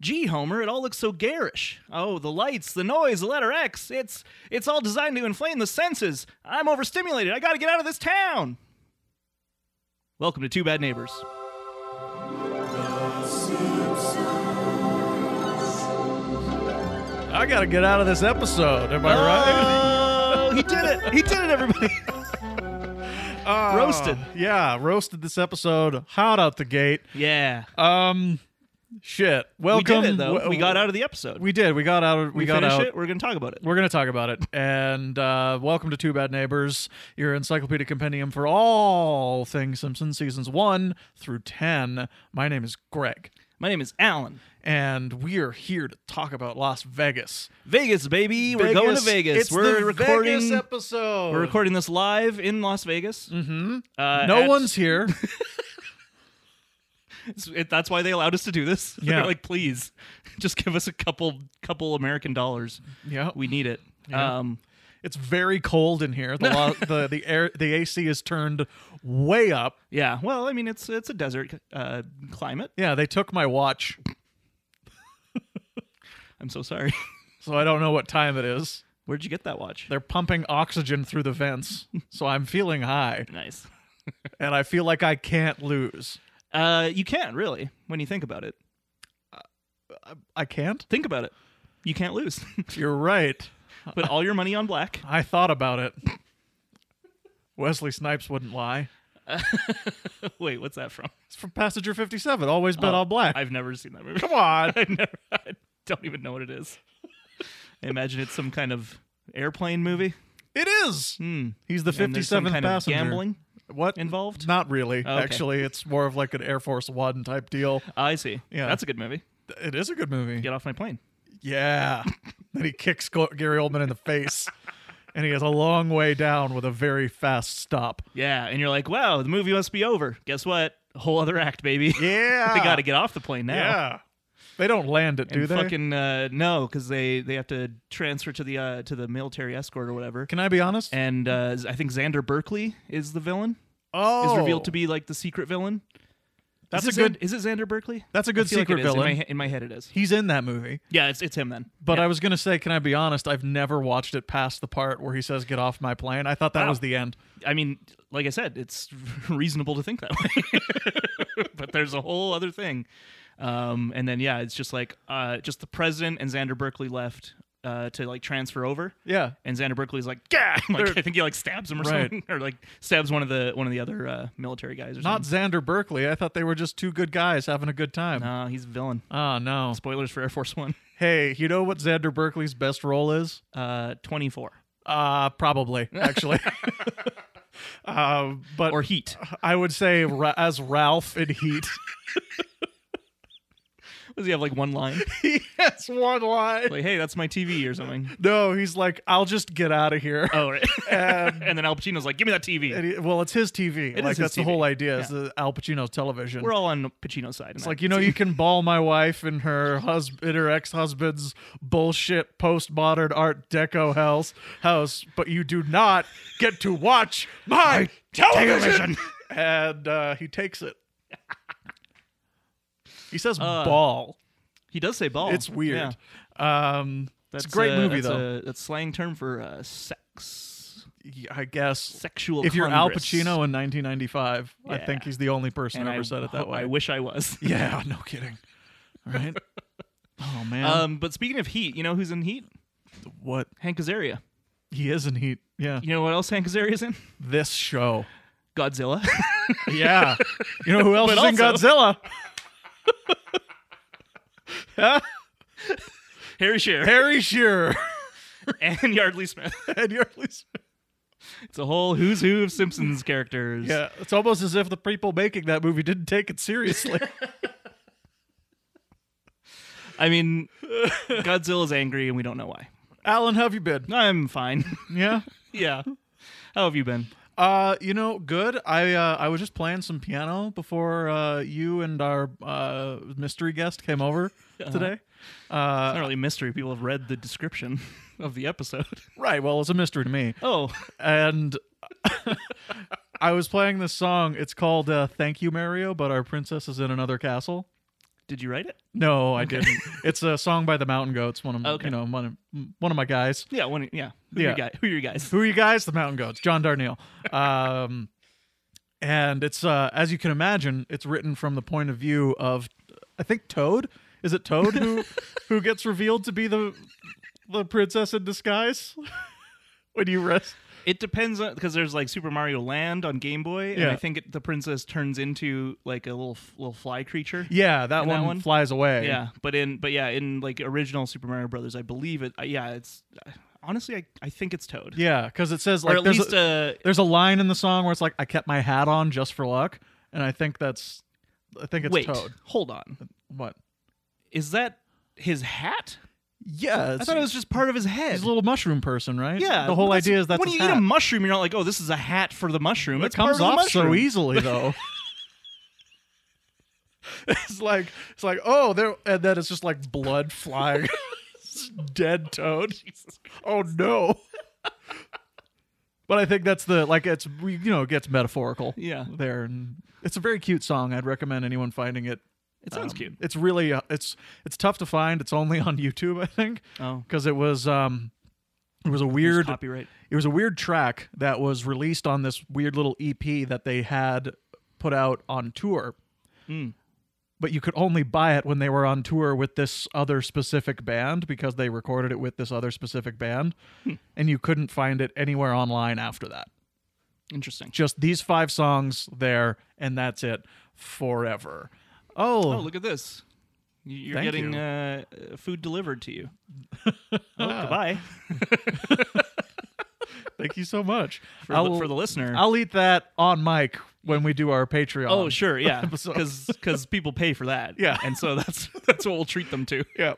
Gee, Homer, it all looks so garish. Oh, the lights, the noise, the letter X. It's it's all designed to inflame the senses. I'm overstimulated. I got to get out of this town. Welcome to Two Bad Neighbors. I gotta get out of this episode. Am I right? Oh, he did it. He did it, everybody. Uh, roasted. Yeah, roasted this episode hot out the gate. Yeah. Um, shit. Welcome. we did it though. w- we got out of the episode. We did. We got out. of- We, we got finish out. it. We're going to talk about it. We're gonna talk about it. And uh, welcome to Two Bad Neighbors, your encyclopedic compendium for all things Simpsons, seasons one through ten. My name is Greg, My name is Alan. and we are here to talk about Las Vegas. Vegas, baby. We're going to Vegas. It's we're the recording. Vegas episode. we're recording this live in Las Vegas. Mm-hmm. Uh, No at- one's here. It's- it- that's why they allowed us to do this. They're Yeah. like, please, just give us a couple couple American dollars. yeah, We need it. Um, It's very cold in here. The, lo- the the air the AC is turned way up. yeah. Well, I mean, it's it's a desert uh, climate. Yeah, they took my watch, I'm so sorry. so I don't know what time it is. Where'd you get that watch? They're pumping oxygen through the vents, so I'm feeling high, Nice. and I feel like I can't lose. Uh, you can't really when you think about it. I can't. Think about it. You can't lose. You're right. Put all your money on black. I thought about it. Wesley Snipes wouldn't lie. Wait, what's that from? It's from Passenger 57. Always Oh. bet on black. I've never seen that movie. Come on. I never. I don't even know what it is. I imagine it's some kind of airplane movie. It is. Hmm. He's the 57th And there's some kind of passenger. gambling What? involved. Not really. okay. Actually, it's more of like an Air Force One type deal. I see. Yeah. That's a good movie. It is a good movie. Get off my plane. Yeah. then he kicks Go- Gary Oldman in the face, and he has a long way down with a very fast stop. Yeah, and you're like, wow, the movie must be over. Guess what? Whole other act, baby. Yeah. they got to get off the plane now. Yeah. They don't land it, do And they? fucking uh, no, because they they have to transfer to the uh, to the military escort or whatever. Can I be honest? And uh, I think Xander Berkeley is the villain. oh, Is revealed to be like the secret villain. That's is a it good- Xan- Is it Xander Berkeley? That's a I good feel like secret it is. In villain. my, he- in my head, it is. He's in that movie. Yeah, it's it's him then. But Yeah. I was gonna say, can I be honest? I've never watched it past the part where he says "Get off my plane." I thought that Wow. was the end. I mean, like I said, it's reasonable to think that way. but there's a whole other thing. Um, and then yeah, it's just like uh, just the president and Xander Berkeley left uh, to like transfer over. Yeah, And Xander Berkeley's like, yeah, like, They're- I think he like stabs him or Right. something, or like stabs one of the one of the other uh, military guys or not something. Xander Berkeley. I thought they were just two good guys having a good time. Mm. No, Uh, he's a villain. Oh no! Spoilers for Air Force One. Hey, you know what Xander Berkeley's best role is? Uh, Twenty four Uh, probably actually. uh, but or Heat. I would say Ra- as Ralph in Heat, Does he have like one line? he has one line. Like, hey, that's my TV or something. no, he's like, I'll just get out of here. Oh, right. And- and then Al Pacino's like, give me that TV. Um, And he- well, it's his TV. It like is his that's the TV. whole idea. Is the Al Pacino's television. We're all on Pacino's side. It's like you know you can ball my wife and her husband, her ex husband's bullshit postmodern Art Deco house house, but you do not get to watch my television. And uh, he takes it. He says Uh, ball. He does say ball. It's Oh, Yeah. weird. Um, That's it's a great uh, movie that's though. A, that's slang term for uh, sex, I guess. sexual. If you're Al congress. Pacino in 1995, I Yeah. think he's the only person and who ever I, said it that ho- way. I wish I was. Yeah, no kidding. All right. oh man, Um, but speaking of Heat, you know who's in Heat? what Hank Azaria. he is in heat. Yeah, You know what else Hank Azaria's in? this show. Godzilla. Yeah, you know who else is But in also- Godzilla? Harry Shearer Harry Shearer and Yardley Smith. and Yardley Smith. It's a whole who's who of Simpsons characters. Yeah, it's almost as if the people making that movie didn't take it seriously. I mean, Godzilla's angry and we don't know why. Alan, how have you been? I'm fine. Yeah. yeah. How have you been? Uh, you know, good. I uh, I was just playing some piano before uh, you and our uh, mystery guest came over today. It's Uh, not really a mystery. People have read the description of the episode. Right. Well, it's a mystery to me. Oh, and I was playing this song. It's called uh, "Thank You, Mario," but our princess is in another castle. Did you write it? No, I didn't. It's a song by the Mountain Goats. One of Okay. you know one of one of my guys. Yeah, one. Yeah, who Yeah. Your guy, who are your guys? Who are you guys? The Mountain Goats. John Darnielle. Um, and it's uh, as you can imagine, it's written from the point of view of I think Toad. Is it Toad who who gets revealed to be the the princess in disguise? when you rest It depends on because there's like Super Mario Land on Game Boy, and Yeah. I think it, the princess turns into like a little f- little fly creature. Yeah, that, And that one, one? flies away. Yeah, but in but yeah, in like original Super Mario Brothers, I believe it. uh, yeah, it's honestly, I, I think it's Toad, Yeah, because it says or like at there's least a, uh, there's a line in the song where it's like I kept my hat on just for luck, and I think that's I think it's wait, Toad. hold on, What? is that his hat? Yeah, I it's, thought it was just part of his head. he's a little mushroom person, right? yeah, The whole well, idea is that's when his you hat. eat a mushroom, you're not like, oh, this is a hat for the mushroom. it It's part comes of the off so mushroom. easily though. it's like it's like oh there, and then it's just like blood flying, dead Toad. Oh no. But I think that's the like it's we- you know it gets metaphorical. Yeah. there and it's a very cute song. I'd recommend anyone finding it. It sounds Um, cute. It's really uh, it's it's tough to find. It's only on YouTube, I think, Oh, because it was um it was a it's weird copyright. it was a weird track that was released on this weird little EP that they had put out on tour. Mm. But you could only buy it when they were on tour with this other specific band because they recorded it with this other specific band. Hmm. And you couldn't find it anywhere online after that. Interesting. Just these five songs there, and that's it forever. Oh, Oh, look at this. You- You're Thank getting you. Uh, uh, food delivered to you. oh, Ah. goodbye thank you so much. for, I'll, the, for the listener. I'll eat that on mic when we do our Patreon. oh, sure, yeah, episode. because people pay for that. Yeah. and so that's that's what we'll treat them to. Yeah.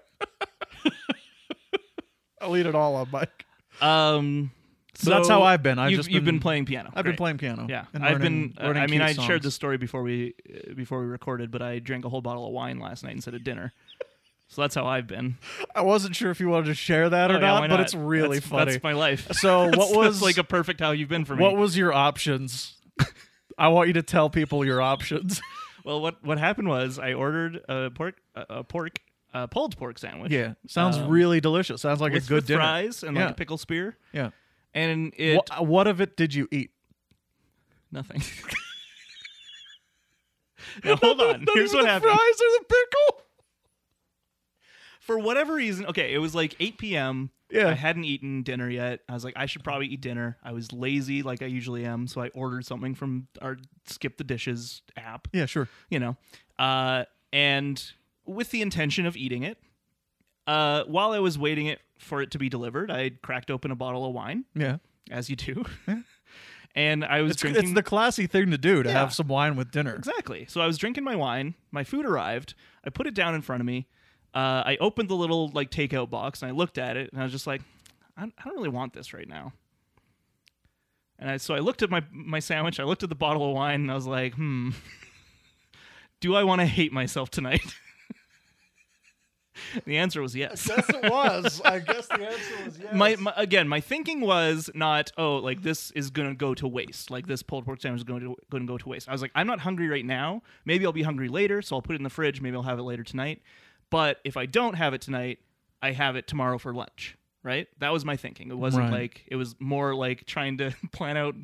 I'll eat it all on mic. Um, so that's how I've been. I've you've, just you've been, been- playing piano. I've been Great. playing piano. Yeah, and I've learning- been. uh, learning I mean, key I songs. shared this story before we uh, before we recorded, but I drank a whole bottle of wine last night instead of dinner. So that's how I've been. I wasn't sure if you wanted to share that or Oh, yeah, not, why but it's really That's- funny. That's my life. So what That's was- like a perfect how you've been for me? what was your options? I want you to tell people your options. Well, what what happened was I ordered a pork a, a pork a pulled pork sandwich. sounds Um, really delicious. Sounds like with, a good with dinner. fries and like Yeah. a pickle spear. Yeah. And it Wha- What, of it did you eat? nothing. now hold on. Not Here's what even the happened. Fries or the pickle. For whatever reason, okay, it was like 8 p.m. Yeah. I hadn't eaten dinner yet. I was like, I should probably eat dinner. I was lazy, like I usually am, so I ordered something from our Skip the Dishes app. Yeah, sure. you know, uh, and with the intention of eating it. Uh, while I was waiting it for it to be delivered, I cracked open a bottle of wine, Yeah, as you do, and I was it's, drinking it's the classy thing to do to Yeah. have some wine with dinner. exactly. So I was drinking my wine. My food arrived. I put it down in front of me. Uh, I opened the little like takeout box and I looked at it and I was just like, I I don't really want this right now. And I, so I looked at my my sandwich. I looked at the bottle of wine and I was like, hmm, do I want to hate myself tonight? the answer was yes. Yes, it was. I guess the answer was yes. My, my again, my thinking was not, oh, like this is gonna go to waste. Like this pulled pork sandwich is going to going to go to waste. I was like, I'm not hungry right now. Maybe I'll be hungry later, so I'll put it in the fridge. Maybe I'll have it later tonight. But if I don't have it tonight, I have it tomorrow for lunch. Right? That was my thinking. It wasn't Right. like it was more like trying to plan out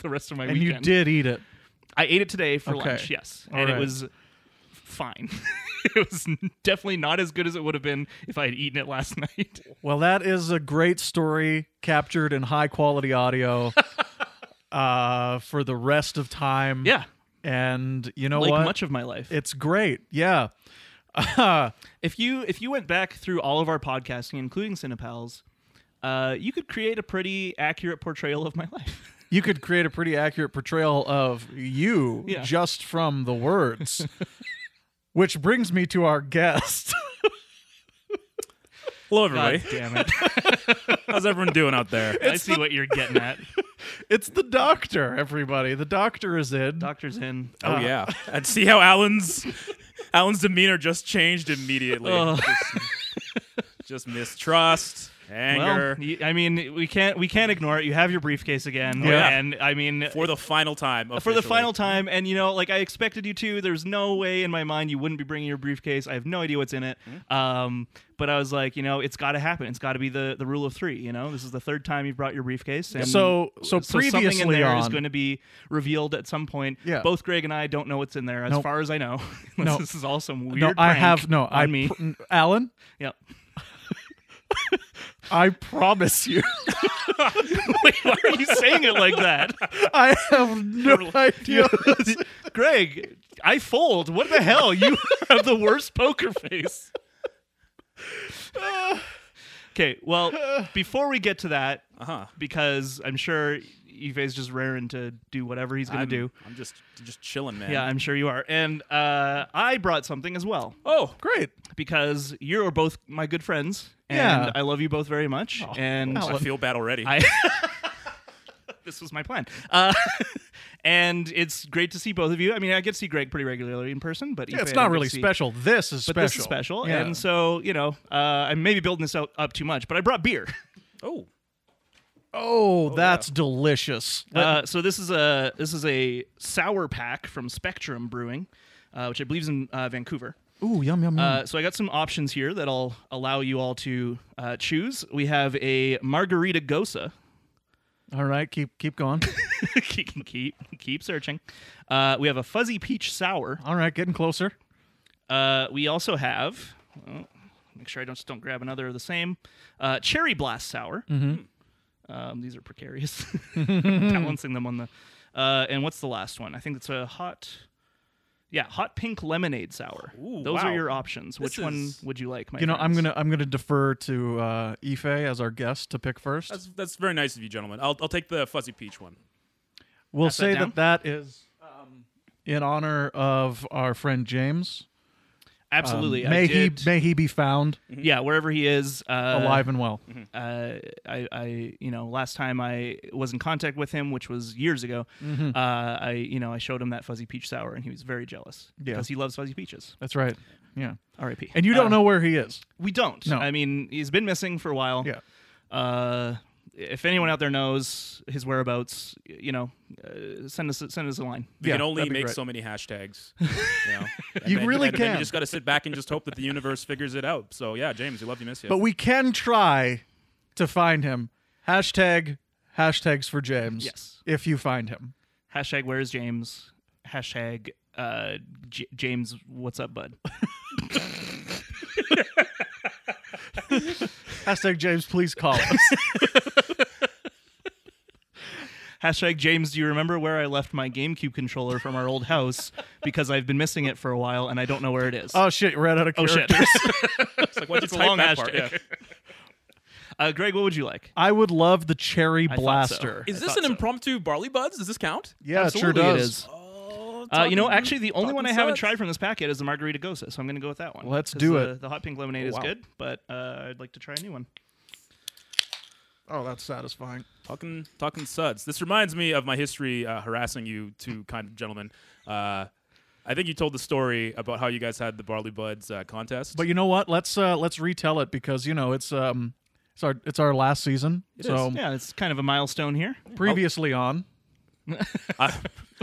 the rest of my and weekend. you did eat it. I ate it today for Okay. lunch, yes. All and right. it was fine. it was definitely not as good as it would have been if I had eaten it last night. Well, that is a great story captured in high quality audio uh, for the rest of time. Yeah. And you know Like what? much of my life. it's great. Yeah. Uh, If you if you went back through all of our podcasting, including Cinepals, uh, you could create a pretty accurate portrayal of my life. you could create a pretty accurate portrayal of you Yeah. just from the words. Which brings me to our guest. Hello, God everybody. damn it! How's everyone doing out there? I see what you're getting at. it's the doctor, everybody. The doctor is in. Doctor's in. Oh yeah. And see how Alan's Alan's demeanor just changed immediately. Oh. Just, just mistrust. Anger. Well, y- I mean, we can't we can't ignore it. You have your briefcase again, Yeah. and I mean, for the final time. for the officially. final time. And you know, like I expected you to. There's no way in my mind you wouldn't be bringing your briefcase. I have no idea what's in it. Mm-hmm. Um, but I was like, you know, it's got to happen. It's got to be the the rule of three. You know, this is the third time you've brought your briefcase. And So- so something in previously there is on- going to be revealed at some point. Yeah. Both Greg and I don't know what's in there, as Nope. far as I know. Nope. this is all some weird. No, I prank have no. on I me. pr- Alan, yep. I promise you, Wait, why are you saying it like that? I have no idea. Greg, I fold. What the hell? You have the worst poker face. Okay, well, before we get to that, Uh-huh. because I'm sure Ife's just raring to do whatever he's going I'm, to do. I'm just just chilling, man. Yeah, I'm sure you are. And uh, I brought something as well oh, Great. because you are both my good friends, and Yeah. I love you both very much. and Alan. I feel bad already. I this was my plan. Uh, and it's great to see both of you. I mean, I get to see Greg pretty regularly in person, but Yeah, it's Ife I not get really to see- special. This is But special. this is special, Yeah. and so you know, uh, I'm maybe building this out, up too much, but I brought beer. oh, oh, that's delicious. Uh, so this is a this is a sour pack from Spectrum Brewing, uh, which I believe is in uh, Vancouver. Ooh, yum yum yum. Uh, so I got some options here that I'll allow you all to uh, choose. We have a margarita gosa. All right, keep keep going. keep keep keep searching. Uh, we have a fuzzy peach sour. All right, getting closer. Uh, we also have. oh, make sure I don't just don't grab another of the same. Uh, cherry blast sour. Mm-hmm. Um, these are precarious. Balancing them on the. Uh, and what's the last one? I think it's a hot. Yeah, hot pink lemonade sour. Ooh, Those wow. are your options. Which This one is- would you like? My You know, I'm friends? gonna I'm gonna defer to uh, Ife as our guest to pick first. that's that's very nice of you, gentlemen. I'll I'll take the fuzzy peach one. we'll that say down. that that is um, in honor of our friend James. Um, absolutely. I may he did- may he be found yeah, wherever he is. Uh, alive and well. uh, I, I, you know, last time I was in contact with him, which was years ago, uh, Mm-hmm. I, you know, I showed him that fuzzy peach sour, and he was very jealous Yeah. because he loves fuzzy peaches. That's right. Yeah. R.I.P. And you don't Uh, know where he is. we don't. No. I mean, he's been missing for a while. Yeah. Uh, if anyone out there knows his whereabouts, you know, uh, send us send us a line. You Yeah, can only that'd be make great. so many hashtags. You, know? And You then- really and then can. You just got to sit back and just hope that the universe figures it out. So yeah, James, we love you, miss you. But we can try to find him. Hashtag hashtags for James. Yes. If you find him. Hashtag Where is James? Hashtag uh, J- James, what's up, bud? Hashtag James, please call us. Hashtag James, do you remember where I left my GameCube controller from our old house? Because I've been missing it for a while and I don't know where it is. oh shit, you ran out of oh characters. shit. it's like what'd it's you a type long that part? hashtag. Yeah. Uh, Greg, what would you like? I would love the cherry I thought so. blaster. I Is this thought an so. impromptu barley buds? Does this count? Yeah, Absolutely it it sure does. is. Oh, Uh, you know, talking- actually, the only one I talking haven't suds. tried from this pack yet is the Margarita Gosa, so I'm going to go with that one. Let's 'Cause do the- it. The hot pink lemonade Oh, is wow. good, but uh, I'd like to try a new one. Oh, that's satisfying. Talking, talking suds. This reminds me of my history uh, harassing you two kind of gentlemen. Uh, I think you told the story about how you guys had the barley buds uh, contest. But you know what? Let's uh let's retell it because you know it's um it's our it's our last season. so Yeah, Oh. it's kind of a milestone here. previously on. I,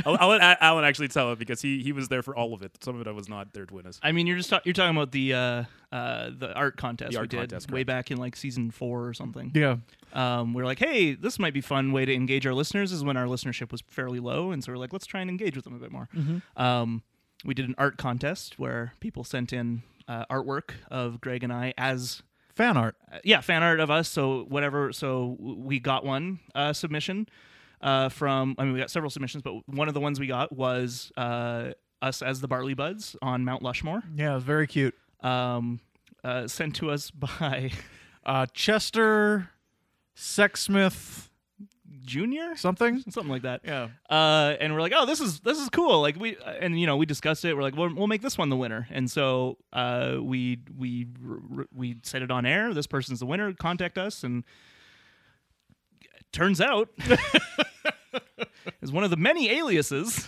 I'll, I'll let A- Alan actually tell it because he he was there for all of it. Some of it I was not there to witness. I mean, you're just ta- you're talking about the uh, uh, the art contest The we art did contest, way correct. back in like season four or something. Yeah. um, we were like, hey, this might be fun way to engage our listeners. Is when our listenership was fairly low, and so we're like, let's try and engage with them a bit more. Um, we did an art contest where people sent in uh, artwork of Greg and I as Fan art. uh, yeah fan art of us. So whatever. So w- we got one uh, submission uh, from. I mean, we got several submissions, but one of the ones we got was uh, us as the Barley Buds on Mount Lushmore, Yeah, it's very cute. um, uh, sent to us by Uh Chester Sexsmith Junior, something? something like that. Yeah. uh, and we're like, oh, this is this is cool. Like we and you know we discussed it. We're like, we'll, we'll make this one the winner. And so uh, we we we set it on air. This person's the winner. Contact us, and turns out is one of the many aliases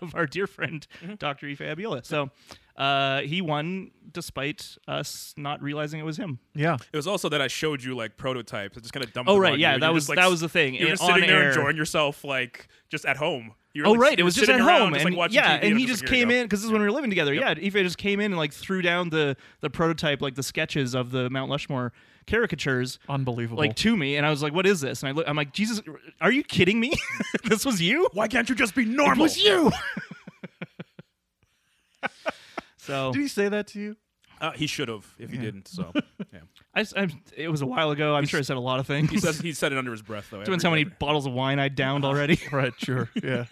of our dear friend Dr. Ife Abiola. E. So. uh, he won despite us not realizing it was him. Yeah. It was also that I showed you like prototypes. I just kind of dumped. Oh, them right, on yeah, you. that You're was- just, like, that was the thing. You're It- just sitting on there air. enjoying yourself, like just at home. You were, Oh like, right, it you were was just sitting at around, home, just, and like, watching yeah, TV, and I'm he just like, here you came go. in because this is when we were living together. Yeah, Ife just came in and like threw down the the prototype, like the sketches of the Mount Lushmore caricatures, Unbelievable. Oh. like to me, and I was like, "What is this?" And I look, I'm like, "Jesus, are you kidding me? this was you? Why can't you just be normal? you?" so Did he say that to you? Uh, he should have if he didn't. So yeah. I, s- I'm- it was a while ago. I'm sure I said a lot of things. he says he said it under his breath though. Depends every- how many every- bottles of wine I downed already. Right, sure. Yeah.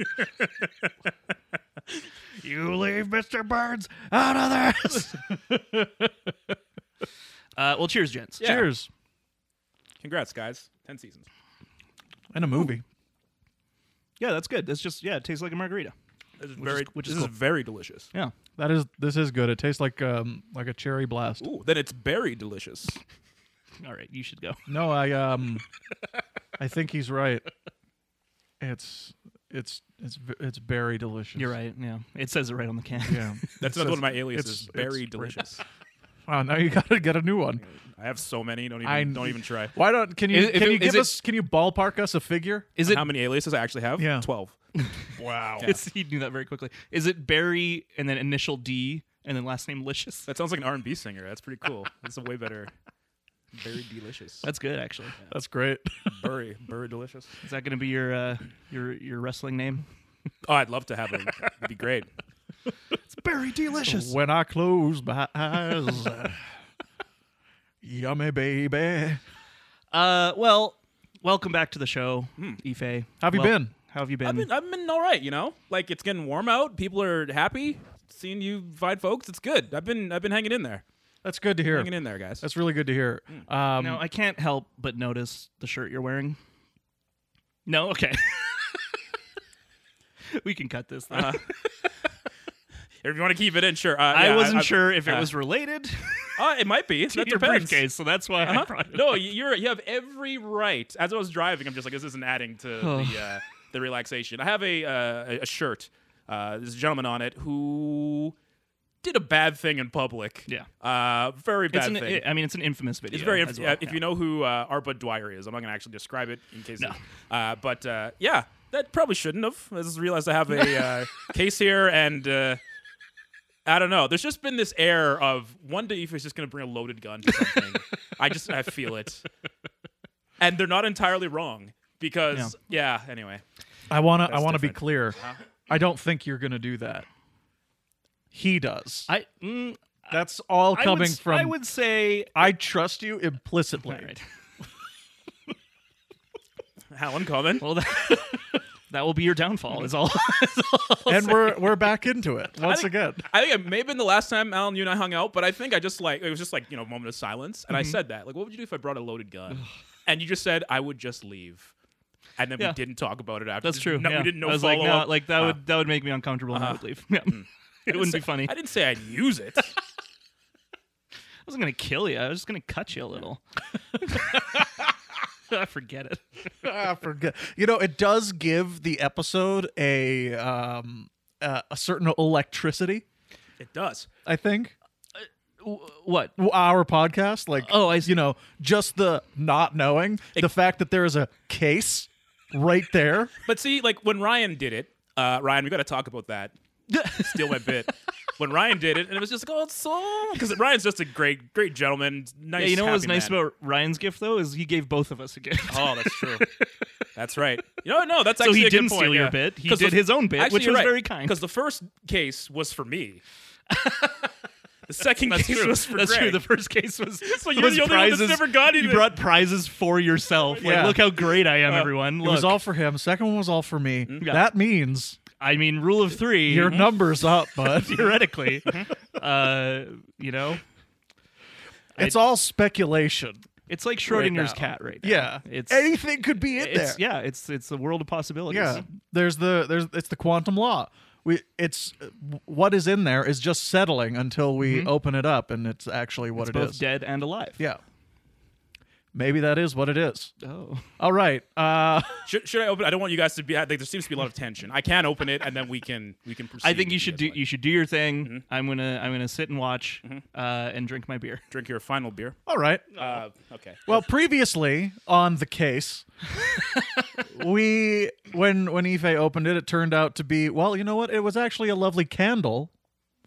You leave Mr. Burns Oh, out of this. uh, well, cheers, gents. Yeah. Cheers. Congrats, guys. Ten seasons. And a movie. Yeah, that's good. That's just yeah, it tastes like a margarita. This is is- very, which is this cool. very delicious. Yeah. That is this is good. It tastes like um like a cherry blast. Ooh, then it's very delicious. All right, you should go. No, I um I think he's right. It's it's it's v- it's very delicious. You're right. Yeah, it says it right on the can. Yeah. That's It another says- one of my aliases. it's- very it's- delicious. Wow, oh, now you gotta get a new one. I have so many. Don't even I- don't even try. Why don't can you Is- if can it- you is give it- us can you ballpark us a figure? Is it? how many aliases I actually have? Yeah. twelve. wow. It's, he knew that very quickly. Is it Barry and then initial D and then last name Licious? That sounds like an R and B singer. That's pretty cool. That's a way better. Very delicious. That's good, actually. That's great. Very, very delicious. Is that going to be your uh, your your wrestling name? Oh, I'd love to have it. It'd be great. It's Barry Delicious. When I close my eyes, yummy baby. Uh, well, welcome back to the show, Ife. How have you Well, been? How have you Hmm. been? I've been, I've been all right. You know, like it's getting warm out. People are happy seeing you fine folks. It's good. I've been, I've been hanging in there, That's good to hear. hanging in there, guys. That's really good to hear. Mm. Um, No, I can't help but notice the shirt you're wearing. No, okay. we can cut this. then. if you want to keep it in, sure. Uh, I yeah, wasn't I- sure if it uh, was related Uh, it might be. to That your Uh-huh. depends. briefcase, so that's why I Huh? brought it. No, you- you're you have every right. As I was driving, I'm just like, this isn't adding to the uh, the relaxation. I have a uh, a- a shirt. Uh, there's a gentleman on it who did a bad thing in public. Yeah. uh, very bad It's an, thing. I mean, it's an infamous video. It's very as inf- well, uh, if yeah. you know who uh, Arpa Dwyer is. I'm not going to actually describe it in case. No. it- uh, but uh, yeah, that probably shouldn't have. I just realized I have a uh, case here, and uh, I don't know. There's just been this air of one day Aoife is just going to bring a loaded gun to something. I just I feel it, and they're not entirely wrong because yeah. anyway, I wanna I wanna be different. clear. Uh-huh. I don't think you're gonna do that. He does. I mm, That's all I would coming s- from. I would say. I trust you implicitly. All right. how uncommon. Well, that, that will be your downfall. Is all. is all I'll and say. we're we're back into it once think- again. I think it may have been the last time Alan you and I hung out, but I think I just like it was just like you know a moment of silence, and I Mm-hmm. said that like, what would you do if I brought a loaded gun? and you just said I would just leave, and then Yeah. we didn't talk about it after. that's true. No, yeah. we didn't know I was like, follow no, up. like that Uh, would that would make me uncomfortable, and I would leave. Yeah. It wouldn't be funny. I didn't say I'd use it. I wasn't gonna kill you. I was just gonna cut you a little. I forget it. I forget. You know, it does give the episode a um uh, a certain electricity. it does. I think Uh, What? our podcast, like Oh, I see. you know, just the not knowing the fact that there is a case right there. But see, like when Ryan did it, uh, Ryan, we got to talk about that. Steal my bit. When Ryan did it, and it was just like, oh, it's so because Ryan's just a great, great gentleman. Nice. Yeah, you know what was happy nice man. about Ryan's gift though is he gave both of us a gift. Oh, that's true. that's right. You know, no, that's So actually he a good didn't steal point, your yeah. bit. He 'Cause did the- his own bit, actually, which was very kind. Because the first case was for me. the second That's case true. was for That's Greg. true. The first case was So you're was the only one that's prizes. never got You anything. brought prizes for yourself. Like, Yeah. look how great I am, Uh, everyone. Look, Mm-hmm. It was all for him. Second one was all for me. Yeah. Mm-hmm. That means I mean, rule of 3 your numbers up, bud. theoretically, uh, you know, it's all speculation. it's like Schrodinger's now. cat right now. Yeah, it's anything could be in there. it's yeah, it's it's the world of possibilities. Yeah. There's the there's it's the quantum law. We it's what is in there is just settling until we open it up and it's actually what Mm-hmm. it's it both is. dead and alive. Yeah. Maybe that is what it is. Oh. All right. Uh, Should, should I open? it? I don't want you guys to be. I think there seems to be a lot of tension. I can open it, and then we can we can proceed. I think you if should guys do like. you should do your thing. I'm gonna I'm gonna sit and watch uh, and drink my beer. drink your final beer. all right. Oh. Uh, okay. Well, previously on the case, we when when Ife opened it, it turned out to be well. You know what? It was actually a lovely candle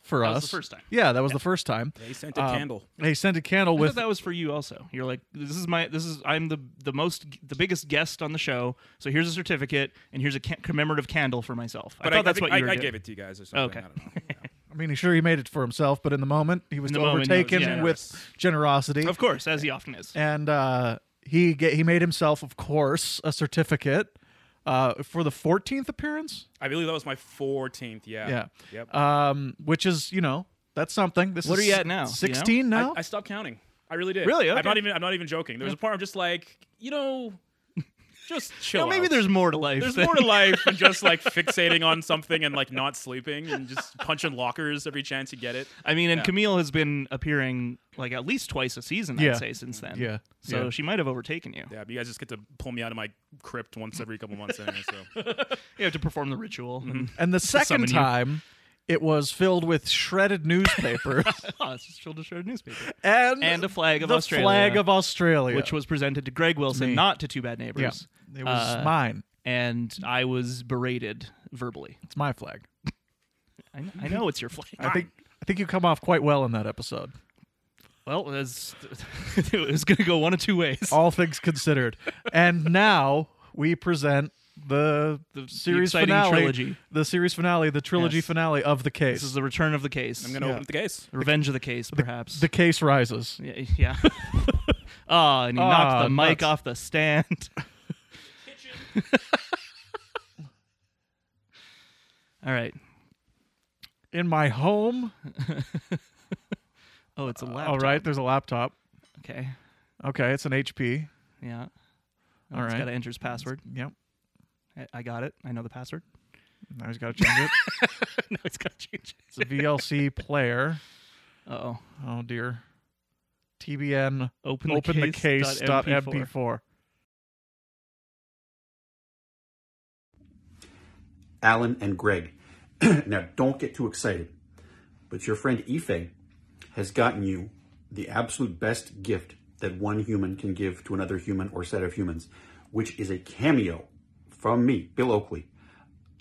for That us. was the first time. Yeah, that was the first time. They sent a Um, candle. They sent a candle I thought with. that was for you also. You're like this is my this is I'm the the most the biggest guest on the show. So here's a certificate and here's a ca- commemorative candle for myself. I But thought that's think- what you I, were I doing. gave it to you guys or something. Okay. I don't know. I mean, he sure he made it for himself, but in the moment he was In the moment, he was overtaken generous. with generosity, Of course, as he often is. and uh, he ga- he made himself, of course, a certificate uh, for the fourteenth appearance. I believe that was my 14th. Yeah. Yeah. Yep. Um, which is you know that's something. This What is are you at now, you know? Sixteen now. I, I stopped counting. I really did. Really? I'm Okay. not even. I'm not even joking. There was a part I'm just like, you know, just chill. Well, maybe out. there's more to life. There's than- more to life than just like fixating on something and like not sleeping and just punching lockers every chance you get it. I mean, and Yeah. Camille has been appearing like at least twice a season. Yeah. I'd say since then. Yeah. So Yeah. she might have overtaken you. Yeah, but you guys just get to pull me out of my crypt once every couple months anyway. So You have to perform the ritual. and- And the second summon you. time, it was filled with shredded newspapers oh, it's just filled a shredded newspaper. and And a flag of the Australia. flag of Australia, Which was presented to Greg Wilson, Me. not to Two Bad yeah, Neighbors. it was Uh, mine. And I was berated verbally. It's my flag. I, kn- I know it's your flag. I think I think you come off quite well in that episode. Well, it's, it was going to go one of two ways. All things considered, and now we present the, The- the series exciting finale, trilogy. the series finale, the trilogy Yes. finale of the case. This is the return of the case. I'm gonna Yeah. open up the case. Revenge of the case, perhaps. the case rises. yeah. yeah. oh, and he knocked Ah, the mic nuts. off the stand. All right. In my home, Oh, it's a laptop. all right. There's a laptop. Okay. Okay, it's an HP. Yeah. Oh, All It's right. got to enter his password. Yep. I, I got it. I know the password. Now he's got to change it. no, it's got to change. It's a VLC player. Oh, Oh dear. TBN open, open the the case dot mp4. Alan and Greg. now, don't get too excited, but your friend Ife has gotten you the absolute best gift that one human can give to another human or set of humans, which is a cameo from me, Bill Oakley.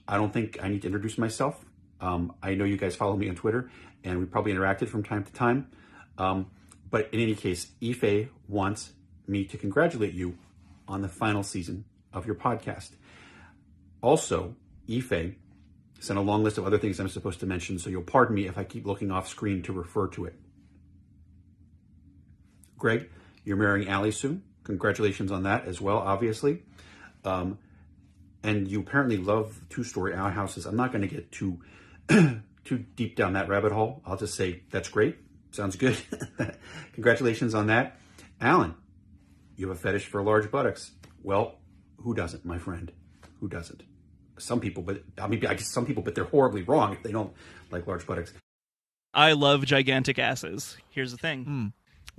I don't think I need to introduce myself. Um, I know you guys follow me on Twitter, and we probably interacted from time to time. Um, but in any case, Ife wants me to congratulate you on the final season of your podcast. Also, Ife sent a long list of other things I'm supposed to mention, so you'll pardon me if I keep looking off screen to refer to it. Greg, you're marrying Allie soon. Congratulations on that as well, obviously. Um, and you apparently love two-story outhouses. I'm not going to get too too deep down that rabbit hole. I'll just say that's great. Sounds good. Congratulations on that, Alan. You have a fetish for large buttocks. Well, who doesn't, my friend? Who doesn't? Some people, but I mean, I guess some people, but they're horribly wrong if they don't like large buttocks. I love gigantic asses. Here's the thing.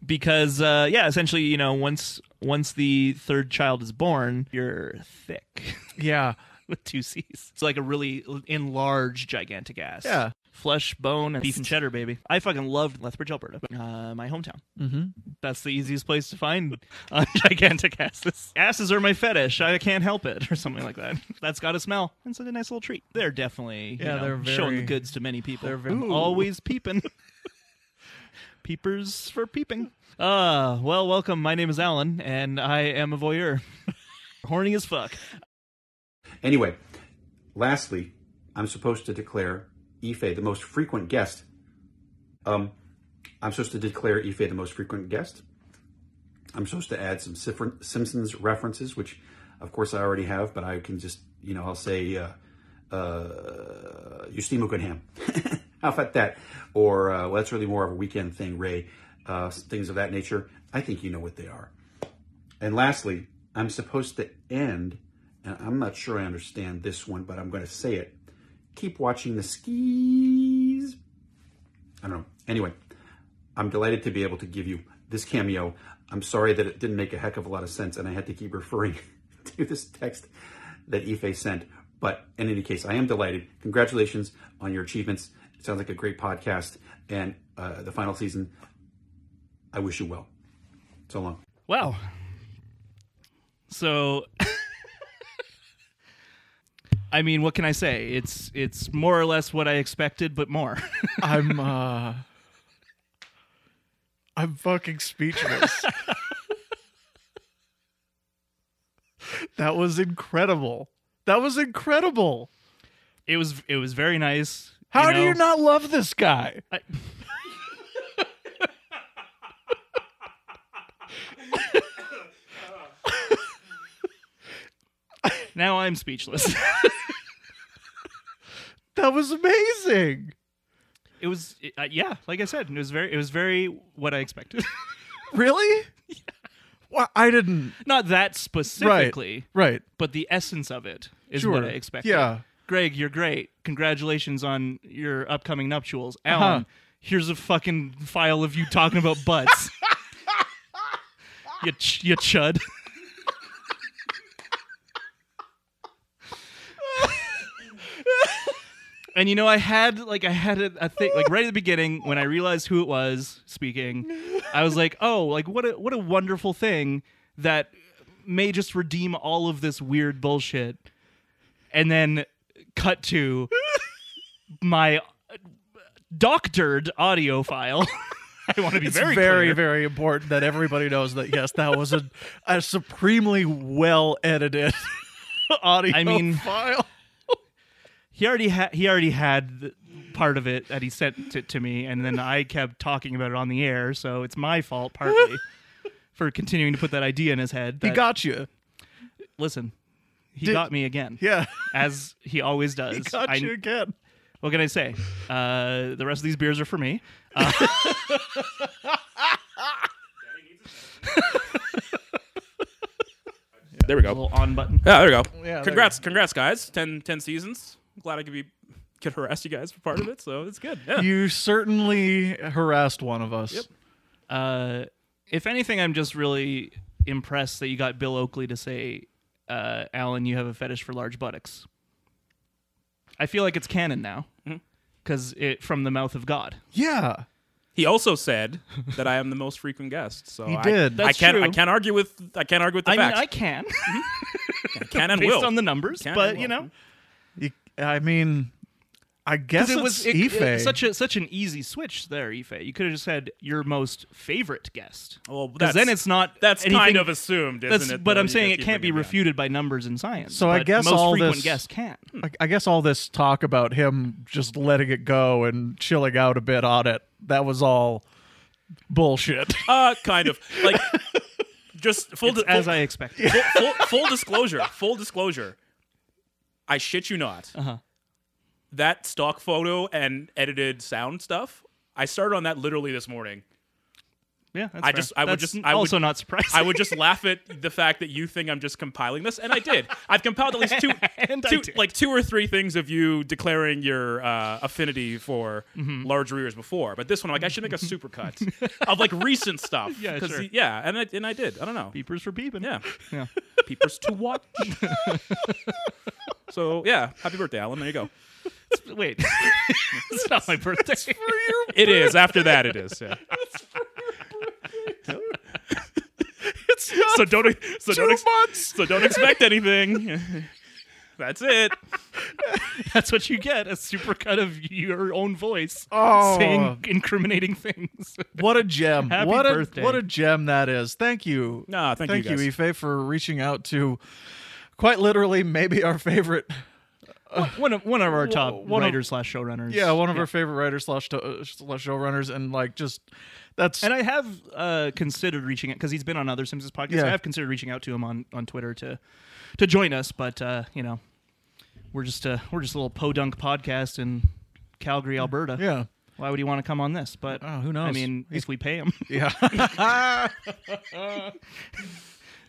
Because uh, yeah, essentially, you know, once once the third child is born, you're thick Yeah. with two C's. It's like a really enlarged gigantic ass. Yeah. Flesh, bone, and beef and cheddar, baby. I fucking loved Lethbridge, Alberta, uh, my hometown. Mm-hmm. That's the easiest place to find on gigantic asses. Asses are my fetish. I can't help it, or something like that. That's got a smell. It's a nice little treat. They're definitely you Yeah, know, they're showing the very- goods to many people. they're very- I'm Ooh. always peeping. Peepers for peeping. Uh, well, welcome. My name is Alan, and I am a voyeur. Horny as fuck. Anyway, lastly, I'm supposed to declare Ife the most frequent guest. Um, I'm supposed to declare Ife the most frequent guest. I'm supposed to add some Sifrin- Simpsons references, which, of course, I already have, but I can just, you know, I'll say, uh, uh, Justine Goodenham. How about that? Or, uh, well, that's really more of a weekend thing, Ray. Uh, things of that nature. I think you know what they are. And lastly, I'm supposed to end, and I'm not sure I understand this one, but I'm going to say it. Keep watching the skis. I don't know. Anyway, I'm delighted to be able to give you this cameo. I'm sorry that it didn't make a heck of a lot of sense, and I had to keep referring to this text that Ife sent. But in any case, I am delighted. Congratulations on your achievements. It sounds like a great podcast, and uh, the final season. I wish you well. So long. Wow. So I mean, what can I say? It's it's more or less what I expected, but more. I'm uh I'm fucking speechless. that was incredible. That was incredible. it was it was very nice. How do you know? not love this guy? Now I'm speechless. That was amazing. it was uh, yeah, like I said, it was very it was very what I expected. Really? Well, I didn't. Not that specifically, Right. but the essence of it is Sure. what I expected. Yeah. Greg, you're great. Congratulations on your upcoming nuptials. Alan, Uh-huh. here's a fucking file of you talking about butts. you, ch- you chud. and you know, I had like I had a, a thing like right at the beginning when I realized who it was speaking. I was like, oh, like what a what a wonderful thing that may just redeem all of this weird bullshit and then cut to my doctored audio file. I want to be It's very very, very, clear. important that everybody knows that. Yes, that was a, a supremely well edited audio. I mean- file. He already had he already had the part of it that he sent it to me, and then I kept talking about it on the air. So it's my fault partly for continuing to put that idea in his head. he that- got you. listen. He Did- got me again, Yeah, as he always does. he got I- you again. What can I say? Uh, the rest of these beers are for me. There we A go. little on button. Yeah, there we go. there you congrats, congrats, guys. 10, 10 seasons. I'm glad I could be could harass you guys for part of it, so it's good. Yeah. You certainly harassed one of us. Yep. Uh, if anything, I'm just really impressed that you got Bill Oakley to say, uh, "Alan, you have a fetish for large buttocks." I feel like it's canon now, Mm-hmm. because it from the mouth of God. Yeah, He also said that I am the most frequent guest, so He I, did. I That's can't. I true. can't argue with. I can't argue with the I facts. mean, I can I can and based will. on the numbers, Can but and you will. know, You- I mean, I guess 'Cause it was it- Ife. it- such a such an easy switch there, Ife. You could have just said your most favorite guest. Well, because then it's not that's anything, kind of assumed, isn't that's- it? but though? I'm You saying guys it keep can't be bringing it down. refuted by numbers and science. So I but guess most all frequent this- guests can. I, I guess all this talk about him just letting it go and chilling out a bit on it, that was all bullshit. Uh, kind of like just full di- As full- I expected. full, full, full disclosure, full disclosure. I shit you not. Uh-huh. That stock photo and edited sound stuff. I started on that literally this morning. Yeah, that's I fair. just- I would That's just- n- I would- also not surprised. I would just laugh at the fact that you think I'm just compiling this, and I did. I've compiled at least two, And I two did. like two or three things of you declaring your uh, affinity for Mm-hmm. large rears before. But this one, I'm like, I should make a supercut of like recent stuff. Yeah, 'Cause sure. y- Yeah, and I and I did. I don't know. beepers for beeping. Yeah, yeah. peepers to watch. so yeah, happy birthday, Alan. There you go. Wait, it's not my birthday. It is. After that, it is. Yeah. it's not So don't. So two don't. Ex- months. so don't expect anything. That's it. That's what you get—a supercut of your own voice Oh. saying incriminating things. What a gem! Happy what a birthday. what a gem that is. Thank you. Nah, thank you thank guys. Ife, for reaching out to quite literally maybe our favorite. one of one of our top one of- writers slash showrunners. Yeah, one of our favorite writers slash to, uh, slash showrunners, and like just that's And I have uh, considered reaching out because he's been on other Simpsons podcasts. Yeah. I have considered reaching out to him on, on Twitter to to join us, but uh, you know, we're just a we're just a little podunk podcast in Calgary, Alberta. yeah Why would he want to come on this? But Oh, who knows? I mean, if we pay him, yeah.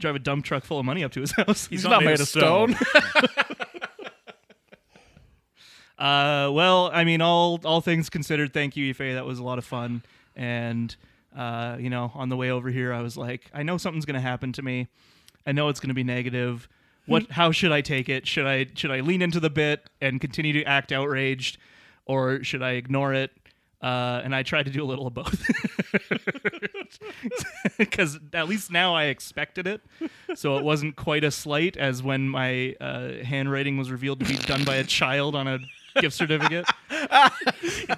drive a dump truck full of money up to his house. He's not made of stone. Uh, well, I mean, all all things considered, thank you, Ife. That was a lot of fun. And uh, you know, on the way over here, I was like, I know something's gonna happen to me. I know it's gonna be negative. Hmm. What? how should I take it? Should I should I lean into the bit and continue to act outraged, or should I ignore it? Uh, and I tried to do a little of both. because at least now I expected it, so it wasn't quite as slight as when my uh, handwriting was revealed to be done by a child on a gift certificate.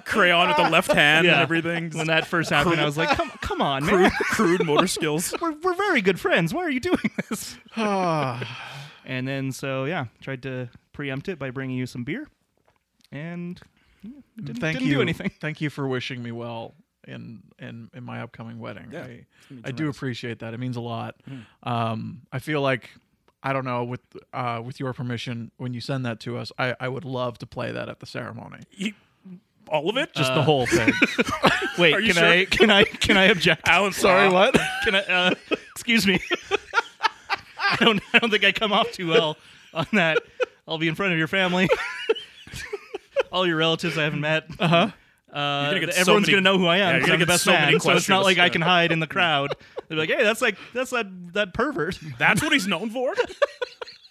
Crayon with the left hand Uh, Yeah. and everything. When that first happened, I was like, "Come, come on, man! crude, crude motor skills. We're, we're very good friends. Why are you doing this?" Ah, And then so yeah, tried to preempt it by bringing you some beer, and didn't, thank didn't you. do anything. Thank you for wishing me well in in, in my upcoming wedding. I, Yeah, it's gonna be I do tremendous. appreciate that. It means a lot. Um, I feel like I don't know with uh, with your permission when you send that to us, I, I would love to play that at the ceremony. You- all of it? Just Uh, the whole thing. Wait, Are can you I sure? can I can I object? Alan, Sorry, uh, what? Can I? Uh, excuse me. I don't. I don't think I come off too well on that. I'll be in front of your family, all your relatives I haven't met. Uh-huh. Uh gonna get so Everyone's many- gonna know who I Yeah, am. you're 'cause gonna I'm the get best so man, many so it's not questions, like I yeah. can hide in the crowd. They're like, "Hey, that's like that's that that pervert." That's what he's known for?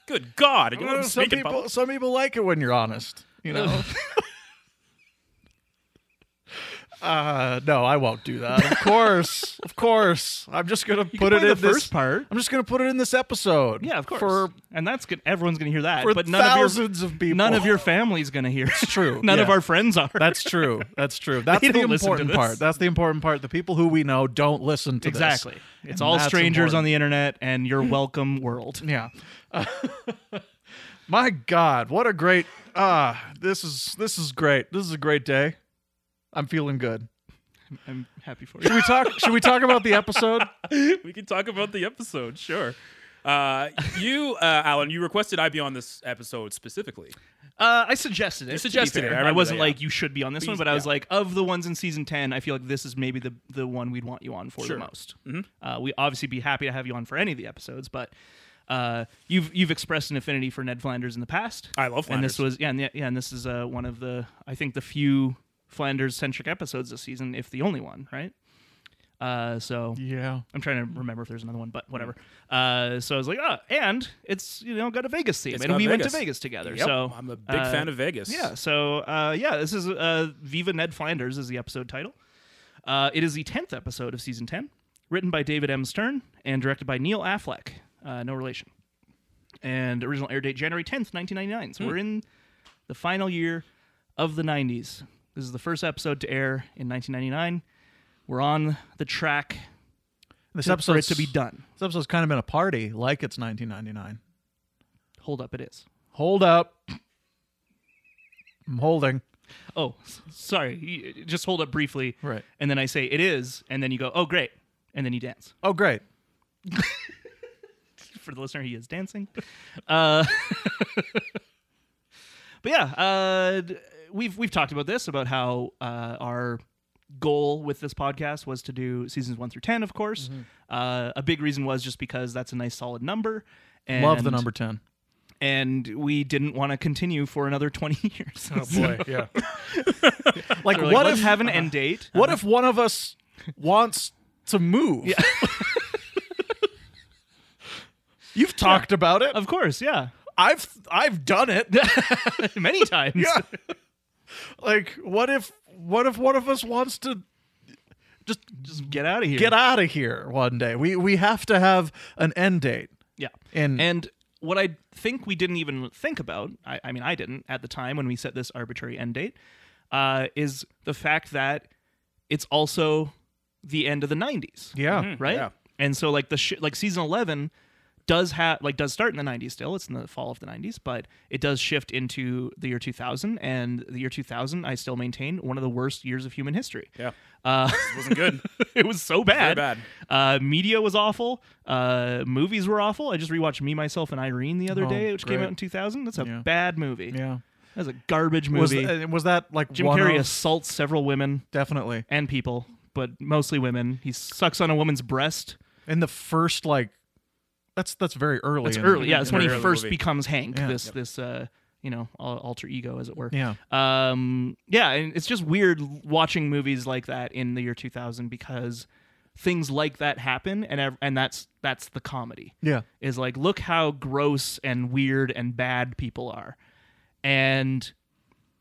Good God. You want him to some speak in people public? some people like it when you're honest, you know. Uh, no, I won't do that. Of course, of course. I'm just gonna put it play the in this first part. I'm just gonna put it in this episode. Yeah, of course. For and that's good. Everyone's gonna hear that. for but none thousands of, of, your, people. none of your family's gonna hear. It's true. none of yeah. our friends are. That's true. That's true. That's They the don't listen to important this. part. That's the important part. The people who we know don't listen to exactly. this. It's And all that's strangers important. on the internet and your welcome world. Yeah. my God, what a great ah! this is this is great. This is a great day. I'm feeling good. I'm happy for you. Should we talk? should we talk about the episode? we can talk about the episode, sure. Uh, you, uh, Alan, you requested I be on this episode specifically. Uh, I suggested it. You suggested it. I I, remember wasn't that, yeah. like you should be on this But one, you- but I was yeah. like, of the ones in season ten, I feel like this is maybe the the one we'd want you on for Sure. Mm-hmm. the most. Uh, we obviously be happy to have you on for any of the episodes, but uh, you've you've expressed an affinity for Ned Flanders in the past. I love and this Flanders. was yeah, and, the- yeah, and this is uh, one of the I think the few Flanders centric episodes this season, if the only one, right? Uh, so Yeah. I'm trying to remember if there's another one, Mm-hmm. but whatever. Uh, so I was like, oh, and it's you know got a Vegas theme, It's and got we went Vegas. to Vegas together. Yep, so I'm a big uh, fan of Vegas. Yeah. So uh, yeah, this is uh, Viva Ned Flanders is the episode title. Uh, it is the tenth episode of season ten, written by David M. Stern and directed by Neil Affleck. Uh, no relation. And original air date January tenth, nineteen ninety nine. So Hmm. we're in the final year of the nineties. This is the first episode to air in nineteen ninety nine. We're on the track This to, for it episode's to be done. This episode's kind of been a party, like it's 1999. Hold up, it is. Hold up. I'm holding. Oh, s- sorry. You- Just hold up briefly. Right. And then I say it is, and then you go, oh great, and then you dance. Oh, great. for the listener, he is dancing. Uh, but yeah, uh, d- we've we've talked about this about how uh, our goal with this podcast was to do seasons one through ten. Of course, Mm-hmm. uh, a big reason was just because that's a nice solid number. And, Love the number 10. and we didn't want to continue for another twenty years. Oh, Boy, yeah. like, We're like, what let's if have an end date? what if one of us wants to move? You've talked about it. Of course, yeah, I've I've done it. many times. Yeah. like what if what if one of us wants to just Just get out of here. get out of here one day? We we have to have an end date. Yeah. And- and what I think we didn't even think about, I, I mean, I didn't at the time when we set this arbitrary end date, uh, is the fact that it's also the end of the 90s. Yeah. Right? yeah. And so, like, the sh- like season 11 does have like does start in the 90s still it's in the fall of the 90s but it does shift into the year 2000 and the year 2000 i still maintain one of the worst years of human history Yeah. uh, This wasn't good. it was so bad. bad. Uh, media was awful. Uh, movies were awful. I just rewatched Me, Myself, and Irene the other Oh, day, which came great. out in 2000. That's a Yeah. bad movie. Yeah. That's a garbage Was movie. th- was that like Jim one Carrey of- assaults several women definitely and people, but mostly women. He sucks on a woman's breast. in the first like that's that's very early. It's in- early. Yeah, it's in- when he Very early first movie. becomes Hank. Yeah. This this uh, you know al- alter ego as it were Yeah. um yeah and it's just weird watching movies like that in the year 2000 because things like that happen and ev- and that's that's the comedy Yeah. is like look how gross and weird and bad people are and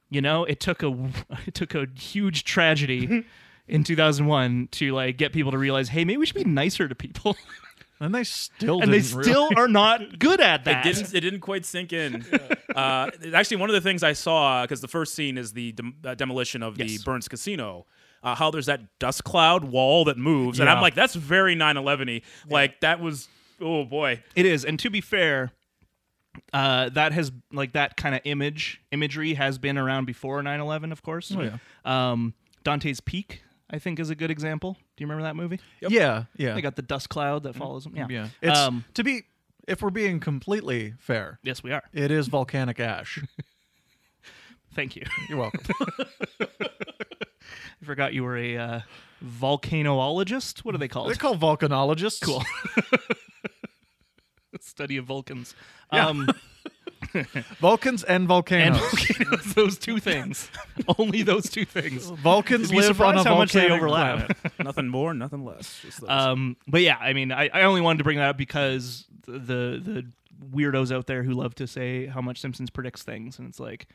you know it took a it took a huge tragedy in 2001 to like get people to realize hey maybe we should be nicer to people And they still and they didn't really- still are not good at that It didn't. It didn't quite sink in. uh, actually, one of the things I saw because the first scene is the dem- uh, demolition of Yes. the Burns Casino. Uh, how there's that dust cloud wall that moves, and I'm Yeah. like, that's very 9/11y. Like that was. Oh boy. It is, and to be fair, uh, that has like that kind of image imagery has been around before 9-11, of course. Oh, yeah. Um, Dante's Peak, I think, is a good example. Do you remember that movie? Yeah. Yeah. They got the dust cloud that follows them. Yeah. Mm-hmm. yeah. It's um, to be if we're being completely fair, yes, we are. it is volcanic ash. Thank you. You're welcome. I forgot you were a uh, volcanoologist. What are they called? They're called volcanologists. Cool. Study of Vulcans. Yeah. Um, Vulcans and and volcanoes. volcanoes, those two things. Only those two things. Vulcans You'd be live on a surprised how much they volcanic overlap. planet. nothing more, nothing less. Just those. Uh, Um, but yeah, I mean, I, I only wanted to bring that up because the, the the weirdos out there who love to say how much Simpsons predicts things, and it's like,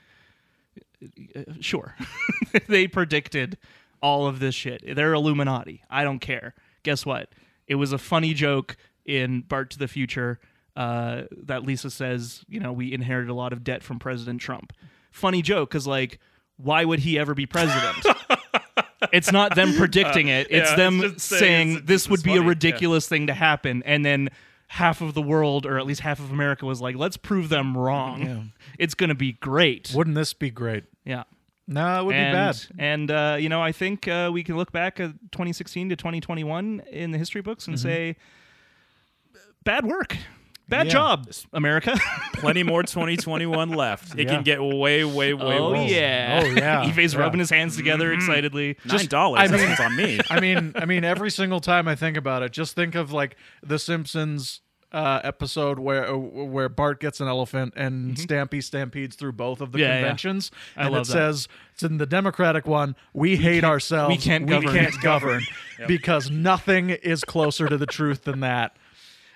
uh, sure, they predicted all of this shit. They're Illuminati. I don't care. Guess what? It was a funny joke in Bart to the Future uh, that Lisa says, you know, we inherited a lot of debt from President Trump. Funny joke, because like, why would he ever be president? it's not them predicting it. It's yeah, them it's just saying saying it's- this it's would be a funny, yeah. ridiculous thing to happen, and then half of the world, or at least half of America, was like, "Let's prove them wrong. It's going to be great." Wouldn't this be great? Yeah, No, it would and be bad. and uh, you know, I think uh, we can look back at 2016 to 2021 in the history books and Mm-hmm. say, "Bad work, bad Yeah. job, America." Plenty more 2021 left. It Yeah. can get way, way, way oh worse. yeah, Oh, yeah. Yves Yeah. Mm-hmm. rubbing his hands together excitedly. Nine dollars. I That's mean- what's on me. I mean, I mean, every single time I think about it, just think of like the Simpsons uh, episode where where Bart gets an elephant and Stampy stampedes through both of the Mm-hmm. Yeah, yeah. conventions, I and love it that. says it's in the Democratic one. We, hate ourselves. we can't govern." can't govern because nothing is closer to the truth than that.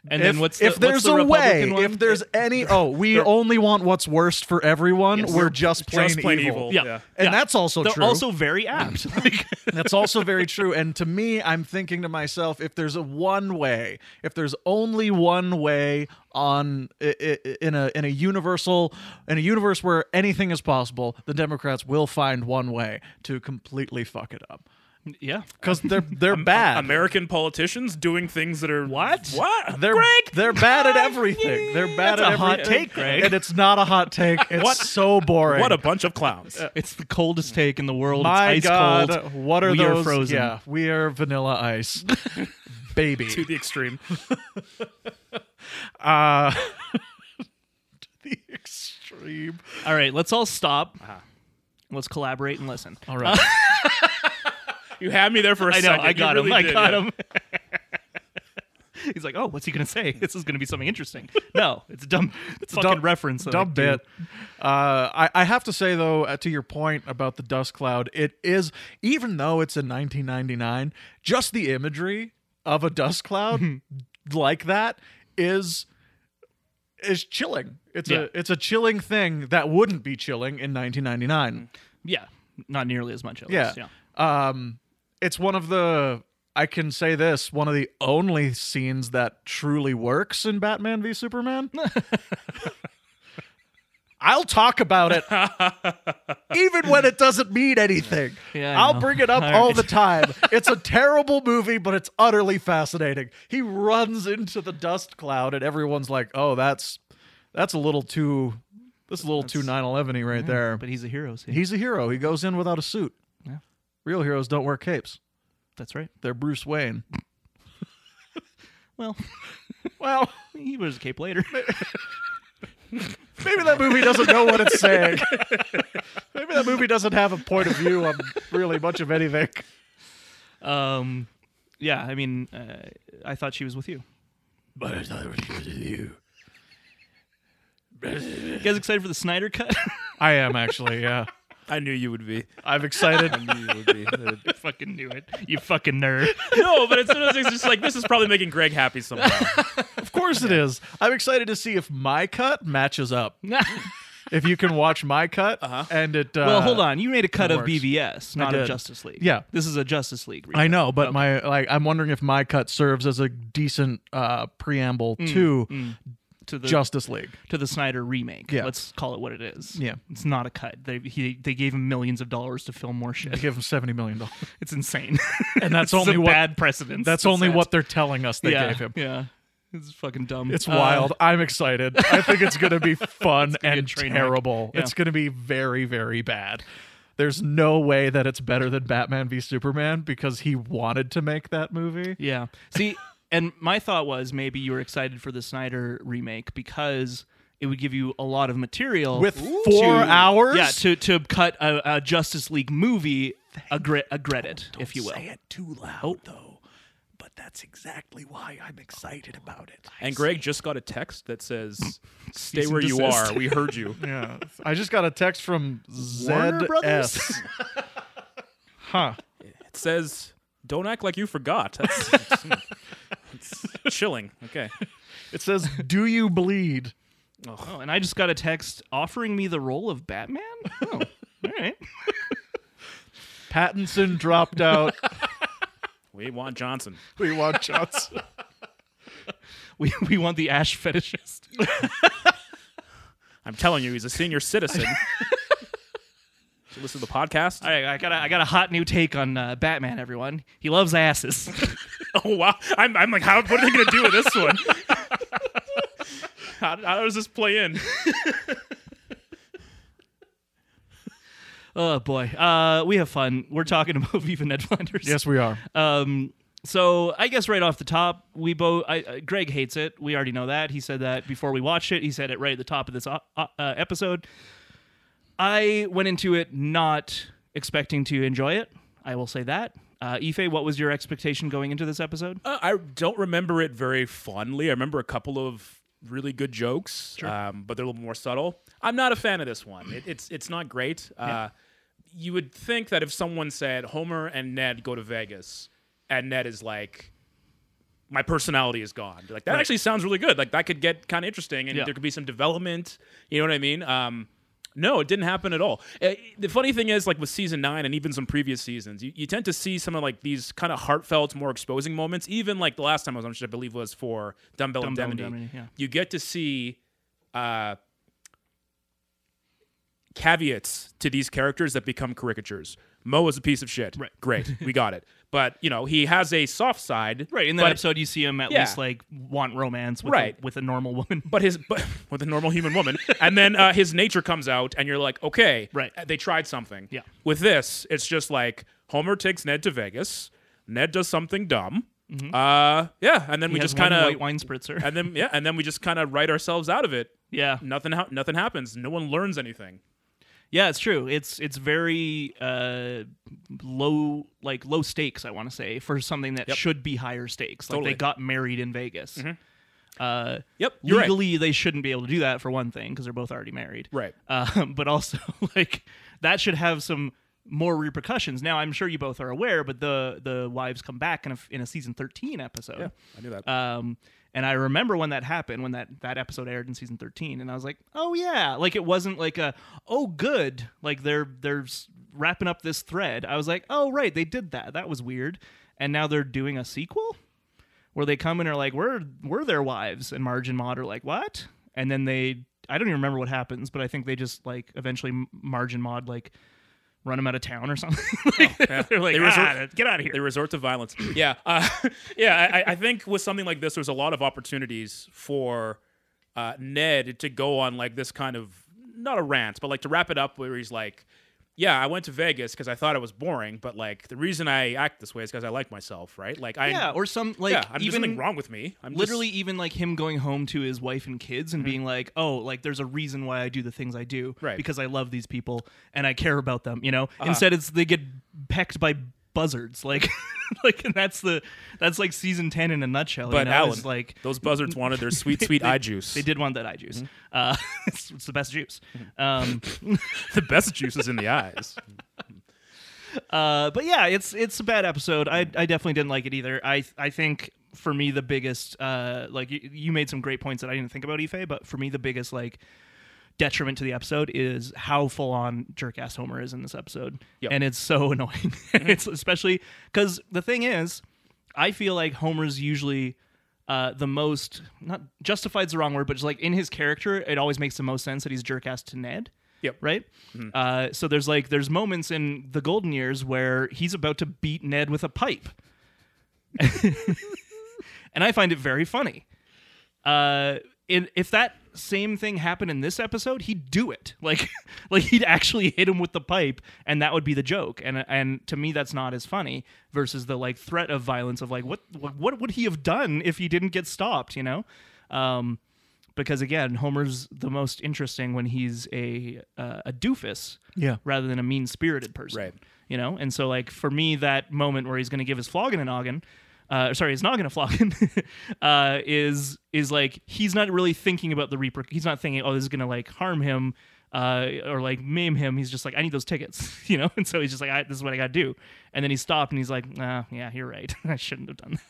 and if, then what's if the, there's what's the a way, Republican one? if there's any, oh, we only want what's worst for everyone. We're just plain, Just plain evil. yeah. Yeah. And Yeah. that's also They're true. also very apt. Like, That's also very true. And to me, I'm thinking to myself, if there's a one way, if there's only one way on i- i- in a in a universal in a universe where anything is possible, the Democrats will find one way to completely fuck it up yeah. because they're they're bad. American politicians doing things that are What? What? They're Greg. they're bad at everything. They're bad That's at a hot everything. take, Greg. And it's not a hot take. It's so boring. What a bunch of clowns. It's the coldest take in the world. uh, my it's ice god! cold. What are we those? Are frozen. Yeah, we are vanilla ice, baby. to the extreme. uh the extreme Uh-huh. All right, let's all stop. Let's collaborate and listen. all right You had me there for a I know. second. I You got him. really I did, got yeah. him. He's like, oh, what's he gonna say? This is gonna be something interesting. No, it's a dumb, it's fucking dumb- reference. that I dumb do. bit uh I, I have to say though uh, to your point about the dust cloud it is even though it's in 1999 just the imagery of a dust cloud like that is is chilling it's Yeah. a it's a chilling thing that wouldn't be chilling in 1999 Yeah, not nearly as much. At Yeah. Least. yeah. Um, it's one of the I can say this one of the only scenes that truly works in Batman v Superman. I'll talk about it even when it doesn't mean anything. Yeah, I I'll know. bring it up all, All right. the time. It's a terrible movie, but it's utterly fascinating. He runs into the dust cloud and everyone's like, "Oh, that's that's a little too that's a little too 9/11y right there." But he's a hero. See, He's a hero. He goes in without a suit. Yeah. Real heroes don't wear capes. that's right. They're Bruce Wayne. Well, Well, he wears a cape later. maybe that movie doesn't know what it's saying. maybe that movie doesn't have a point of view on really much of anything. um, yeah. I mean, uh, I thought she was with you. But I thought it was you. You guys excited for the Snyder cut? I am actually, yeah. I knew you would be. I'm excited. I knew you would be. I fucking knew it. You fucking nerd. no, but it's one of those things. It's just like this is probably making Greg happy somehow. Of course it is. I'm excited to see if my cut matches up. If you can watch my cut and it. Uh, well, hold on. You made a cut of works. BVS, I not of did. Justice League. Yeah. This is a Justice League. I recut. know, but my like, I'm wondering if my cut serves as a decent uh, preamble to to the Justice League. to the Snyder remake. Yeah. Let's call it what it is. Yeah. It's not a cut. They he, they gave him millions of dollars to film more They shit. give them seventy million dollars. It's insane. And that's It's only a what- bad precedent. That's to only set. what they're telling us they yeah, gave him. Yeah. It's fucking dumb. It's Uh, wild. I'm excited. I think it's going to be fun be a and train wreck. terrible. Yeah. It's going to be very, very bad. There's no way that it's better than Batman v Superman because he wanted to make that movie. Yeah. See, and my thought was maybe you were excited for the Snyder remake because it would give you a lot of material With to- four hours? Yeah, to to cut a, a Justice League movie a grit a credit, if you will. it too loud, though. But that's exactly why I'm excited about it. And Greg just got a text that says, "Stay Cease where and you desist. are. We heard you." Yeah, I just got a text from Warner Brothers? ZS. huh. It says, "Don't act like you forgot." That's it's chilling. Okay. It says, "Do you bleed?" Oh, and I just got a text offering me the role of Batman. Oh, all right. Pattinson dropped out. We want Johnson. we want shots. We we want the ash fetishist. I'm telling you, he's a senior citizen. Should listen to the podcast. All right, I got a, I got a hot new take on uh, Batman. Everyone, he loves asses. Oh wow! I'm, I'm like, how? What are they gonna do with this one? how, how does this play in? oh boy, uh, we have fun. We're talking about Viva Ned Flanders. yes, we are. Um, so I guess right off the top, we both. I, uh, Greg hates it. We already know that. He said that before we watched it. He said it right at the top of this uh, uh, episode. I went into it not expecting to enjoy it. I will say that. Uh, Ife, what was your expectation going into this episode? Uh, I don't remember it very fondly. I remember a couple of really good jokes, um, but they're a little more subtle. I'm not a fan of this one. It, it's it's not great. Uh, You would think that if someone said Homer and Ned go to Vegas, and Ned is like, my personality is gone. Like that actually sounds really good. Like that could get kind of interesting, and Yeah. there could be some development. You know what I mean? Um, no, it didn't happen at all. Uh, the funny thing is, like with season nine and even some previous seasons, you, you tend to see some of like these kind of heartfelt, more exposing moments. Even like the last time I was on, which I believe was for Dumbbell, Dumbbell Indemnity. Indemnity, yeah. You get to see uh, caveats to these characters that become caricatures. Mo is a piece of shit. Right. Great, we got it. But you know, he has a soft side. Right in that but- episode, you see him at Yeah. least like want romance with a, Right. with a normal woman. but his but with a normal human woman and then uh, his nature comes out and you're like okay Right. they tried something Yeah. with this it's just like homer takes ned to vegas ned does something dumb uh yeah and then Mm-hmm. He we has just one kind of white wine spritzer. and then yeah and then we just kind of write ourselves out of it yeah, nothing ha- nothing happens no one learns anything yeah, it's true. It's it's very uh, low, like low stakes. I want to say for something that should be higher stakes. Like Totally. they got married in Vegas. Uh, yep you're right. legally, they shouldn't be able to do that for one thing because they're both already married. Right. Um, but also, like that should have some more repercussions. Now, I'm sure you both are aware, but the the wives come back in a in a season 13 episode. Yeah, I knew that. Um, and I remember when that happened, when that that episode aired in season 13, and I was like, oh yeah, like it wasn't like a oh good, like they're they're s- wrapping up this thread. I was like, oh right, they did that. That was weird, and now they're doing a sequel where they come and are like, "We're we're their wives," and Marge and Maud are like, "What?" And then they, I don't even remember what happens, but I think they just like eventually M- Marge and Maud like run them out of town or something. Like, They're like, They resort- "Ah, "Get out of here!" They resort to violence. yeah, uh, yeah. I- I, I think with something like this, there's a lot of opportunities for uh, Ned to go on like this kind of not a rant, but like to wrap it up where he's like, "Yeah, I went to Vegas because I thought it was boring, but like the reason I act this way is because I like myself, right? Like I, yeah, or some like yeah, I'm just even something wrong with me. I'm just- Mm-hmm. literally even like him going home to his wife and kids and being like, "Oh, like there's a reason why I do the things I do, Right. Uh-huh. Because I love these people and I care about them." You know. Instead, it's they get pecked by buzzards. Like, like, and that's the that's like season ten in a nutshell. you But know? Alan, It's like those buzzards wanted their sweet, sweet eye juice. they did want that eye Mm-hmm. juice. Uh, it's, it's the best juice. Um, the best juice is in the eyes. Uh, but yeah, it's it's a bad episode. I I definitely didn't like it either. I I think for me the biggest uh like you, you made some great points that I didn't think about Ife, but for me the biggest like detriment to the episode is how full on jerk ass Homer is in this episode, Yep. and it's so annoying. it's especially because the thing is, I feel like Homer's usually. Uh, the most not justified's the wrong word, but just like in his character, it always makes the most sense that he's jerk ass to Ned Yep. right? Uh, so there's like there's moments in the golden years where he's about to beat Ned with a pipe, and I find it very funny. Uh, in, if that same thing happened in this episode, he'd do it. Like, like he'd actually hit him with the pipe, and that would be the joke. And and to me, that's not as funny versus the like threat of violence of like what what, what would he have done if he didn't get stopped? You know. Um, because again, Homer's the most interesting when he's a uh, a doofus, Yeah. rather than a mean spirited person, Right. You know, and so like for me, that moment where he's going to give his flogging a noggin, uh, sorry, his noggin a flogging, uh, is is like he's not really thinking about the reaper. He's not thinking, oh, this is going to like harm him. Uh, or like maim him. He's just like, I need those tickets, you know. And so he's just like, I, this is what I got to do. And then he stopped and he's like, Nah, yeah, you're right. I shouldn't have done that.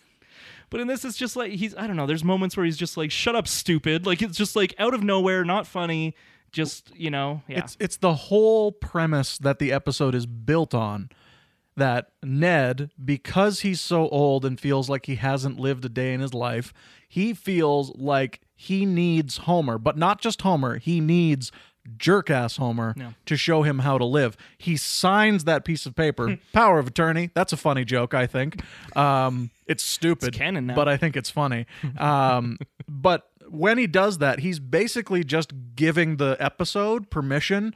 But in this, it's just like he's I don't know. There's moments where he's just like, "Shut up, stupid!" Like it's just like out of nowhere, not funny. Just you know, yeah, It's it's the whole premise that the episode is built on. That Ned, because he's so old and feels like he hasn't lived a day in his life, he feels like he needs Homer, but not just Homer. He needs jerk ass Homer to show him how to live. He signs that piece of paper, power of attorney. That's a funny joke, I think. Um, it's stupid, canon now. but I think it's funny. Um, but when he does that, he's basically just giving the episode permission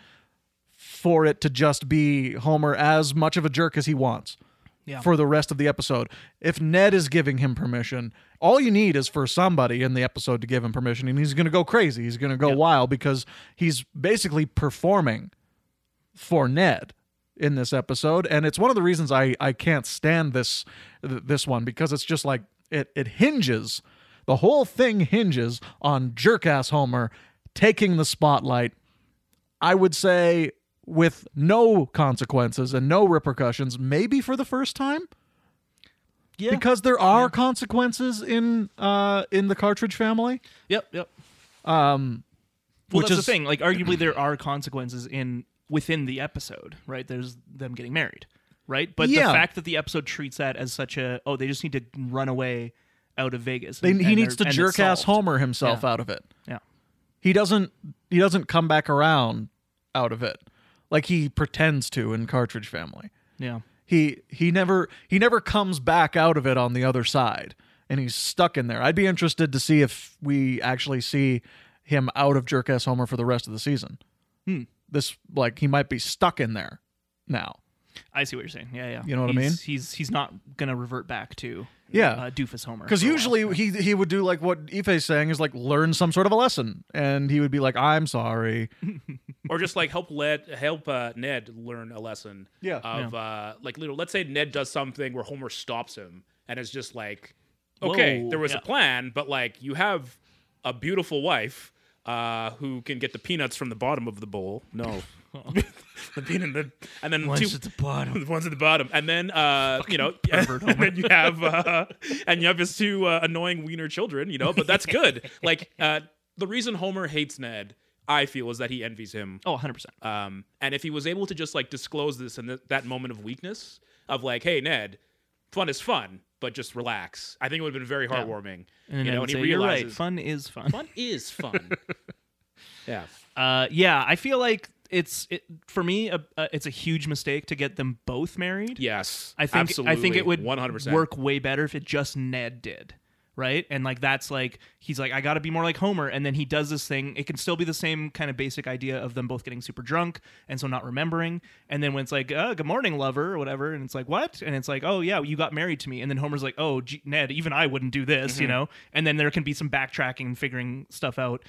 for it to just be Homer as much of a jerk as he wants Yeah. for the rest of the episode. If Ned is giving him permission, all you need is for somebody in the episode to give him permission, and he's going to go crazy. He's going to go wild because he's basically performing for Ned in this episode, and it's one of the reasons I I can't stand this th- this one because it's just like it it hinges the whole thing hinges on jerkass Homer taking the spotlight. I would say with no consequences and no repercussions, maybe for the first time. yeah, Because there are consequences in uh, in the cartridge family. yep, yep. Um, well, which that's is- the thing. Like, arguably, there are consequences in within the episode, right? There's them getting married, right? But Yeah. the fact that the episode treats that as such a oh, they just need to run away out of Vegas. They, and- he and needs to they're- and it's jerk ass solved. Homer himself Yeah. out of it. Yeah, He doesn't he doesn't come back around out of it like he pretends to in Cartridge Family. yeah. he he never he never comes back out of it on the other side and he's stuck in there i'd be interested to see if we actually see him out of jerk ass homer for the rest of the season this like he might be stuck in there now I see what you're saying. Yeah, yeah. You know what I He's- mean? He's he's not gonna revert back to Yeah. uh, doofus Homer because for a while. usually he he would do like what ife's saying is like learn some sort of a lesson and he would be like i'm sorry or just like help led help uh, Ned learn a lesson. Yeah. Of uh, like little, let's say Ned does something where Homer stops him and is just like, okay, Whoa, there was yeah. a plan, but like you have a beautiful wife uh, who can get the peanuts from the bottom of the bowl. No. the peanut, the, and then One's two, at the bottom. the ones at the bottom, and then uh, you know, pervert and then you have uh, and you have his two uh, annoying wiener children, you know. But that's good. like uh, the reason Homer hates Ned, I feel, is that he envies him. Oh, 100 percent. Um, and if he was able to just like disclose this in th- that moment of weakness of like, hey Ned, fun is fun, but just relax. I think it would have been very heartwarming. And then you I know, would and he say, "You're realizes right. Fun is fun. fun is fun. yeah. Uh, yeah, I feel like it's it, for me. Uh, uh, it's a huge mistake to get them both married. Yes. I think Absolutely. I think it would 100%. work way better if it just Ned did. Right? And like that's like he's like I got to be more like Homer and then he does this thing. It can still be the same kind of basic idea of them both getting super drunk and so not remembering. And then when it's like, uh, "Good morning, lover" or whatever, and it's like, "What?" and it's like, "Oh yeah, you got married to me." And then Homer's like, "Oh, gee, Ned, even I wouldn't do this," Mm-hmm. you know? And then there can be some backtracking and figuring stuff out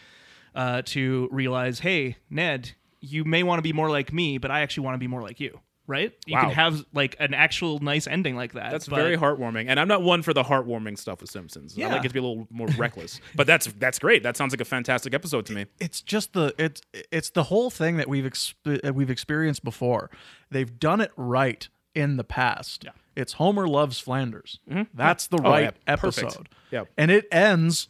uh, to realize, "Hey, Ned, you may want to be more like me, but I actually want to be more like you." right? You Wow. can have like an actual nice ending like that. That's but- very heartwarming, and I'm not one for the heartwarming stuff with Simpsons. I Yeah. like it to be a little more reckless, but that's that's great. That sounds like a fantastic episode to me. it's just the it's it's the whole thing that we've exp- uh, we've experienced before. They've done it right in the past. Yeah. It's Homer loves Flanders. That's the Oh, right yeah. Perfect. episode. Yeah. And it ends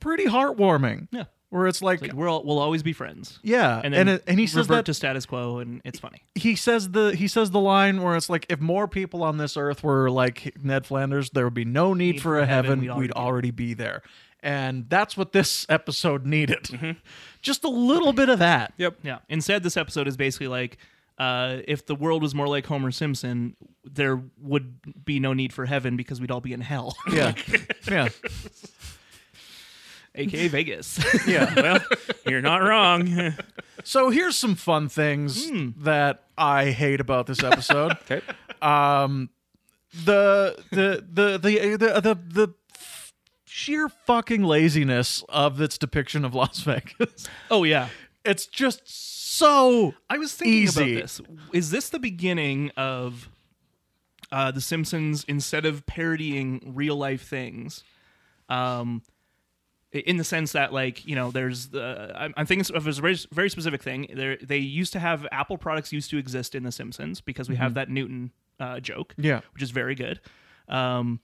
pretty heartwarming. Yeah. Where it's like, Like, we're all, we'll always be friends. yeah, And then and, it, and he says revert that to status quo, and it's funny. he says the he says the line where it's like if more people on this earth were like Ned Flanders, there would be no need, for a heaven. We'd, already, be there, and that's what this episode needed. Just a little bit of that. Yep. Yeah. Instead, this episode is basically like uh, if the world was more like Homer Simpson, there would be no need for heaven because we'd all be in hell, Yeah, yeah, aka Vegas. yeah. Well, you're not wrong. So here's some fun things Hmm. that I hate about this episode. okay. the the the the the the, the f- sheer fucking laziness of its depiction of Las Vegas. oh yeah. It's just so I was thinking Easy. about this. Is this the beginning of uh, the Simpsons instead of parodying real life things? Um, i- in the sense that, like, you know, there's the I'm, I'm thinking of a very, very specific thing. There, they used to have Apple products used to exist in the Simpsons because we have that Newton uh, joke, Mm-hmm. Yeah. which is very good. Um,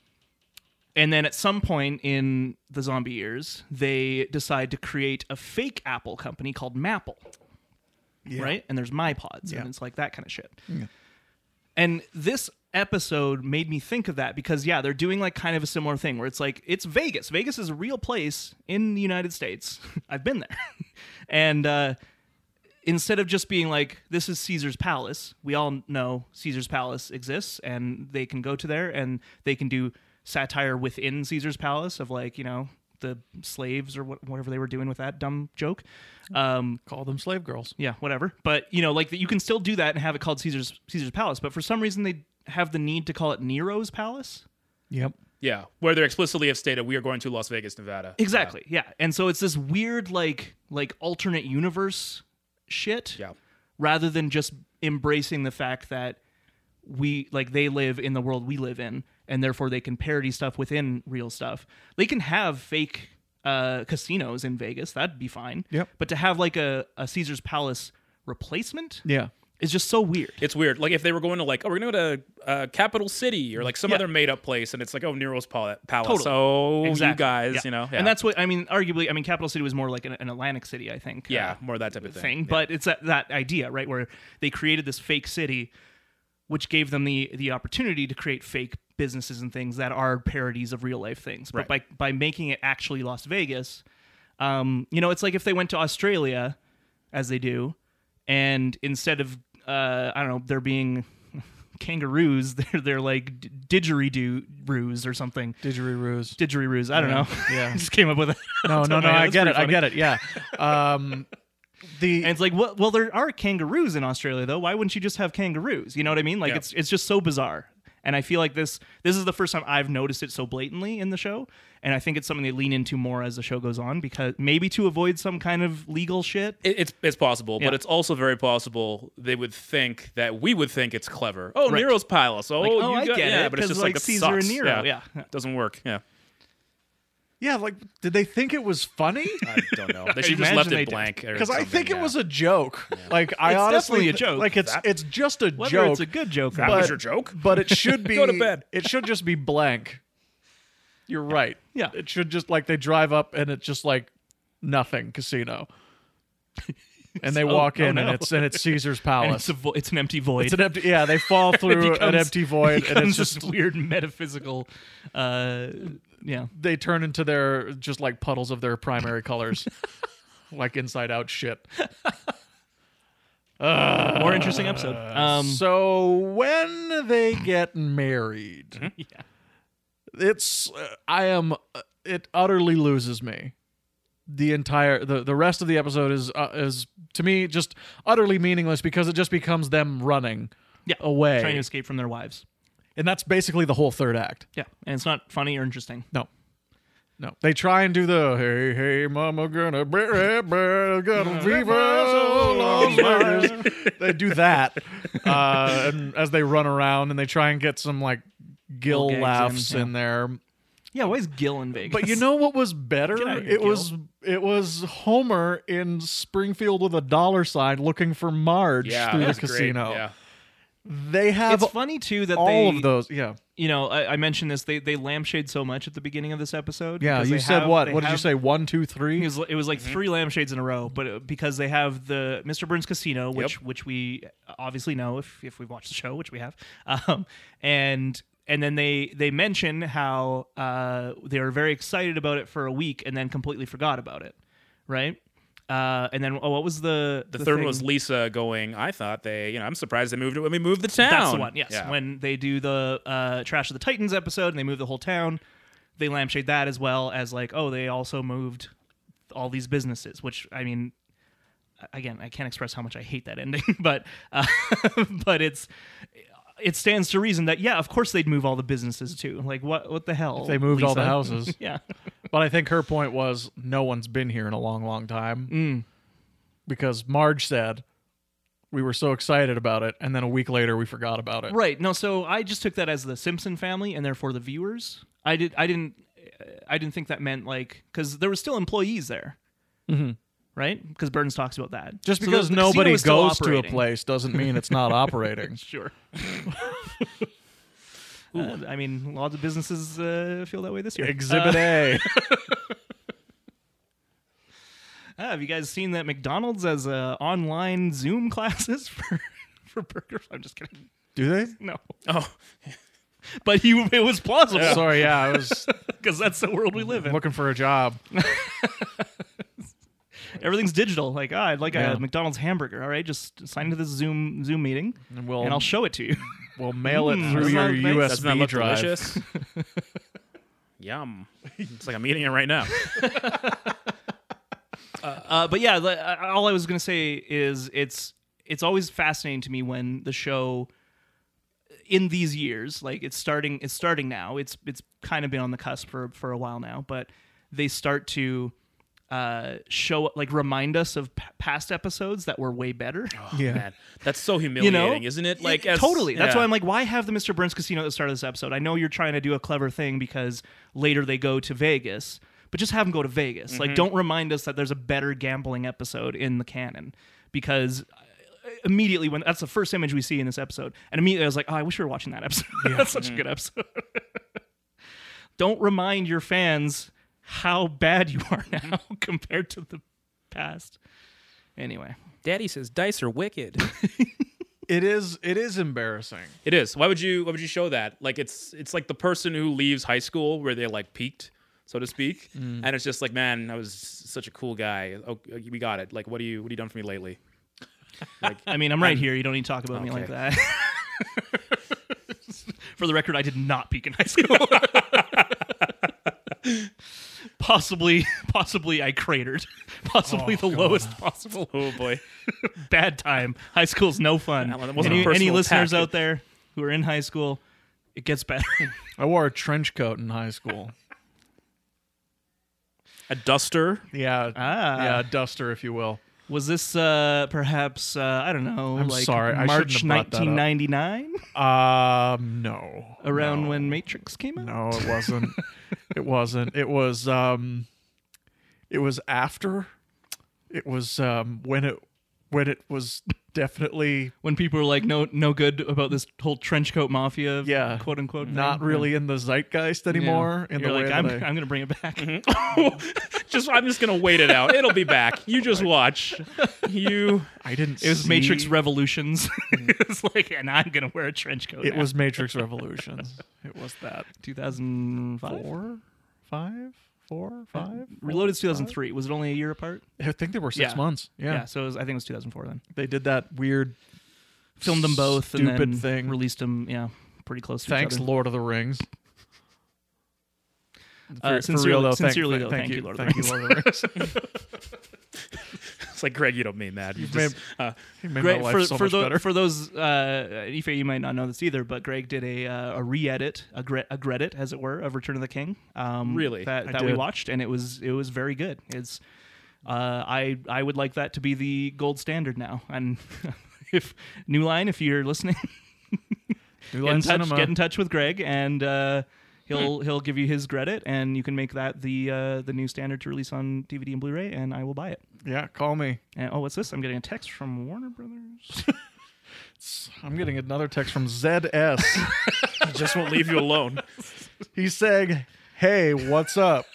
and then at some point in the zombie years, they decide to create a fake Apple company called Mapple right? And there's my pods, Yeah. and it's like that kind of shit. And this episode made me think of that because yeah, they're doing like kind of a similar thing where it's like it's Vegas. Vegas is a real place in the United States. I've been there, and uh, instead of just being like this is Caesar's Palace, we all know Caesar's Palace exists, and they can go to there and they can do satire within Caesar's Palace of like you know the slaves or what, whatever they were doing with that dumb joke. Um, call them slave girls. yeah, whatever. But you know, like that, you can still do that and have it called Caesar's Caesar's Palace. But for some reason, they have the need to call it Nero's Palace. Yep. Yeah, where they explicitly have stated we are going to Las Vegas, Nevada. Exactly. Yeah. And so it's this weird, like, like alternate universe shit. Yeah. Rather than just embracing the fact that we like they live in the world we live in, and therefore they can parody stuff within real stuff. They can have fake uh, casinos in Vegas. That'd be fine. Yep. But to have like a, a Caesar's Palace replacement Yeah. is just so weird. It's weird. Like if they were going to like, oh, we're gonna go to uh, Capital City or like some Yeah. other made up place, and it's like, oh, Nero's Pal- Palace. Totally. So you Exactly. guys, Yeah. you know, yeah. and that's what I mean. Arguably, I mean, Capital City was more like an, an Atlantic City, I think. uh, yeah, more of that type of thing. thing, but it's that, that idea, right, where they created this fake city, which gave them the the opportunity to create fake businesses and things that are parodies of real life things. But by by making it actually Las Vegas, um, you know, it's like if they went to Australia, as they do, and instead of uh, I don't know, there being kangaroos, they're they're like d- didgeridoo roos or something. Didgeridoos. Didgeridoos. I don't know. Yeah. just came up with it. No, no, no. I That's get pretty it. I funny. get it. Yeah. Um, the And it's like, well, well, there are kangaroos in Australia, though. Why wouldn't you just have kangaroos? You know what I mean? Like, Yeah. it's it's just so bizarre. And I feel like this this is the first time I've noticed it so blatantly in the show. And I think it's something they lean into more as the show goes on because maybe to avoid some kind of legal shit. It- it's it's possible, but Yeah. it's also very possible they would think that we would think it's clever. Oh, Right. Nero's Palace. Oh, oh, you I got, get yeah, it, but it's 'cause, just like, like, that Caesar and sucks. Nero, yeah. doesn't work. Yeah, yeah, like, did they think it was funny? I don't know. They should just imagine left they it did. blank or Because I something, think it yeah. was a joke. Like, I It's honestly definitely a joke. Like, it's That- it's just a Whether joke. it's a good joke or That not. was but- your joke. but it should be. Go to bed. It should just be blank. You're right. Yeah. It should just like they drive up and it's just like nothing casino. And they So- walk oh, in and no. it's and it's Caesar's And it's, Palace. a vo- it's an empty void. It's an empty. Yeah, they fall through an becomes- empty void, and becomes it's just this weird metaphysical. Uh, yeah. they turn into their just like puddles of their primary colors, like inside out shit. More interesting episode. Um, so when they get married, it's uh, I am uh, it utterly loses me. The entire the, the rest of the episode is uh, is to me just utterly meaningless because it just becomes them running Yeah. away, trying to escape from their wives. and that's basically the whole third act. Yeah. And it's not funny or interesting. No, No, they try and do the hey, hey, mama, gonna be, be- be- gonna be so long. brothers." they do that, uh, and as they run around and they try and get some like gill Little gags in, laughs yeah. in there. Yeah, why is Gil in Vegas? But you know what was better? Get out of here, It was it was Homer in Springfield with a dollar sign looking for Marge Yeah, through the that's great. casino. Yeah. They have it's funny too that all they, of those. Yeah, You know, I, I mentioned this. They they lampshade so much at the beginning of this episode. yeah. because You they said have- what? they What did you have- say? One, two, It three. was, it was like Mm-hmm. three lampshades in a row, but it- because they have the Mr. Burns Casino, which which we obviously know if if we've watched the show, which we have, um, and and then they they mention how uh, they were very excited about it for a week and then completely forgot about it, right? Uh, and then oh, what was the The, third thing? one was Lisa going. I thought they, you know, I'm surprised they moved it when we moved the town. That's the one. Yes, Yeah. when they do the uh, Trash of the Titans episode and they move the whole town, they lampshade that as well as like, oh, they also moved all these businesses. Which I mean, again, I can't express how much I hate that ending, but uh, but it's it stands to reason that yeah, of course they'd move all the businesses too. Like what what the hell? They moved all the Lisa? houses. Yeah, But I think her point was no one's been here in a long, long time. Mm. Because Marge said we were so excited about it, and then a week later we forgot about it. right. No, so I just took that as the Simpson family and therefore the viewers. I did. I didn't. I didn't think that meant like because there were still employees there. right? Because Burns talks about that. Mm-hmm. Just So because the- the casino nobody is still goes to a operating. place doesn't mean it's not operating. Sure. Uh, I mean, lots of businesses uh, feel that way this year. Exhibit A. Uh, have you guys seen that McDonald's has uh, online Zoom classes for for burgers? I'm just kidding. Do they? No, Oh, but you, it was plausible Sorry, yeah, I was because that's the world we live in. looking for a job. Everything's digital. Like, ah, I'd like Yeah. a McDonald's hamburger. All right, just sign into this Zoom Zoom meeting, And we'll, and I'll show it to you. we'll mail it Mm, through doesn't your that look nice? USB doesn't that look drive. delicious? Yum! It's like I'm eating it right now. Uh, but yeah, li- I- all I was gonna say is it's it's always fascinating to me when the show in these years, like it's starting it's starting now. It's it's kind of been on the cusp for for a while now, but they start to uh, show like remind us of p- past episodes that were way better. Yeah. Oh, Man, that's so You humiliating, know, isn't it? Like Yeah, as- totally. That's yeah. why I'm like, why have the Mr. Burns Casino at the start of this episode? I know you're trying to do a clever thing because later they go to Vegas, but just have them go to Vegas. Mm-hmm. Like, don't remind us that there's a better gambling episode in the canon because uh, immediately when that's the first image we see in this episode, and immediately I was like, oh, I wish we were watching that episode. that's such a good Mm-hmm. episode. don't remind your fans how bad you are now compared to the past. Anyway. Daddy says dice are wicked. It is it is embarrassing. it is. Why would you? Why would you show that? Like it's it's like the person who leaves high school where they like peaked, so to speak, and it's just like, man, I was such a cool guy. Oh, we got it. Like, what do you what have you done for me lately? I mean, I'm right here. You don't need to talk about me like that. For the record, I did not peak in high school. possibly, possibly I cratered. Possibly Oh, the lowest possible Oh boy. bad time. High school's no fun. Alan, that wasn't a Any, personal any listeners attack. out there who are in high school, it gets better. I wore a trench coat in high school. A duster. Yeah. Ah. Yeah, duster, if you will. Was this uh, perhaps uh, I don't know, I'm like sorry, I March shouldn't have brought that up. 1999, Um, no. around No. when Matrix came out? No, it wasn't. it wasn't. It was. Um, it was after. It was um when it when it was definitely when people were like no no good about this whole trench coat mafia Yeah. quote unquote not thing. really in the zeitgeist Yeah. anymore. In You're the like way I'm, that I- Mhm. I'm gonna bring it back just I'm just gonna wait it out. It'll be back. You just watch. You I didn't. it was matrix see- Mm-hmm. revolutions it's like and i'm gonna wear a trench coat It now. was Matrix Revolutions. It was that 2004 four, five, four, five. Uh, reloaded 2003 was it only a year apart I think they were six Yeah. months. Yeah. so it was, i think it was 2004 then they did that weird. filmed them both and Stupid then thing. released them yeah pretty close to Thanks, each other. Lord of the Rings. Uh, For- for sincerely, real, though, thank- Uh, sincerely thank- though, thank, thank you, you, Lord of the thank you, Rings. Lord of the Rings. It's like Greg, you don't mean that. You made- just, uh, He made Greg, my life for, so for, much tho- better. for those, uh, Ife, you might not know this either, but Greg did a uh, a re-edit, a, gre- a gredit, as it were, of Return of the King. Um, Really? that, I that we did. watched, and it was it was very good. It's, uh, I I would like that to be the gold standard now. And if New Line, if you're listening, get New Line in touch, Cinema. Hmm. get in touch with Greg, and uh, he'll he'll give you his credit, and you can make that the uh, the new standard to release on DVD and Blu-ray, and I will buy it. yeah, call me. And oh, what's this? I'm getting a text from Warner Brothers. I'm getting another text from ZS. I just won't leave you alone. He's saying, "Hey, what's up?"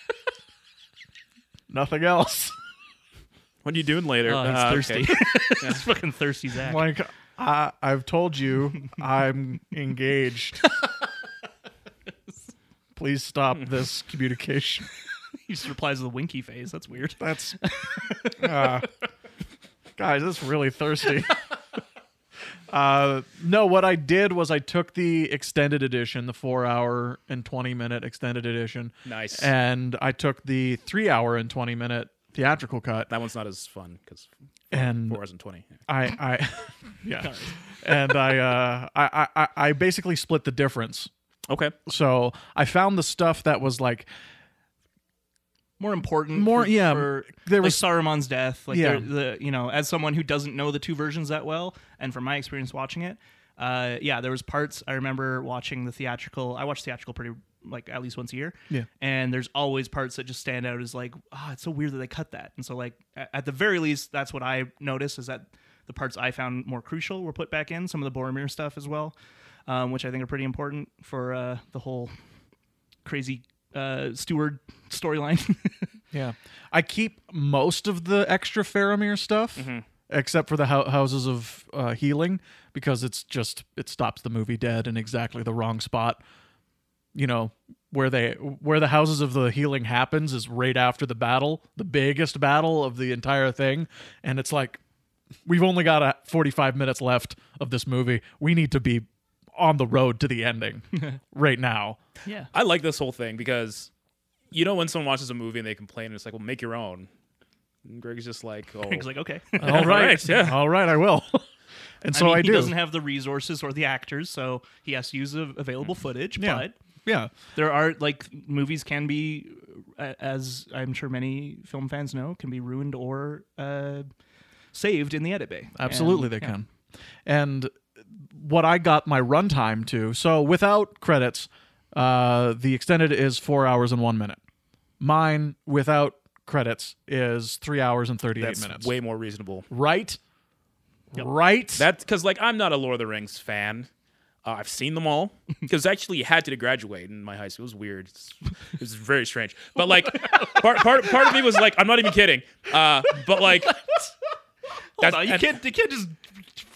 Nothing else. What are you doing later? Oh, he's Uh, okay. thirsty. he's fucking thirsty, Zach. Like I, I've told you, I'm engaged. Please stop this communication. He just replies with a winky face. That's weird. That's uh, guys, that's really thirsty. Uh, no, what I did was I took the extended edition, the four hour and 20 minute extended edition. Nice. And I took the three hour and 20 minute theatrical cut. That one's not as fun because And four hours and twenty. I, I, yeah. and I, uh, I, I, I basically split the difference. Okay. So I found the stuff that was like More important. More- for- yeah, For, there like was- Saruman's death. Like Yeah. they're- the you know, as someone who doesn't know the two versions that well, and from my experience watching it, uh, yeah, there was parts I remember watching the theatrical. I watch theatrical pretty like at least once a year. Yeah. And there's always parts that just stand out as like, ah, it's so weird that they cut that. And so like a- at the very least, that's what I noticed is that the parts I found more crucial were put back in. Some of the Boromir stuff as well, um, which I think are pretty important for uh, the whole crazy uh, steward storyline. Yeah. I keep most of the extra Faramir stuff, Mm-hmm. except for the hou- houses of uh, healing, because it's just, it stops the movie dead in exactly the wrong spot. You know, where they, where the houses of the healing happens is right after the battle, the biggest battle of the entire thing. And it's like, we've only got a 45 minutes left of this movie. We need to be on the road to the ending right now. yeah. I like this whole thing because you know when someone watches a movie and they complain and it's like, well, make your own. And Greg's just like, oh, He's like, Oh, okay. All right. right, yeah. All right. I will. And so I, mean, he do. doesn't have the resources or the actors, so he has to use the available footage. Yeah. But yeah. there are like movies can be, uh, as I'm sure many film fans know, can be ruined or uh, saved in the edit bay. Absolutely, they can. And what I got my runtime to, so without credits, uh, the extended is four hours and one minute. Mine without credits is three hours and thirty-eight that's minutes. way more reasonable. right, right. That's because like I'm not a Lord of the Rings fan. Uh, I've seen them all because actually had to graduate in my high school. It was weird. It's- It was very strange. But like part part part of me was like, I'm not even kidding. Uh, but like Hold that's- on, you and- can't you can't just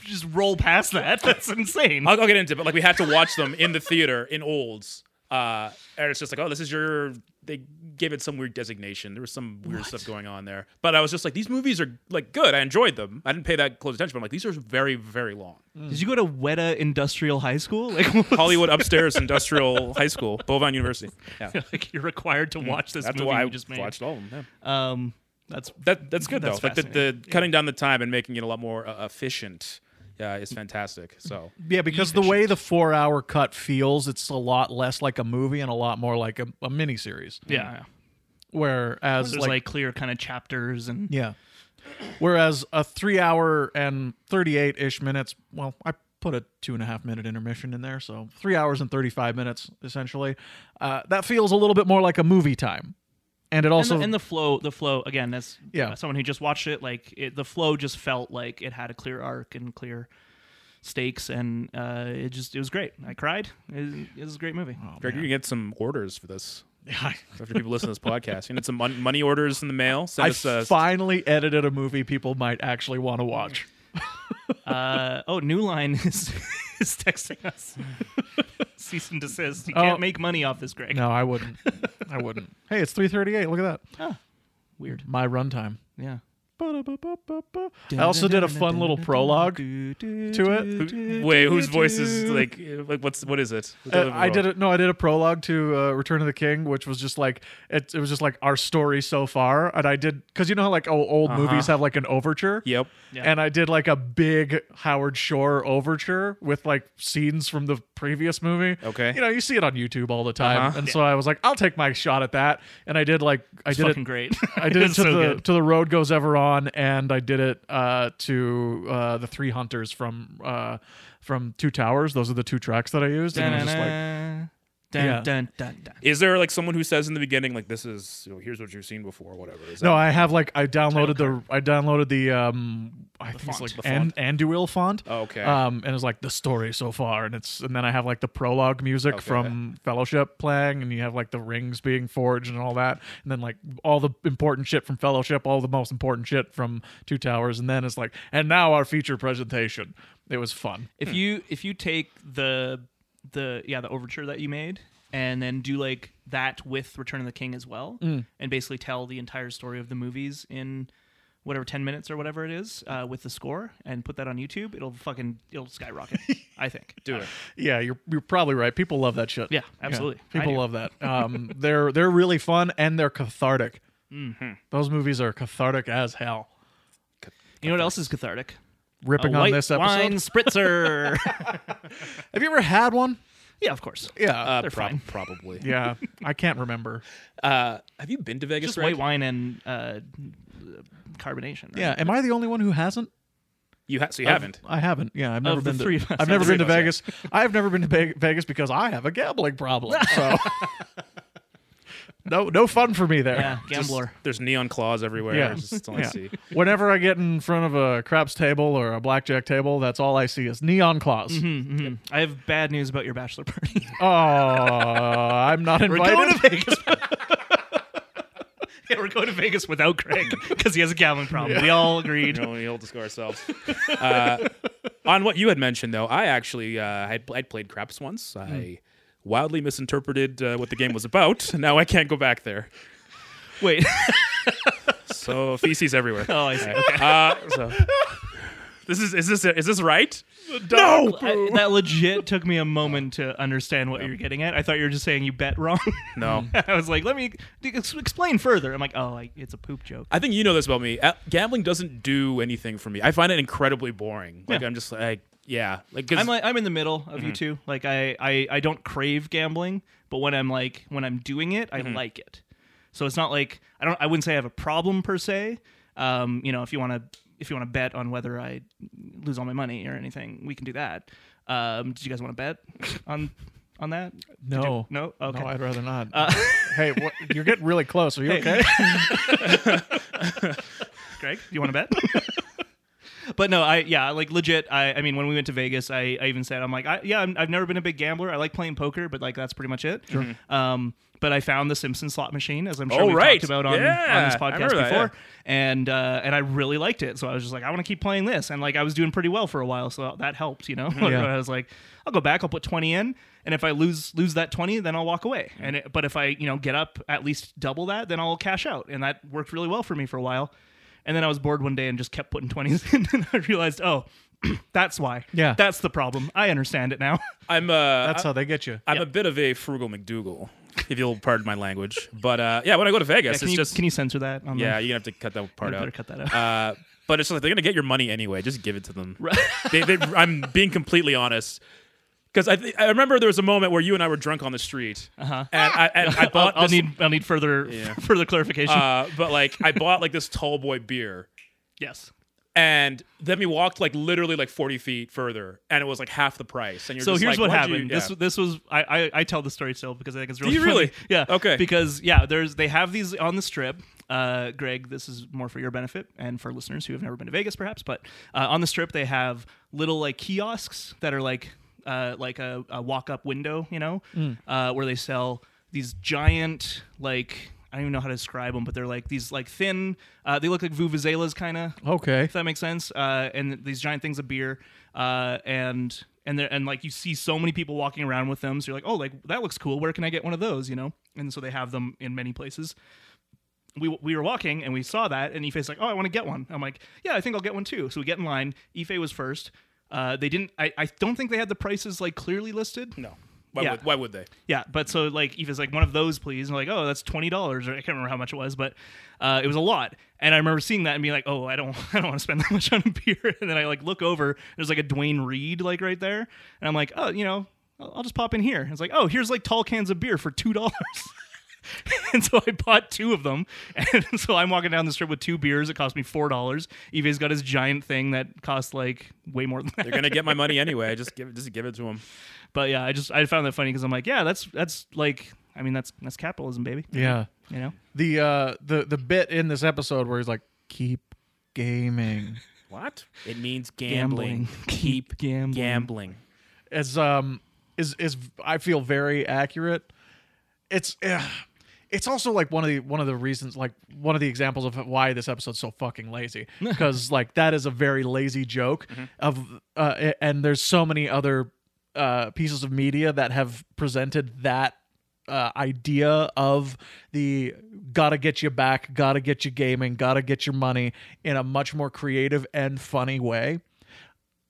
just roll past that. That's insane. I'll, I'll get into it, but like we had to watch them in the theater in Olds. Uh, and it's just like, oh, this is your. They gave it some weird designation. There was some weird stuff going on there. But I was just like, these movies are like good. I enjoyed them. I didn't pay that close attention, but I'm like, these are very, very long. Did you go to Weta Industrial High School? Like, what- Hollywood Upstairs Industrial High School, Bovine University. Yeah. like, you're required to watch this That's movie why I you just made. watched all of them. yeah. Um, that's That, that's good, That's though. Like the, the fascinating. cutting down the time and making it a lot more uh, efficient uh, is fantastic. So yeah, because the way the four-hour cut feels, it's a lot less like a movie and a lot more like a, a miniseries. yeah. Whereas, There's like, clear kind of chapters and Yeah. Whereas a three hour and 38 ish minutes, well, I put a two and a half minute intermission in there. So three hours and 35 minutes, essentially. Uh, that feels a little bit more like a movie time. And it also, and, the, and the flow the flow again that's Yeah. someone who just watched it like it, the flow just felt like it had a clear arc and clear stakes and uh, it just it was great i cried it, it was a great movie Greg, you can get some orders for this. Yeah, After people listen to this podcast, you need some mon- money orders in the mail. Send I us uh, finally edited a movie people might actually want to watch. uh, oh new line is, is texting us cease and desist you can't Oh. make money off this greg No, I wouldn't. I wouldn't. Hey, it's 338. Look at that. weird My runtime. yeah I also did a fun little prologue to it. Who- Wait, whose voice is like like what's what is it? Uh, I did it. No, I did a prologue to uh, Return of the King, which was just like it. It was just like our story so far, and I did because you know how like oh, old movies have like an overture. Uh-huh. Yep. Yeah. And I did like a big Howard Shore overture with like scenes from the previous movie. Okay. You know, you see it on YouTube all the time, Uh-huh. and so I was like, I'll take my shot at that, and I did like I It's did fucking it. great. I did it to It's so the good. to the road goes ever on, and I did it uh, to uh, the three hunters from uh, from Two Towers. Those are the two tracks that I used, and I was just like, Dun, Yeah. dun, dun, dun, dun. Is there like someone who says in the beginning like this is you know, here's what you've seen before, whatever? Is no, that- I have like I downloaded the I downloaded the um I think font. it's like The and Anduil font. Oh, okay. Um, and it's like the story so far, and it's and then I have like the prologue music Okay. from Fellowship playing, and you have like the rings being forged and all that, and then like all the important shit from Fellowship, all the most important shit from Two Towers, and then it's like and now our feature presentation. It was fun. If you if you take the the yeah the overture that you made and then do like that with Return of the King as well, Hmm. and basically tell the entire story of the movies in whatever ten minutes or whatever it is uh, with the score and put that on YouTube, it'll fucking it'll skyrocket. I think. do it. Yeah, you're you're probably right. People love that shit. Yeah, absolutely. I People do. love that. Um, they're they're really fun and they're cathartic. Mm-hmm. Those movies are cathartic as hell. You know what else is cathartic? A Ripping on white this episode. wine spritzer. Have you ever had one? yeah, of course. Yeah. Uh, They're prob- fine. Probably. yeah. I can't remember. Uh, have you been to Vegas? Just Greg? white wine and uh, carbonation. Right? Yeah. Am I the only one who hasn't? You ha- so you Uh, haven't. I haven't. Yeah. I've never the been three to of us, I've yeah, never the been to Vegas. I've never been to Ve- Vegas because I have a gambling problem. So No no fun for me there. Yeah, gambler. There's neon claws everywhere. Yeah. It's just all I Yeah. see. Whenever I get in front of a craps table or a blackjack table, that's all I see is neon claws. Mhm. I have bad news about your bachelor party. Oh, I'm not We're invited. going to Vegas. yeah, we're going to Vegas without Craig because he has a gambling problem. We all agreed. You know, we all just go ourselves. Uh, on what you had mentioned, though, I actually uh, I'd, I'd played craps once. Hmm. I wildly misinterpreted uh, what the game was about. Now I can't go back there. Wait. So feces everywhere. Oh, I see. Okay. Uh, so. This is is this is this right? No. I- that legit took me a moment to understand what you were getting at. I thought you were just saying you bet wrong. No. I was like, let me ex- explain further. I'm like, oh, I, it's a poop joke. I think you know this about me. Uh, gambling doesn't do anything for me. I find it incredibly boring. Like Yeah. I'm just like yeah, like 'cause- I'm like I'm in the middle of you two. Like I, I I don't crave gambling, but when I'm like when I'm doing it, I like it. So it's not like I don't I wouldn't say I have a problem per se. Um, you know, if you want to if you want to bet on whether I lose all my money or anything, we can do that. Um, did you guys want to bet on on that? Did you- no, No. okay. Uh, No, I'd rather not. hey, what, you're getting really close. Are you Hey. okay? Greg, do you want to bet? But no, I yeah, like legit. I, I mean, when we went to Vegas, I, I even said I'm like, I, yeah, I'm, I've never been a big gambler. I like playing poker, but like that's pretty much it. Sure. Um, but I found the Simpson slot machine, as I'm sure Oh, we've right. talked about on, on Yeah, this I remember podcast that, before, and uh, and I really liked it. So I was just like, I want to keep playing this, and like I was doing pretty well for a while, so that helped, you know. Yeah. I was like, I'll go back, I'll put twenty in, and if I lose lose that twenty, then I'll walk away. And it, but if I you know get up at least double that, then I'll cash out, and that worked really well for me for a while. And then I was bored one day and just kept putting twenties in, and I realized, oh, that's why. Yeah. that's the problem. I understand it now. I'm uh That's how they get you. I'm a bit of a frugal McDougal, if you'll pardon my language. But uh, yeah, when I go to Vegas, can, it's you, just can you censor that? On yeah, the, you're gonna have to cut that part Mm. better out. cut that out. Uh, but it's just like they're gonna get your money anyway. Just give it to them. they, they, I'm being completely honest. Because I, th- I remember there was a moment where you and I were drunk on the street, uh-huh. and I, and I I'll, bought. I'll this- need I'll need further further clarification. uh, but like I bought like this tall boy beer, yes. and then we walked like literally like 40 feet further, and it was like half the price. And you're So just here's like, what "What'd you-" happened. This yeah. this was I, I I tell the story still because I think it's really you funny. really? yeah Okay. because yeah there's they have these on the strip. Uh, Greg, this is more for your benefit and for listeners who have never been to Vegas, perhaps. But uh, on the strip, they have little like kiosks that are like uh, like a, a walk up window, you know, uh, where they sell these giant like. I don't even know how to describe them, but they're like these like thin. Uh, they look like vuvuzelas, kind of Okay. if that makes sense. Uh, and these giant things of beer, uh, and and there and like you see so many people walking around with them, so you're like, oh, like that looks cool. Where can I get one of those? You know, and so they have them in many places. we we were walking and we saw that, and Ife's like, "Oh, I want to get one." I'm like, "Yeah, I think I'll get one too." So we get in line. Ife was first. Uh, they didn't. I, I don't think they had the prices like clearly listed. No. Why, Yeah. would, why would they? Yeah, but so like Eva's like one of those, please, and I'm like oh that's twenty dollars or I can't remember how much it was, but uh, it was a lot. And I remember seeing that and being like oh I don't I don't want to spend that much on a beer. And then I like look over, there's like a Dwayne Reed like right there, and I'm like oh you know I'll, I'll just pop in here. And it's like oh here's like tall cans of beer for two dollars. And so I bought two of them. And so I'm walking down the strip with two beers. It cost me $4. Eva's got his giant thing that costs like way more than that. They're gonna get my money anyway. Just give just give it to them. But yeah, I just I found that funny because I'm like, yeah, that's that's like I mean that's that's capitalism, baby. Yeah. You know, The uh the the bit in this episode where he's like, keep gaming. What? It means gambling. Gambling. Keep Gambling. gambling. is um is is I feel very accurate. It's eh, it's also like one of the one of the reasons like one of the examples of why this episode's so fucking lazy because like that is a very lazy joke of uh, a- and there's so many other uh, pieces of media that have presented that uh, idea of the gotta get you back, gotta get you gaming, gotta get your money in a much more creative and funny way.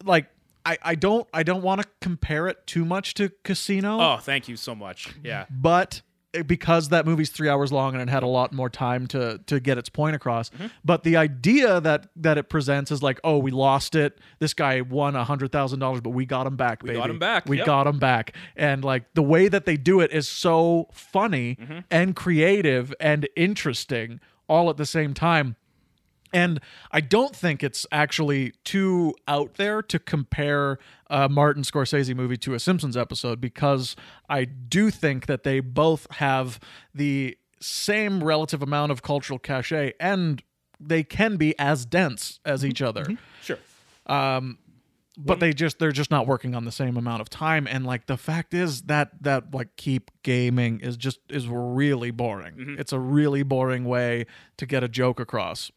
Like I, I don't I don't want to compare it too much to Casino, Oh, thank you so much. Yeah. but because that movie's three hours long and it had a lot more time to to get its point across. Mm-hmm. But the idea that that it presents is like, oh, we lost it. This guy won a hundred thousand dollars, but we got him back. We got him back, We yep. got him back. And like the way that they do it is so funny Mm-hmm. and creative and interesting all at the same time. And I don't think it's actually too out there to compare a Martin Scorsese movie to a Simpsons episode because I do think that they both have the same relative amount of cultural cachet and they can be as dense as each other Sure. but they just they're just not working on the same amount of time and like the fact is that that like keep gaming is just is really boring it's a really boring way to get a joke across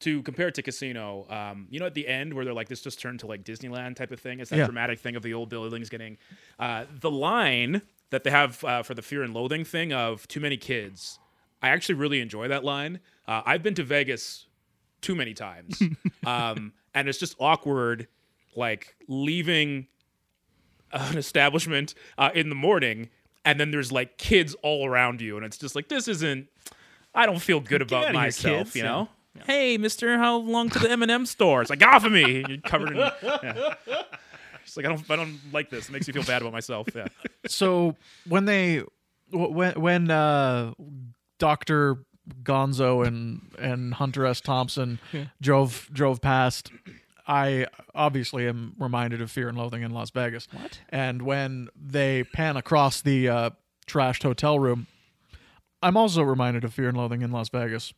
to compare it to Casino, um, you know, at the end where they're like, this just turned to like Disneyland type of thing. It's that Yeah. dramatic thing of the old buildings getting uh, the line that they have uh, for the fear and loathing thing of too many kids. I actually really enjoy that line. Uh, I've been to Vegas too many times, um, and it's just awkward, like leaving an establishment uh, in the morning, and then there's like kids all around you, and it's just like this isn't. I don't feel good outta about here, myself, kids. you know. Hey, Mister, how long to the M and M store? It's like, get off of me! You're covered in. Yeah. It's like I don't, I don't like this. It makes me feel bad about myself. Yeah. so when they wh- when when uh dr gonzo and and hunter s thompson drove drove past i obviously am reminded of fear and loathing in las vegas what and when they pan across the uh trashed hotel room i'm also reminded of fear and loathing in las vegas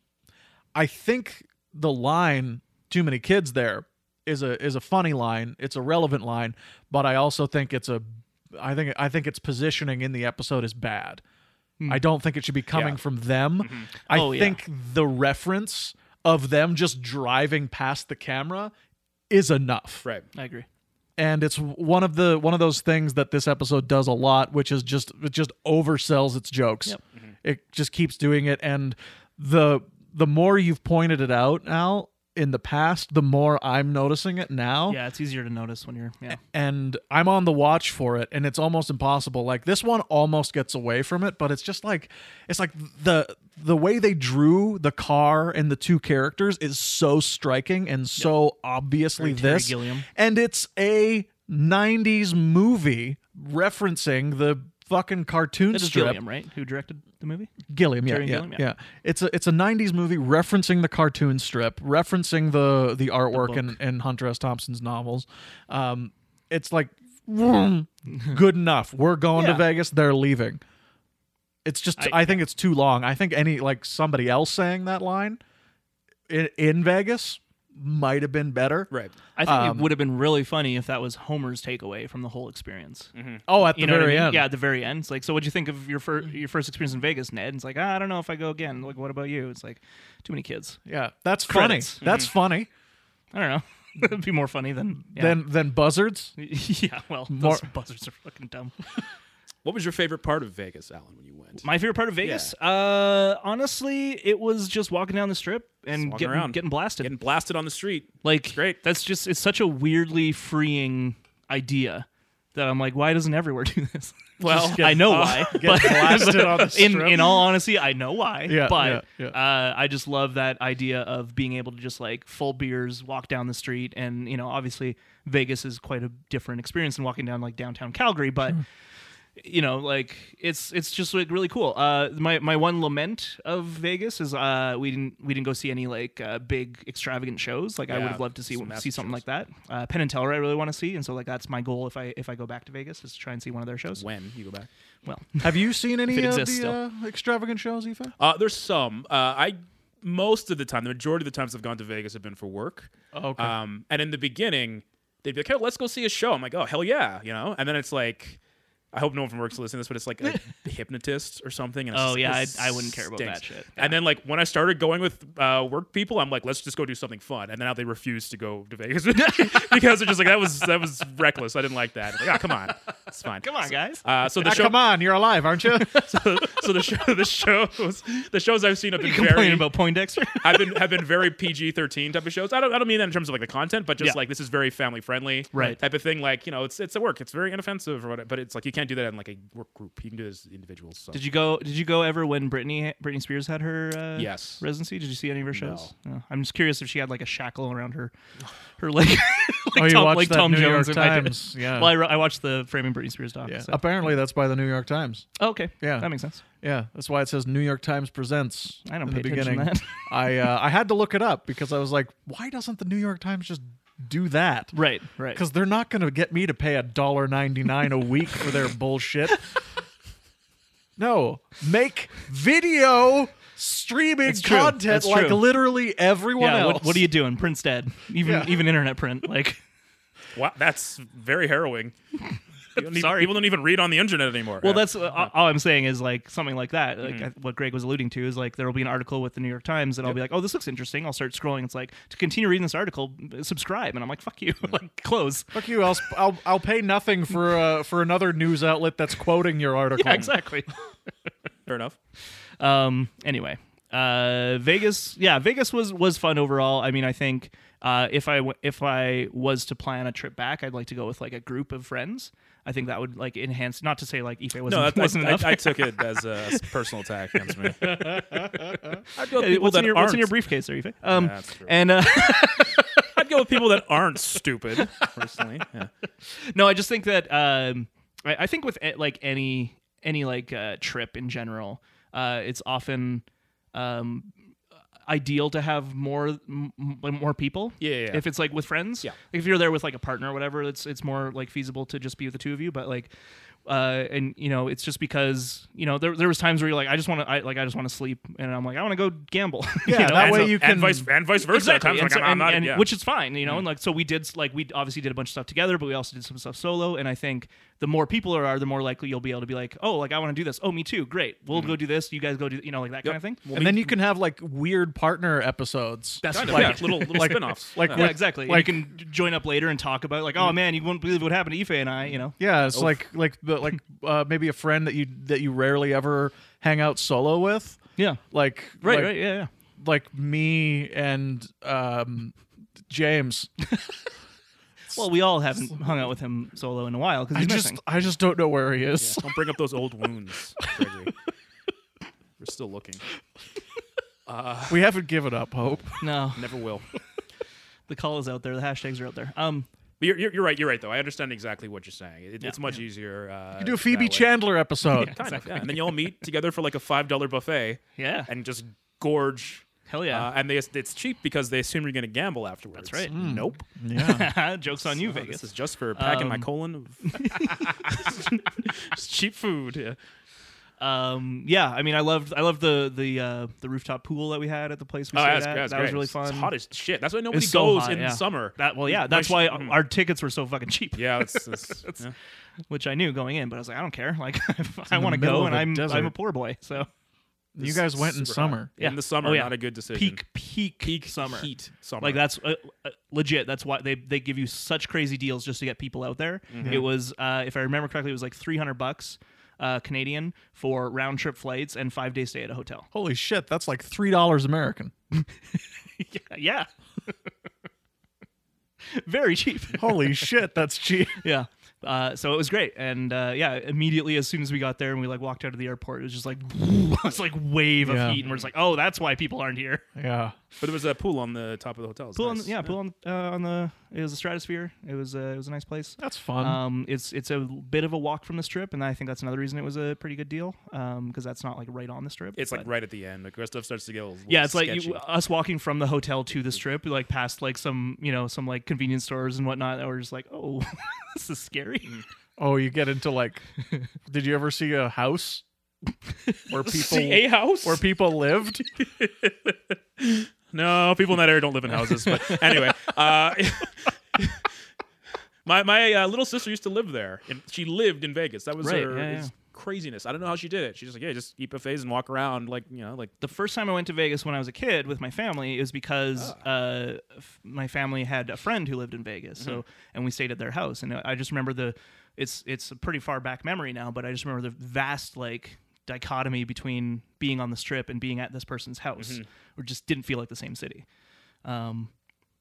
I think the line "too many kids there" is a is a funny line. It's a relevant line, but I also think it's a I think I think its positioning in the episode is bad. I don't think it should be coming Yeah. from them. I Hmm. Oh, yeah. think the reference of them just driving past the camera is enough Right. I agree. and it's one of the one of those things that this episode does a lot which is just it just oversells its jokes it just keeps doing it and the the more you've pointed it out now in the past the more i'm noticing it now Yeah, it's easier to notice when you're. Yeah, and i'm on the watch for it and it's almost impossible like this one almost gets away from it but it's just like it's like the the way they drew the car and the two characters is so striking and so obviously Very Terry this Gilliam. and it's a 90s movie referencing the fucking cartoon this is strip Gilliam, right? Who directed the movie? Gilliam, yeah, Terry yeah, Gilliam, yeah. yeah, It's a it's a '90s movie referencing the cartoon strip, referencing the the artwork and and Hunter S. Thompson's novels. Um, it's like vroom, good enough. We're going Yeah. to Vegas. They're leaving. It's just I, think it's too long. I think any like somebody else saying that line in, in Vegas might have been better. Right. I think Um, it would have been really funny if that was Homer's takeaway from the whole experience. Oh, at the You know what I very mean? end. Yeah, at the very end. It's like, so what'd you think of your first your first experience in Vegas, Ned? And it's like, ah, I don't know if I go again. Like, what about you? It's like, too many kids. yeah. That's Credits. funny. That's funny. I don't know. It'd be more funny than yeah. Then then buzzards. yeah. Well, More- those buzzards are fucking dumb. What was your favorite part of Vegas, Alan, when you went? My favorite part of Vegas, uh, honestly, it was just walking down the strip and walking getting around. getting blasted. Getting blasted on the street. like, great. That's just it's such a weirdly freeing idea that I'm like, why doesn't everywhere do this? Well, I know uh, why. get but- blasted on the In, strip. in all honesty, I know why. Yeah, but yeah, Uh, I just love that idea of being able to just like full beers, walk down the street, and you know, obviously Vegas is quite a different experience than walking down like downtown Calgary, but. You know, like it's it's just like really cool. Uh, my my one lament of Vegas is uh we didn't we didn't go see any like uh, big extravagant shows. Like I Yeah, would have loved to see some see massive something shows. like that. Uh, Penn and Teller I really want to see, and so like that's my goal if I if I go back to Vegas is to try and see one of their shows. when you go back. Well, Have you seen any it of exists the uh, extravagant shows, Aoife? Uh, there's some. Uh, I most of the time, the majority of the times I've gone to Vegas have been for work. Oh, Okay. Um, and in the beginning, they'd be like, "Hey, let's go see a show." I'm like, "Oh, hell yeah!" You know. And then it's like, I hope no one from work's listening to this, but it's like a hypnotist or something. And it's Oh, just- yeah, this I- I wouldn't care about that shit. And then like when I started going with uh, work people, I'm like, "Let's just go do something fun." And then now they refuse to go to Vegas because they're just like, "That was that was reckless. I didn't like that." I'm like, oh, come on, it's fine. come on, guys. Uh, so the Ah, show, come on, you're alive, aren't you? so, so the show, the shows, the shows I've seen have been very complaining about Poindexter. have been have been very PG thirteen type of shows. I don't I don't mean that in terms of like the content, but just Yeah. like this is very family friendly Right. type of thing. Like you know, it's it's a work. It's very inoffensive or whatever. But it's like you can't do that in like a work group. You can do this as individuals. So. did you go? Did you go ever when Britney Britney Spears had her uh, Yes. residency? Did you see any of her shows? No. I'm just curious if she had like a shackle around her her leg. like Oh, you Tom, watched like that Tom New York Jones and I did. Times, yeah. Well, I, re- I watched the Framing Britney Spears doc. yeah. so- Apparently, that's by the New York Times. Oh, okay. Yeah. That makes sense. Yeah, that's why it says New York Times presents. I don't in pay the attention beginning. to that. I uh, I had to look it up because I was like, why doesn't the New York Times just do that? Right. Right. Because they're not going to get me to pay a dollar ninety nine a week for their bullshit. No, make video streaming It's true. content It's like true. literally everyone yeah, else. what, what are you doing? Print's dead. Even Yeah. even internet print. Like, Wow, that's very harrowing. You don't even- Sorry. people don't even read on the internet anymore. well, Yeah. that's Mm-hmm. uh, all I'm saying is like something like that. Like I- what Greg was alluding to is like there will be an article with the New York Times, and I'll be like, oh, this looks interesting. I'll start scrolling. It's like to continue reading this article, subscribe, and I'm like, fuck you, like close. Fuck you! I'll sp- I'll, I'll pay nothing for uh, for another news outlet that's quoting your article. Yeah, exactly. fair enough. um anyway uh vegas yeah vegas was was fun overall i mean i think uh if i w- if i was to plan a trip back i'd like to go with like a group of friends i think that would like enhance not to say like ife wasn't, No, that, wasn't I, enough I, I took it as a s- personal attack against me. I'd go with Hey, people what's, in that your, aren't. what's in your briefcase there ife um That's true. and uh I'd go with people that aren't stupid. Personally, yeah. no i just think that um i, I think with eh, like any any like uh trip in general uh it's often um ideal to have more m- m- more people Yeah, yeah, yeah. if it's like with friends Yeah. Like, if you're there with like a partner or whatever it's it's more like feasible to just be with the two of you but like uh and you know it's just because you know there, there was times where you're like i just want to i like i just want to sleep and i'm like i want to go gamble you Yeah, know? that And way so- you and can vice and vice versa. at exactly times, and like, so- I'm- I'm and- not- and- yeah. Mm-hmm. which is fine you know and like so we did like we obviously did a bunch of stuff together but we also did some stuff solo and i think the more people there are the more likely you'll be able to be like oh like i want to do this oh me too great Mm-hmm. we'll go do this you guys go do you know like that kind of thing and then you can have like weird partner episodes. that's Kind of, like, yeah, little little like- spin-offs. like yeah. Mm-hmm. yeah, with- exactly like- you can j- join up later and talk about like oh man you won't believe what happened to ife and i you know Yeah, it's like like the like uh, maybe a friend that you that you rarely ever hang out solo with. yeah Like right like, right yeah yeah like me and um James. well we all haven't hung out with him solo in a while because I he's just missing I just don't know where he is. Don't bring up those old wounds, Gregory. We're still looking. We haven't given up hope. no Never will. the call is out there the hashtags are out there um But you're, you're, you're right. You're right, though. I understand exactly what you're saying. It, It's much easier. Uh, Do a Phoebe that way. Chandler episode. Kind of, yeah. And then you all meet together for like a five dollar buffet yeah and just gorge. hell yeah Uh, and they, it's cheap because they assume you're going to gamble afterwards. That's right. Nope. jokes on you Oh, vegas Um, This is just for packing my colon. Oh, Of It's cheap food. Yeah. Um, yeah, I mean, I loved I loved the the uh, the rooftop pool that we had at the place we Oh, stayed that's, at. that's that great. was really It's fun. hot as shit. That's why It nobody was so goes hot, in yeah. the summer. That well, My yeah, that's sh- why Mm. our tickets were so fucking cheap. Yeah, that's, that's, yeah. which I knew going in, but I was like, I don't care. Like, I the want to go, middle of and a I'm desert. I'm a poor boy, so you guys went in super hot. summer. yeah. in the summer. Oh, yeah. Not a good decision. peak peak peak summer heat summer. Like that's uh, uh, legit. That's why they, they give you Mm-hmm. such crazy deals just to get people out there. It was, uh, if I remember correctly, it was like three hundred bucks uh, Canadian for round trip flights and five day stay at a hotel. Holy shit, that's like three dollars American. Uh, yeah. Very cheap. Holy shit, that's cheap. yeah. Uh, so it was great, and uh, yeah, immediately as soon as we got there and we like walked out of the airport, it was just like it was like wave of Yeah. heat, and we're just like, oh, that's why people aren't here. Yeah. But there was a pool on the top of the hotel. It was Pool on, nice. yeah, pool on, uh, on the it was a stratosphere. It was uh, it was a nice place. That's fun. Um, it's it's a bit of a walk from the strip, and I think that's another reason it was a pretty good deal. Um, because that's not like right on the strip. It's like but- right at the end. Like the stuff starts to get a little yeah, it's like sketchy. you, us walking from the hotel to the strip, like past like some you know some like convenience stores and whatnot. And we're just like, oh, this is scary. Mm. oh, you get into like did you ever see a house where people See a house? where people lived? No, people in that area don't live in houses. But anyway, uh, my my uh, little sister used to live there, and she lived in Vegas. That was Right, her yeah, it's yeah. craziness. I don't know how she did it. She's just like, yeah, just eat buffets and walk around, like you know, like the first time I went to Vegas when I was a kid with my family is because uh, f- my family had a friend who lived in Vegas, so and we stayed at their house. And I just remember the it's it's a pretty far back memory now, but I just remember the vast like dichotomy between being on the strip and being at this person's house, or just didn't feel like the same city. Um,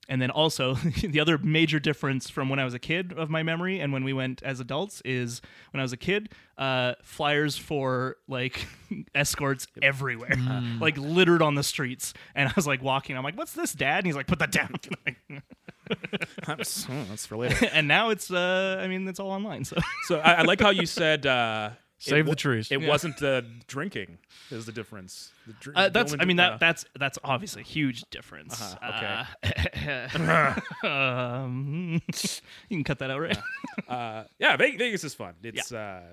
and then also the other major difference from when I was a kid of my memory and when we went as adults is when I was a kid, uh, flyers for like escorts everywhere, like littered on the streets. And I was like walking, I'm like, "What's this, Dad?" And he's like, "Put that down." that's, oh, that's for later. and now it's, uh, I mean, it's all online. So so I, I like how you said uh, Save it, the trees. It wasn't the drinking is the difference. The dr- uh, the that's, only- I mean, uh, that that's that's obviously a huge difference. Uh-huh, Uh, um, you can cut that out, right? uh, yeah, Ve- Vegas is fun. It's uh,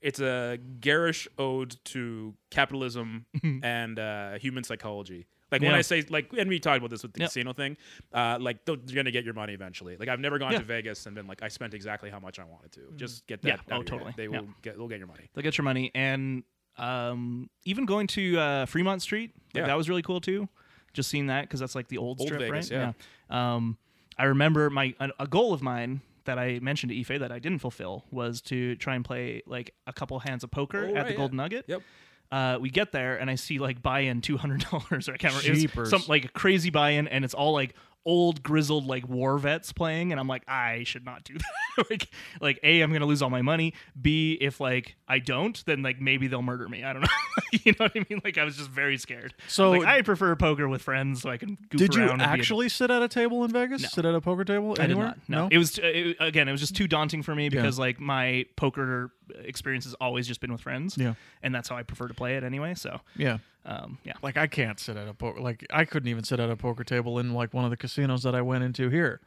it's a garish ode to capitalism and uh, human psychology. Like when Yeah. I say like, and we talked about this with the Yeah. casino thing. Uh, like th- you're gonna get your money eventually. Like I've never gone Yeah. to Vegas and been like, I spent exactly how much I wanted to. Just get that. Yeah. out of Oh, your head. totally. They Yeah. will get. They'll get your money. They'll get your money. And um, even going to uh, Fremont Street, like, Yeah. that was really cool too. Just seeing that because that's like the old, Old strip, Vegas, right? yeah. Um, I remember my a- a goal of mine that I mentioned to Ife that I didn't fulfill was to try and play like a couple hands of poker Oh, at right, the yeah. Golden Nugget. Yep. Uh, we get there and I see like buy in two hundred dollars or I can't remember it was Jeepers. some like a crazy buy in and it's all like old grizzled like war vets playing and I'm like I should not do that like like a I'm gonna lose all my money b if like I don't then like maybe they'll murder me I don't know you know what I mean like I was just very scared I was So- like, I prefer poker with friends so I can goof Did you around and be a- actually sit at a table in Vegas? Sit at a poker table I did anywhere? not. No. it was t- it, again. It was just too daunting for me because like my poker experience has always just been with friends. Yeah. and that's how I prefer to play it anyway. So, yeah. um, yeah. like I can't sit at a poker like I couldn't even sit at a poker table in like one of the casinos that I went into here.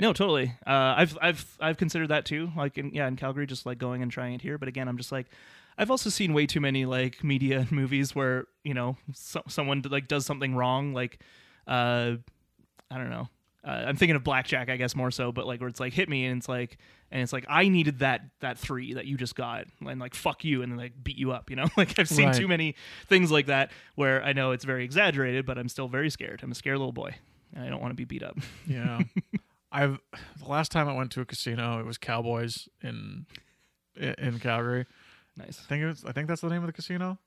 No, totally. Uh, I've I've I've considered that too. Like in, yeah, in Calgary, just like going and trying it here. But again, I'm just like, I've also seen way too many like media and movies where you know so- someone like does something wrong. Like, uh, I don't know. Uh, I'm thinking of blackjack, I guess more so, but like where it's like hit me and it's like and it's like I needed that that three that you just got and like fuck you and then like beat you up, you know. Like I've seen Right. too many things like that where I know it's very exaggerated, but I'm still very scared. I'm a scared little boy. And I don't want to be beat up. Yeah. I've the last time I went to a casino, it was Cowboys in i- in Calgary. nice. I think it was, I think that's the name of the casino.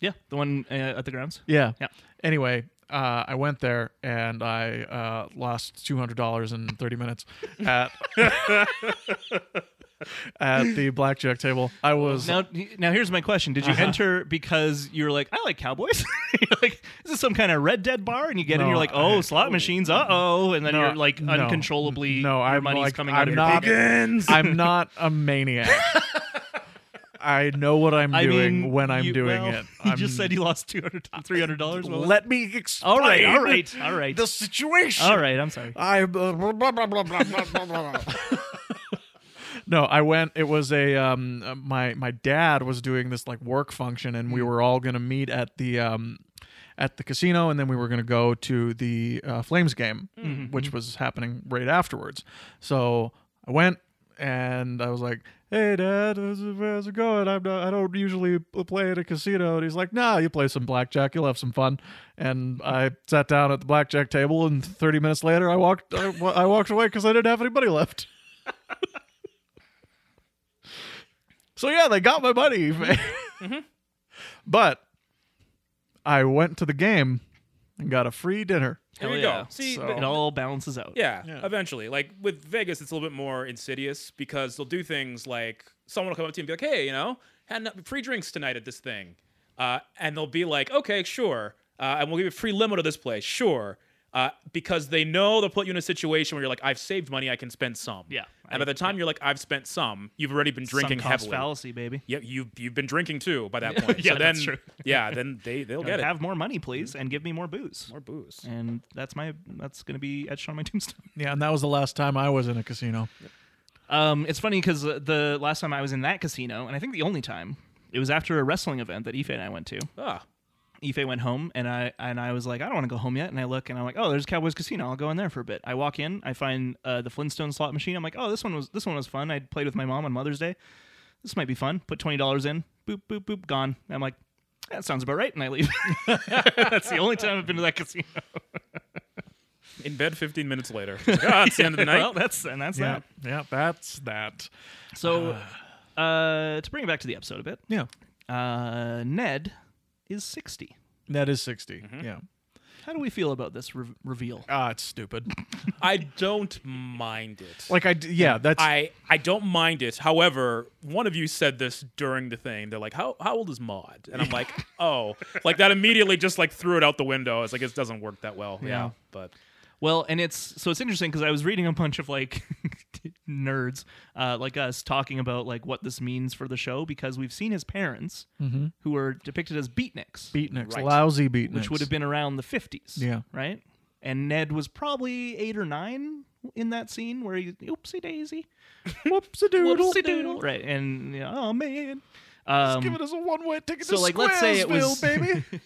Yeah, the one uh, at the grounds. Yeah. Yeah. Anyway, uh, I went there and I uh, lost two hundred dollars in thirty minutes at at the blackjack table. I was Uh-huh. Now, now here's my question: Did you enter because you were like, I like cowboys? You're like, is this some kind of Red Dead bar? And you get in, No, you're like, I- oh, slot machines, uh oh, and then No, you're like no, uncontrollably, no, your I'm money's like- coming I'm out of not- your pocket. I'm not a maniac. I know what I'm I doing mean, when I'm you- doing well, it. You I'm, just said you lost 200 300 dollars. let me explain. all right, all right, all right, The situation. Uh, all right. I'm sorry. I blah, blah, blah, blah, blah, blah, blah, blah, blah. No, I went. It was a um. uh, My my dad was doing this like work function, and we were all gonna meet at the um, at the casino, and then we were gonna go to the uh, Flames game, which was happening right afterwards. So I went, and I was like, "Hey, Dad, how's it, how's it going? I'm not, I don't usually play at a casino." And he's like, "Nah, you play some blackjack. You'll have some fun." And I sat down at the blackjack table, and 30 minutes later, I walked. I, wa- I walked away because I didn't have anybody left. So yeah, they got my money. Mm-hmm. But I went to the game and got a free dinner. There Hell you yeah. go. See, So- th- It all balances out. Yeah, eventually. Like with Vegas, it's a little bit more insidious because they'll do things like someone will come up to you and be like, "Hey, you know, had no- free drinks tonight at this thing," uh, and they'll be like, "Okay, sure," uh, and we'll give you free limo to this place, sure, uh, because they know they'll put you in a situation where you're like, "I've saved money, I can spend some." Yeah, and by the time you're like, "I've spent some," you've already been drinking Sunk cost heavily. fallacy, baby. Yeah, you've you've been drinking too by that point. Yeah, so then, that's true. yeah, then they they'll get it. Have more money, please, and give me more booze. More booze. And that's my that's gonna be etched on my tombstone. Yeah, and that was the last time I was in a casino. Um, it's funny because the last time I was in that casino, and I think the only time, it was after a wrestling event that Ife and I went to. Ah, Ife went home, and I and I was like, I don't want to go home yet. And I look, and I'm like, oh, there's Cowboys Casino. I'll go in there for a bit. I walk in, I find uh, the Flintstone slot machine. I'm like, oh, this one was this one was fun. I played with my mom on Mother's Day. This might be fun. Put twenty dollars in. Boop boop boop. Gone. And I'm like, that sounds about right. And I leave. That's the only time I've been to that casino. in bed 15 minutes later. Ah, it's the end of the night. well, that's and that's Yeah, yeah, that's that. that. So, uh, to bring it back to the episode a bit, Yeah, uh, Ned is sixty. that is 60 Mm-hmm. Yeah, How do we feel about this re- reveal? ah, it's stupid. I don't mind it. Like I, d- yeah, that's I, I don't mind it. However, one of you said this during the thing. They're like, "How how old is Maud?" And I'm like, "Oh, like that." Immediately, just like threw it out the window. It's like it doesn't work that well. Yeah, Yeah. but Well, and it's so it's interesting because I was reading a bunch of like nerds uh, like us talking about like what this means for the show because we've seen his parents Mm-hmm. who are depicted as beatniks, beatniks, Right. lousy beatniks, which would have been around the fifties. Yeah. right. And Ned was probably eight or nine in that scene where he oopsie daisy, whoopsie doodle, whoopsie doodle, right? And you know, oh man, um, Giving us a one way ticket so, to like, let's say it was- Squaresville, baby.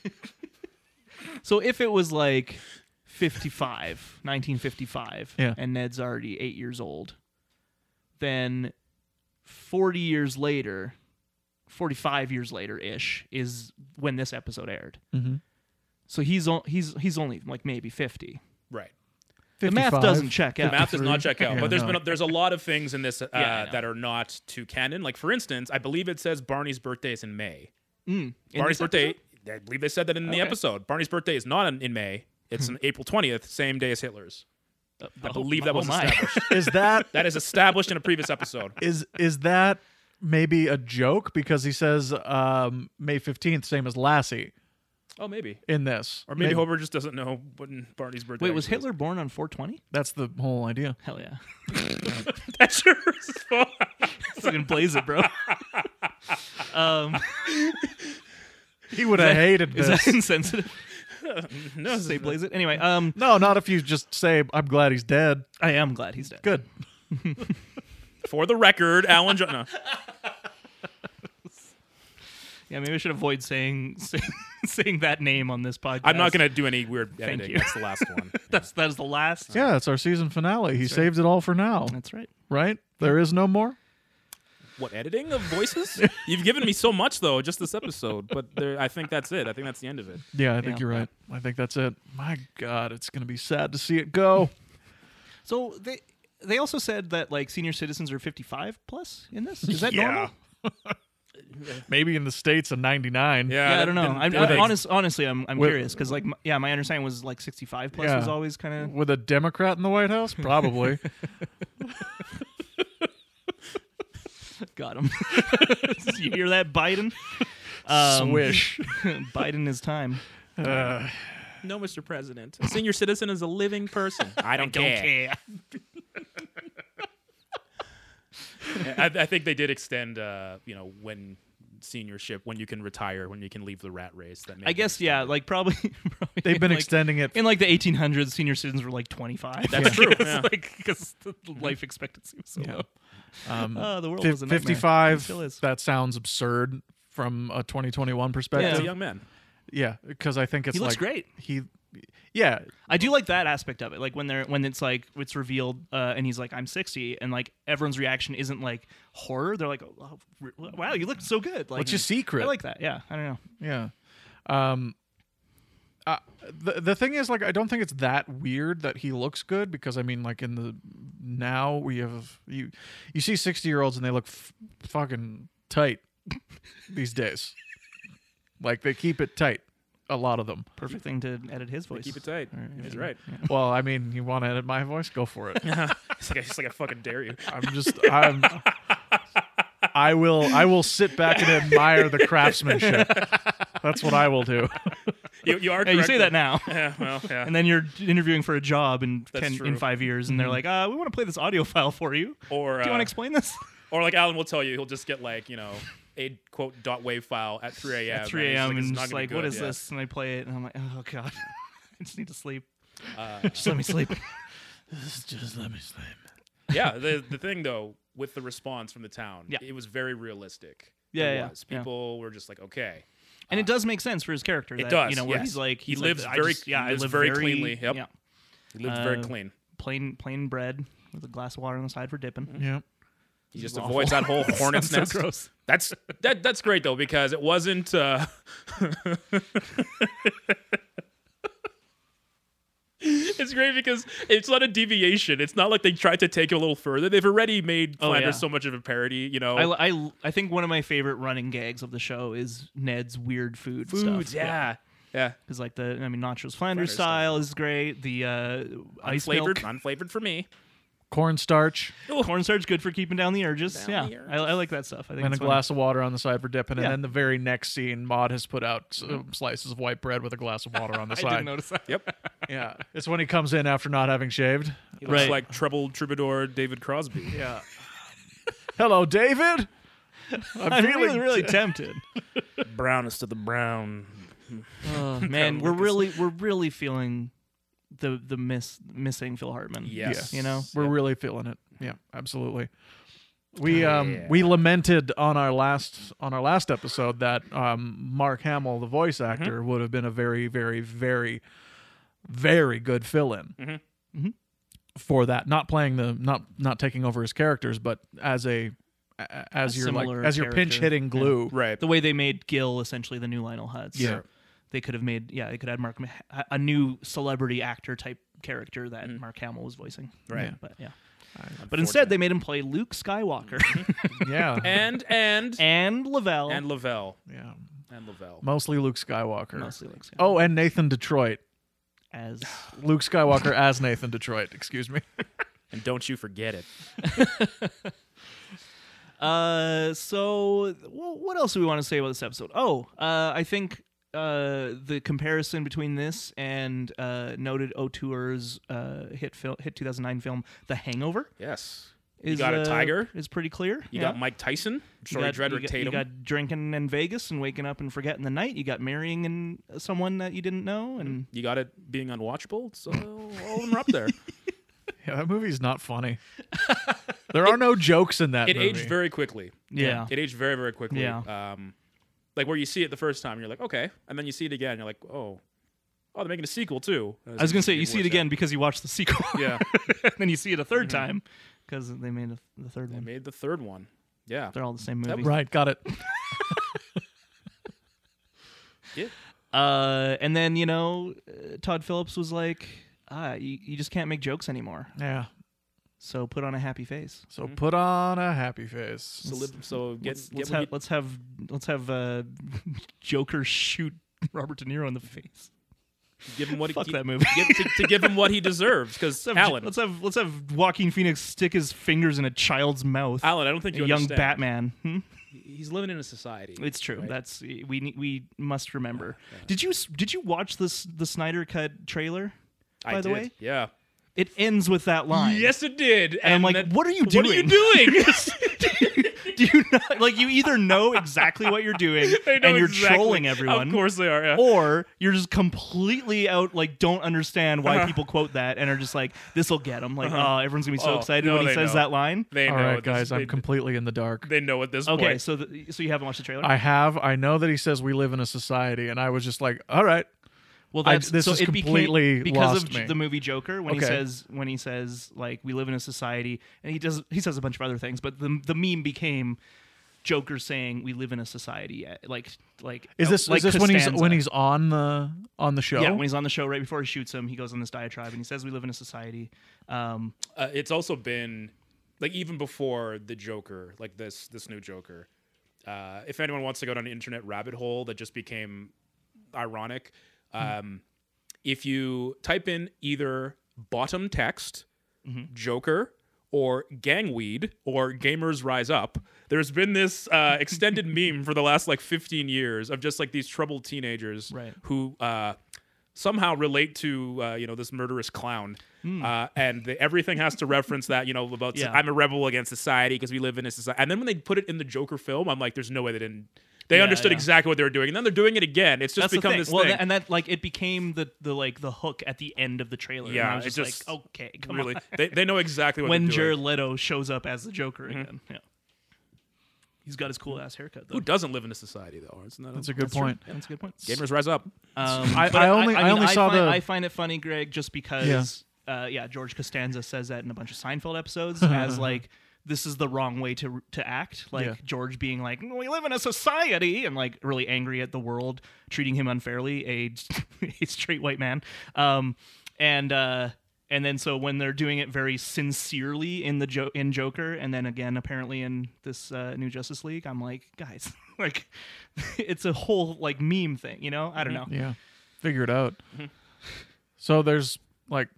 So if it was like 55, 1955, Yeah. and Ned's already eight years old, then 40 years later, 45 years later ish is when this episode aired. So he's on, he's he's only like maybe 50. right. The math 55. doesn't check out. Math does not check out. Yeah, but there's no. been there's a lot of things in this uh, Yeah, I know. that are not to canon. Like for instance, I believe it says Barney's birthday is in May. In Barney's this birthday. episode? I believe they said that in the Okay. Hmm. episode. Barney's birthday is not in, in May. It's on April 20th, same day as Hitler's. I Oh, believe that oh was my. established. is that That is established in a previous episode. is is that maybe a joke because he says um, May fifteenth, same as Lassie Oh, maybe. in this, Or maybe Homer just doesn't know when Barney's birthday. Wait, was actually Hitler born on 420? that's the whole idea. Hell yeah. is. That's your response. Fucking blaze it, bro. um, He would have hated is this. that insensitive? No, Say blaze it. Anyway, um, no, not if you just say I'm glad he's dead. I am glad he's dead. Good. for the record, Alan. Jo- no. Yeah, maybe I should avoid saying saying, saying that name on this podcast. I'm not going to do any weird editing. you. That's the last one. That's that is the last. Yeah, it's our season finale. He saved it all for now, that's right. right? There is no more. What editing of voices? You've given me so much though, just this episode. But there, I think that's it. I think that's the end of it. Yeah, I think you're right. I think that's it. My God, it's gonna be sad to see it go. So they they also said that like senior citizens are 55 plus in this. Is that normal? Maybe in the states of '99. Yeah, I don't know. I'm, that- I'm honest, honestly, I'm I'm With- curious because like m- yeah, my understanding was like 65 plus Yeah. was always kind With a Democrat in the White House, probably. of got him. you hear that, Biden? Um, Um, Swish. Biden is time. no, Mr. President. A senior citizen is a living person. I don't, I, I think they did extend, uh, you know, when seniorship, when you can retire, when you can leave the rat race. That I guess yeah, like probably, probably They've been like, extending it in like the 1800s. Senior citizens were like 25. that's true. yeah. because the life expectancy was so low. Um, Oh, the world fif- was a nightmare. It 55. still is. That sounds absurd from a 2021 It's perspective. a Yeah, young man. because I think it's He looks like great. He, yeah, I do like that aspect of it, like when they're when it's like it's revealed uh, and he's like I'm 60, and like everyone's reaction isn't like horror. They're like, oh, r- wow, you look so good. Like, What's your secret? I like that. Yeah, I don't know. yeah. Um, uh, the the thing is, like, I don't think it's that weird that he looks good because I mean, like, in the now we have you you see 60 year olds and they look f- fucking tight these days. Like they keep it tight, a lot of them. Perfect thing to edit his voice. Keep it tight. All right. He's right. Well, I mean, you want to edit my voice? Go for it. It's like, I- it's like I fucking dare you. I'm just I'm I will I will sit back and admire the craftsmanship. That's what I will do. You, you are. Yeah, you say that correct, now. though. Yeah. Well. Yeah. And then you're interviewing for a job in That's ten, in true. Mm-hmm. five years, and they're like, uh, "We want to play this audio file for you. Or Do you uh, want to explain this?" Or like Alan will tell you, he'll just get like you know a quote dot wave file at 3 a.m. At 3 a.m. it's and not just gonna be like, "What good, is yeah. this?" And I play it, and I'm like, "Oh god, I just need to sleep. Uh, just let me sleep." Just let me sleep. yeah, the the thing though with the response from the town, Yeah. it was very realistic. Yeah, it yeah, was. yeah. People were just like, okay, And it does make sense for his character. It that, does, You know, where yes. he's like, He he's like, lives "I very- just- yeah, he I lives live very cleanly, yep. yeah, he lived very Uh, clean. plain plain bread with a glass of water on the side for dipping. Mm-hmm. Yeah. He just awful. avoids that whole hornet's so nest. gross. That's that that's great though because it wasn't. Uh, It's great because it's not a deviation. It's not like they tried to take it a little further. They've already made Oh, Flanders yeah. so much of a parody, you know. I, I, I think one of my favorite running gags of the show is Ned's weird food foods. stuff. Yeah. Yeah. Because like the I mean nachos Flanders Flanders style is great. The uh, ice Flavored, milk, unflavored for me. Cornstarch cornstarch, good for keeping down the urges. yeah, the urges. I, I like that stuff. I think and a it's funny. glass of water on the side for dipping, Yeah. and then the very next scene, Maud has put out um, slices of white bread with a glass of water on the I side. didn't notice that. Yep. Yeah, it's when he comes in after not having shaved. He looks Right. like troubled troubadour David Crosby. Yeah. Hello, David. I'm, I'm feeling really really tempted. Brownest of the brown. Oh, man, we're really we're really feeling the the miss missing Phil Hartman. Yes. you know. We're really feeling it. Yeah, absolutely. We um we lamented on our last on our last episode that um Mark Hamill, the voice actor, would have been a very very very very good fill in for that. Not playing the not not taking over his characters, but as a a- as A your like similar as your pinch character. hitting glue. Right. The way they made Gil essentially the new Lionel Hutz. Yeah. Sure. They could have made yeah, they could add Mark a new celebrity actor type character that Mark Hamill was voicing. Mm-hmm. Right. Yeah, But yeah. But instead they made him play Luke Skywalker Yeah. And and and Lavelle. Mm-hmm. and Lavelle. yeah. And Lavelle. Mostly Luke Skywalker. mostly Luke Skywalker. Oh, and Nathan Detroit. Oh. As Luke Skywalker as Nathan Detroit, excuse me. And don't you forget it. uh so well, what else do we want to say about this episode? Oh, uh I think uh the comparison between this and uh noted O'Toole's uh hit film hit 2009 film The Hangover Yes. is got a uh, tiger. is pretty clear. You yeah. got Mike Tyson, Troy Dreader you got, Tatum. You got drinking in Vegas and waking up and forgetting the night. You got marrying in someone that you didn't know, and you got it being unwatchable, so all of them are up there. Yeah, that movie's not funny. there are no jokes in that It movie. aged very quickly. Yeah. It aged very, very quickly. Yeah. Um, like where you see it the first time, you're like, okay. And then you see it again, you're like, oh, oh, they're making a sequel too. I was gonna say you see it again because you watched the sequel, Yeah. and then you see it a 3rd time because they made a, the third I one. made the third one. Yeah. They're all the same movie, right, got it. Yeah. uh, and then you know, uh, Todd Phillips was like, "Ah, you, you just can't make jokes anymore, Yeah. so put on a happy face." So put on a happy face. So, lib- so get, Let's, get let's, what have, you- let's have let's have uh, Joker shoot Robert De Niro in the face. give him what Fuck he, that movie. give- to, to give him what he deserves because Let's have, Alan, let's have let's have Joaquin Phoenix stick his fingers in a child's mouth. Alan, I don't think a you young understand. Batman. Hmm? He's living in a society. It's true. That's we need- we must remember. Did you s- did you watch this the Snyder cut trailer? By I the did. way, yeah. it ends with that line. Yes, it did. And, I'm like, then- "What are you What are you doing?" doing? Do you not, like you either know exactly what you're doing I know and you're exactly. trolling everyone, Of course they are. Yeah. or you're just completely out like don't understand Uh-huh. why people quote that and are just like this will get him. Like oh, everyone's gonna be so Oh, excited no, when he they says know. that line. they All know right, this- guys, they- I'm completely in the dark. They know at this Okay, point. so the, so you haven't watched the trailer. I have. I know that he says we live in a society, and I was just like, all right. Well, I- that's this so has it became- completely because of lost me. the movie Joker when he Okay. says when he says like we live in a society and he does he says a bunch of other things, but the the meme became Joker saying we live in a society uh, like like Is uh, this like is this when he's Costanza. when he's on the on the show? Oh. yeah when he's on the show right before he shoots him he goes on this diatribe and he says we live in a society um uh, it's also been like even before the Joker, like this this new Joker, Uh, if anyone wants to go down an internet rabbit hole that just became ironic, um, if you type in either bottom text, Joker, or gangweed, or gamers rise up, there's been this uh, extended meme for the last like 15 years of just like these troubled teenagers Right. who uh, somehow relate to uh, you know this murderous clown, uh, and the, everything has to reference that you know about Hmm. Yeah. I'm a rebel against society because we live in a society. And then when they put it in the Joker film, I'm like, there's no way they didn't. They Yeah, understood yeah. exactly what they were doing, and then they're doing it again. It's just That's the become thing. this well, thing. tha- and that like it became the the like the hook at the end of the trailer. and Yeah, I was it just, just like okay, come really, on. they, they know exactly what when they're doing. Jared Leto shows up as the Joker again, yeah, he's got his cool ass haircut though. Who doesn't live in a society though? Isn't that That's a good point. That's a good point. Gamers rise up. Um, I- but I only- I only saw find, the- I find it funny, Greg, just because. Yeah. Uh, yeah, George Costanza says that in a bunch of Seinfeld episodes as like this is the wrong way to to act. Like Yeah. George being like, "We live in a society," and like really angry at the world treating him unfairly, a, a straight white man. Um, and uh, and then so when they're doing it very sincerely in the jo- in Joker, and then again apparently in this uh, new Justice League, I'm like, guys, like it's a whole like meme thing, you know? I don't know. Yeah. Figure it out. So there's like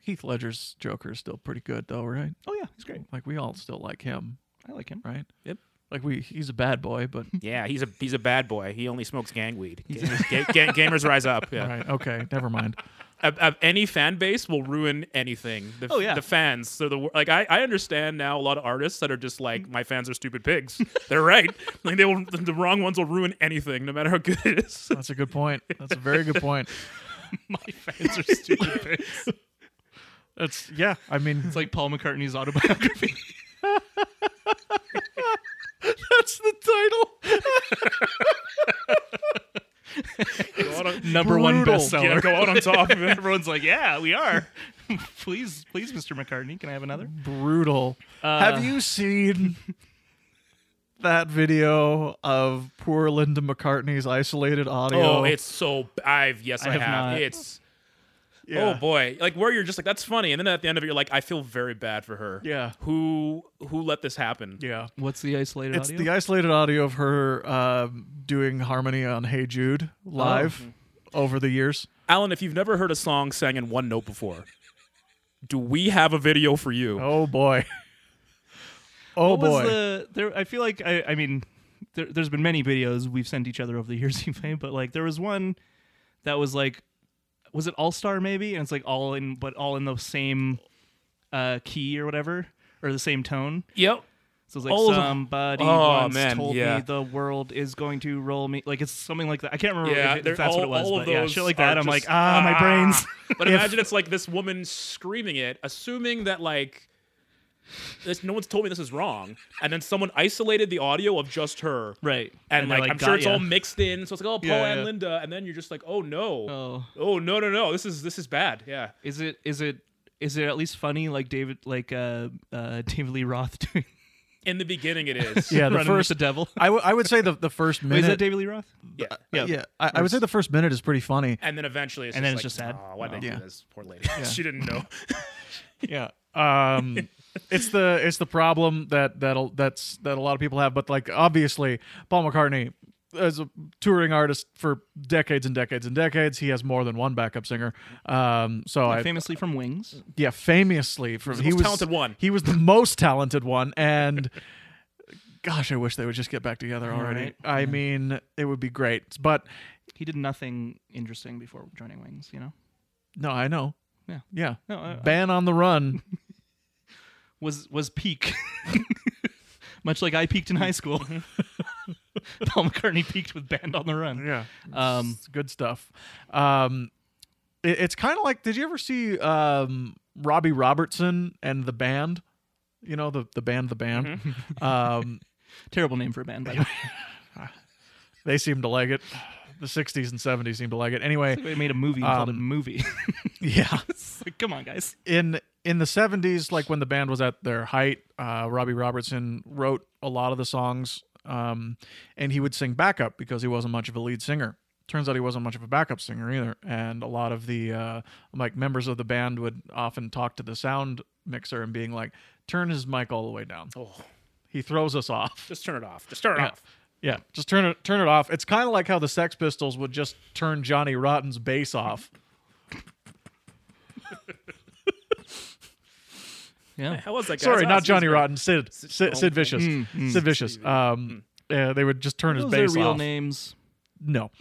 Heath Ledger's Joker is still pretty good though, right? Oh yeah, he's great. Like we all still like him, I like him. right? Yep. Like we he's a bad boy, but Yeah, he's a he's a bad boy. He only smokes gang weed. Gamers, ga- ga- gamers rise up. Yeah. right, okay, never mind. of, of any fan base will ruin anything. The, Oh, yeah. the fans. So the wor- like I, I understand now a lot of artists that are just like my fans are stupid pigs. They're right. like they will the wrong ones will ruin anything no matter how good it is. That's a good point. That's a very good point. My fans are stupid. pigs. That's yeah, I mean It's like Paul McCartney's autobiography. that's the title. Go out on- Number one Brutal. yeah, bestseller. go out on top. man. Everyone's like, "Yeah, we are." please, please, Mr. McCartney, can I have another? Brutal. Uh, Have you seen that video of poor Linda McCartney's isolated audio? Oh, it's so I've yes I, I have have. not. It's Yeah. oh boy. Like where you're just like that's funny and then at the end of it you're like I feel very bad for her. Yeah. Who who let this happen? yeah. What's the isolated It's the isolated audio of her um, doing harmony on Hey Jude Oh, live over the years. Alan, if you've never heard a song sang in one note before, do we have a video for you? Oh boy. Oh what boy. was the? There, I feel like I. I mean, there, there's been many videos we've sent each other over the years, even, but like there was one that was like, was it All Star maybe? And it's like all in, but all in the same uh, key or whatever, or the same tone. Yep. So it's like Oh, the- somebody oh, once man, told yeah. me the world is going to roll me. Like it's something like that. I can't remember Um, Yeah, if, it- if they're- that's all, what it was. all of but those yeah, shit like are that. I'm like, just- ah, my brains. But If- imagine it's like this woman screaming it, assuming that like this, no one's told me this is wrong, and then someone isolated the audio of just her. right. And, they're like, I'm sure "Got it's ya." all mixed in, so it's like, oh, Paul Yeah, and yeah. Linda, and then you're just like, oh no, Oh. no, no, no, this is this is bad, yeah. Is it? Is it? Is it at least funny? Like David, like uh, uh, David Lee Roth doing In the beginning, it is, yeah, the running with first. the devil. I, w- I would say the, the first Wait, minute. is that David Lee Roth? yeah. yeah, I, I would say the first minute is pretty funny. And then eventually, it's And just then it's like, just sad. "Aw, why'd they Yeah. do this, poor lady? she didn't know. Yeah. Um it's the it's the problem that that'll that's that a lot of people have but like obviously Paul McCartney as a touring artist for decades and decades and decades he has more than one backup singer. Um so I Famously from Wings. yeah famously from the he most was talented one. He was the most talented one and gosh I wish they would just get back together already. right. I mean it would be great. But He did nothing interesting before joining Wings. You know. no, I know. Yeah. Yeah. No, I- Ban on the run. was was peak. Much like I peaked in high school. Mm-hmm. Paul McCartney peaked with Band on the Run. Yeah. Um, It's good stuff. Um, it- it's kind of like, did you ever see um, Robbie Robertson and the band? You know, the, the band, the band. Um, terrible name for a band, by the way. they seem to like it. The 60s and 70s seem to like it. Anyway, They made a movie and called it Movie. yeah. it's like, come on, guys. in in the 70s like when the band was at their height uh, robbie robertson wrote a lot of the songs um, and he would sing backup because he wasn't much of a lead singer turns out he wasn't much of a backup singer either and a lot of the uh, like members of the band would often talk to the sound mixer and being like turn his mic all the way down Oh. He throws us off. Just turn it off. Just turn it off. Yeah, just turn it turn it off. It's kind of like how the Sex Pistols would just turn Johnny Rotten's bass off. Yeah. How was that Oh, guy? Sorry, not Johnny Rotten. Sid Sid, oh, Sid Vicious. Mm, Sid Vicious. Um, yeah, they would just turn his Those are bass real off. names. No.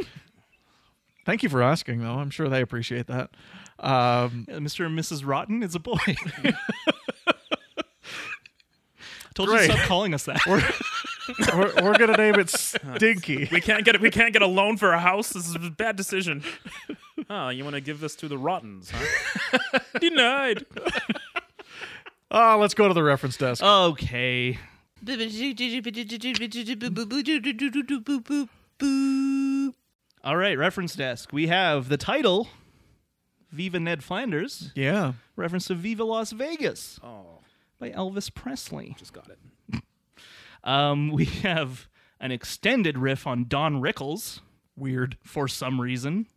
Thank you for asking, though. I'm sure they appreciate that. Um, Yeah, Mr. and Mrs. Rotten is a boy. Told you Great. to stop calling us that. we're we're gonna name it Stinky. We can't get we can't get a loan for a house. This is a bad decision. Oh, you want to give this to the Rottens, huh? Denied. Oh, let's go to the reference desk. Uh, okay. All right, reference desk. We have the title Viva Ned Flanders, yeah. reference to Viva Las Vegas Oh, by Elvis Presley. just got it. Um, we have an extended riff on Don Rickles Weird. for some reason.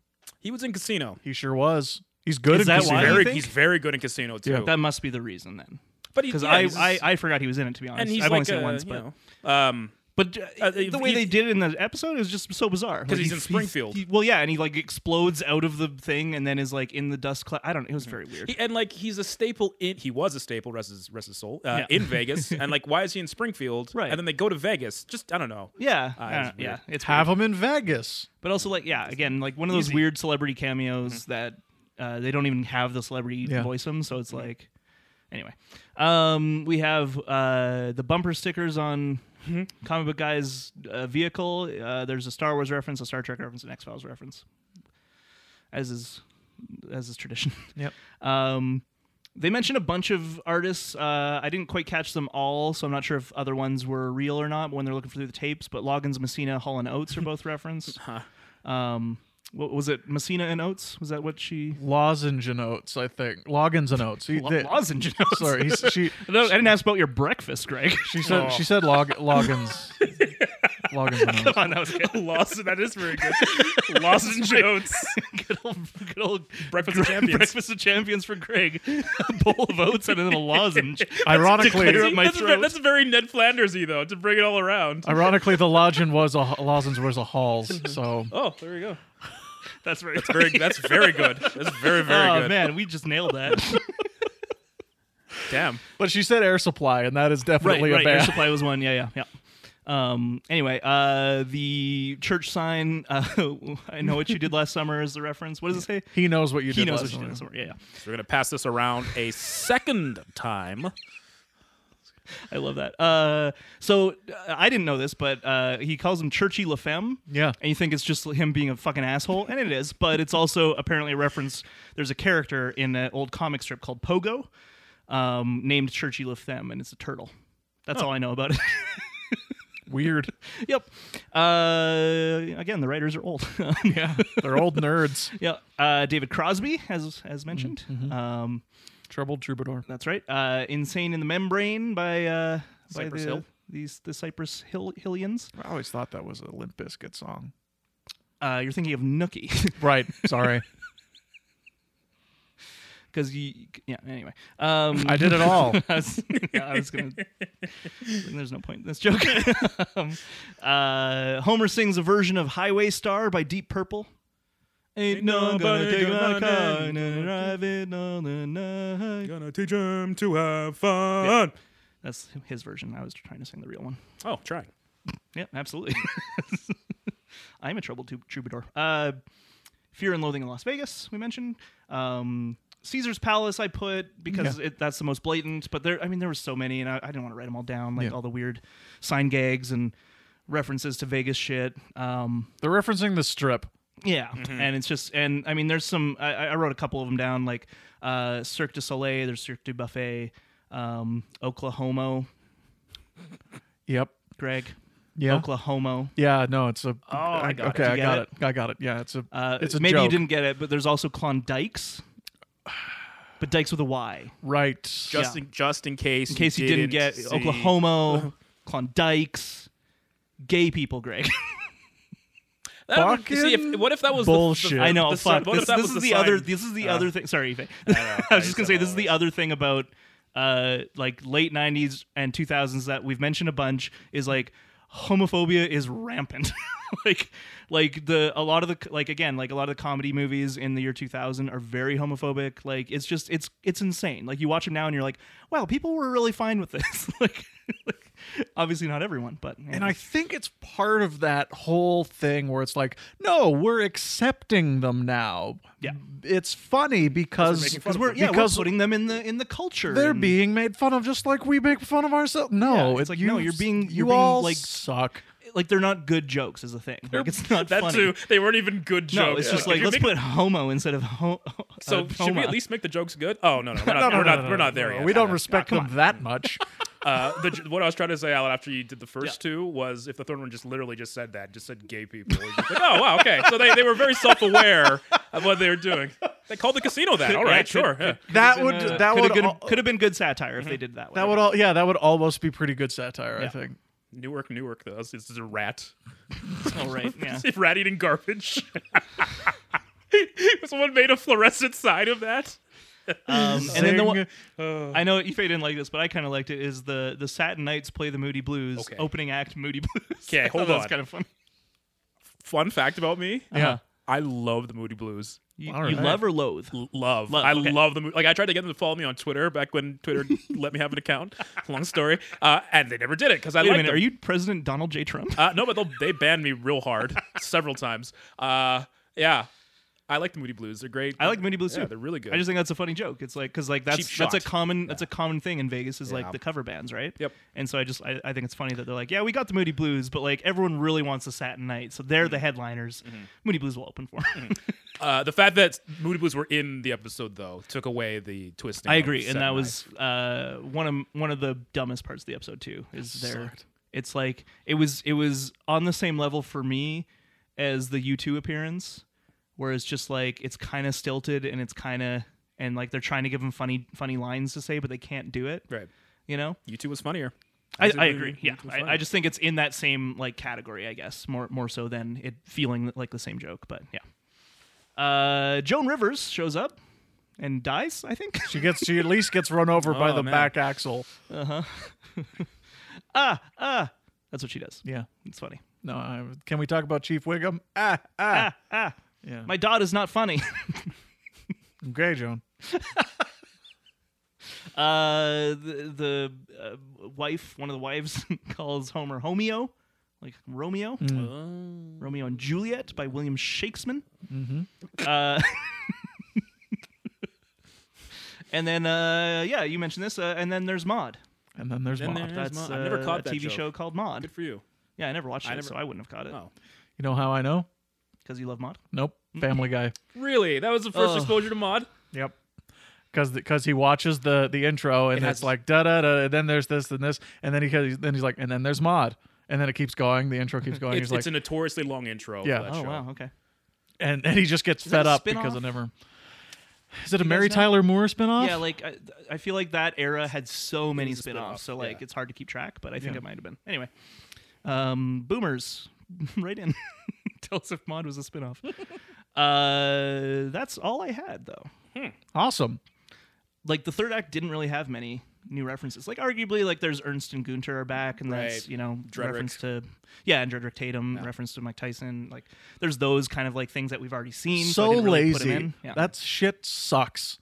He was in Casino. He sure was. He's good. Is in that Casino. why? Very, think? he's very good in Casino too. That must be the reason then. but he- Because yeah, I, he's- I, I forgot he was in it, to be honest. and he's I've like only seen a, it once, you but. know, um, But uh, Uh, the if way he- they did it in the episode is just so bizarre. 'Cause Like, he's in Springfield. he- well, yeah, and he like explodes out of the thing and then is like in the dust cloud. I don't. It was very weird. Hmm. He, and like he's a staple in he was a staple rest his, rest his soul uh, Yeah. in Vegas and like why is he in Springfield Right. and then they go to Vegas just I don't know yeah, Ah, I it was don't- yeah, weird. it's Have weird. him in Vegas. But also like yeah, again like one of those weird celebrity cameos that uh, they don't even have the celebrity Yeah. voice them, so it's like anyway. Um, we have uh, the bumper stickers on comic book guys' uh, vehicle. Uh, there's a Star Wars reference, a Star Trek reference, an X Files reference, as is as is tradition. Yep. Um, they mentioned a bunch of artists. Uh, I didn't quite catch them all, so I'm not sure if other ones were real or not when they're looking through the tapes. But Loggins, Messina, Hall, and Oates are both referenced. Um, what was it? Messina and Oates? Was that what she? Lozenge and oats, I think. Loggins and oats. He- Lo- they- lozenge. and Oates. Sorry, he's, she No, I didn't ask about your breakfast, Greg. she said Oh. she said log, Loggins. Loggins and oats. on, that was good. Lawson that is very good Lawson Jones Good old, good old Breakfast of Champions. Breakfast of champions for Greg. A bowl of oats and then a lozenge. Ironically, Clear up my that's, ve- throat. that's very Ned Flandersy though to bring it all around ironically, the Lodgen was a Lozenge was a Halls. So oh there we go That's very. that's very that's very good that's very very oh good man, we just nailed that. damn But she said air supply, and that is definitely right, a right. Air bad. supply was one. Yeah, yeah, yeah. Um. Anyway, uh, the church sign. Uh, I know what you did last summer is the reference. What does it say? He knows what you He did. knows what last you did last summer. summer. Yeah, yeah. so we're gonna pass this around a second time I love that. Uh, so uh, I didn't know this, but uh, he calls him Churchy LaFemme. Yeah. And you think it's just him being a fucking asshole, and it is. But it's also apparently a reference. There's a character in an old comic strip called Pogo, um, named Churchy LaFemme, and it's a turtle. That's Oh. all I know about it. Weird. yep. Uh, again, the writers are old. yeah. They're old nerds. Yeah, uh, David Crosby, as as mentioned. Um, Troubled troubadour. that's right. Uh, Insane in the Membrane by uh, by Cypress the, Hill. These the Cypress Hill Hillians. I always thought that was a Limp Bizkit song. Uh, you're thinking of Nookie Right. Sorry, because you yeah. Anyway, um, I did it all. I was, yeah, I was gonna. There's no point in this joke. um, uh, Homer sings a version of Highway Star by Deep Purple. Ain't, no gonna nobody take my gonna car take and drive it all the night. gonna teach him to have fun That's his version. I was trying to sing the real one. oh try Yeah, absolutely. I'm a troubled tu- troubadour. Uh, Fear and Loathing in Las Vegas, we mentioned. Um, Caesar's Palace, I put because it, that's the most blatant. But there, I mean, there were so many, and I, I didn't want to write them all down, like Yeah. all the weird sign gags and references to Vegas shit. Um, They're referencing the strip. yeah, and it's just, and I mean, there's some. I, I wrote a couple of them down, like uh, Cirque du Soleil, there's Cirque du Buffet, um, Oklahoma, Yep. Greg, Yeah. Oklahoma. Yeah. No, it's a. Oh, I Oh, got it. okay, You I get got it? it. I got it. Yeah, it's a. Uh, it's a maybe you joke. didn't get it, but there's also Klondikes, but Dykes with a Y. Right. just in, just in case In case you didn't, get see- Oklahoma, Klondikes, gay people, Greg. That would- Fucking see, if, what if that was the- bullshit. the, I know. The fuck. sign- what This, if that this was is the the other. sign? This is the other thing. Sorry, Ife. I, know, was I just gonna said say this is all the this. other thing about uh, like late 90s and 2000s that we've mentioned a bunch is like homophobia is rampant like like the a lot of the like again like a lot of the comedy movies in the year 2000 are very homophobic like it's just it's it's insane like you watch them now and you're like wow people were really fine with this like, like obviously not everyone but you And know. I think it's part of that whole thing where it's like, no, we're accepting them now. Yeah. It's funny because, making fun because of we're yeah because we're putting them in the in the culture they're and- being made fun of just like we make fun of ourselves. No, Yeah, it's like, no, you- you're being- you you're being, all like- suck. like they're not good jokes is the thing like it's not That funny too. They weren't even good jokes. no it's just If like you're let's making- put homo instead of ho- So uh, should we homa. at least make the jokes good? Oh no, no, we're not, No, no, we're, no, not no, we're no, not no, there no. yet. We don't respect them that much. Uh, the, what I was trying to say, Alan, after you did the first two, was if the third one just literally just said that, just said gay people. it's just like, oh wow, okay. So they, they were very self aware of what they were doing. They called the casino that. All yeah, right, could- sure. yeah. that would uh, that would could al- have been, good satire if they did it that way that would all yeah that would almost be pretty good satire. I think. Newark, Newark, though. This is a rat. all right yeah It's a rat eating garbage. Someone made a fluorescent sign of that. um, and then the one Sing. I know you Faye didn't like this, but I kind of liked it. Is the the Satin Knights play the Moody Blues Okay. opening act Moody Blues? Okay, I thought hold that was on. kind of funny. Fun fact about me: Yeah. I love the Moody Blues. You, Uh-huh. All you right. love or loathe? L- Love. Love, I okay. love the Moody. Like I tried to get them to follow me on Twitter back when Twitter let me have an account. Long story, uh, and they never did it because I Wait a like minute, them. are you President Donald J. Trump? Uh, no, but they'll- they banned me real hard several times. Uh, yeah, I like the Moody Blues. They're great. I like Moody Blues Yeah, too. they're really good. I just think that's a funny joke. It's like because like that's Cheap that's a shot. common that's a common thing in Vegas is like the cover bands, right? Yep. And so I just I, I think it's funny that they're like, yeah, we got the Moody Blues, but like everyone really wants the Satin Knights, so Mm-hmm. they're the headliners. Moody Blues will open for. 'em. uh, the fact that Moody Blues were in the episode though took away the twisting. I of agree, and Saturday that Night. was uh, one of one of the dumbest parts of the episode too. Is there? It's like it was it was on the same level for me as the U two appearance, where it's just like it's kind of stilted and it's kind of and like they're trying to give them funny funny lines to say, but they can't do it. right. You know, You two was funnier. I, Is it I really- agree. Yeah, it's I, I fine. just think it's in that same like category, I guess, more more so than it feeling like the same joke. But yeah, uh, Joan Rivers shows up and dies. I think. She gets she at least gets run over by Oh, the man. back axle. Ah, That's what she does. Yeah. It's funny. No, I, can we talk about Chief Wiggum? Ah, ah, Yeah. My dad is not funny. Ah. okay, Joan. Uh, the the uh, wife, one of the wives, calls Homer Homeo, like Romeo, Oh. Romeo and Juliet by William Shakespeare. Mm-hmm. Uh, and then, uh, yeah, you mentioned this, uh, and then there's Maud. And then there's Then Maude. there- There's That's Maude. I've never uh, caught a that TV joke. show called Maud. Good for you. Yeah, I never watched it, I never- so I wouldn't have caught it Oh, You know how I know? because you love Maud. Nope. Family Guy. really? That was the first Ugh. exposure to mod. Yep. Because because he watches the the intro and It it's has- like da da da. and Then there's this and this and then he goes- then he's like and then there's Mod and then it keeps going. The intro keeps going. It's, he's like it's a notoriously long intro. Yeah. For that Oh show. wow, okay. and and he just gets that fed a up because spin-off? of never. Is it a guys Mary know? Tyler Moore spinoff? Yeah, like I, I feel like that era had so many was a spin-off, spin-offs, so like yeah. it's hard to keep track. But I think Yeah. it might have been anyway. Um, boomers, right in. Tell us if Mod was a spin-off. uh, that's all I had though. awesome. Like the third act didn't really have many new references. Like arguably, like there's Ernst and Gunter are back, and that's Right. you know Dredrick. reference to yeah, and Dredrick Tatum, reference to Mike Tyson. Like there's those kind of like things that we've already seen. So, So I didn't really put 'em lazy. in. Yeah. That shit sucks.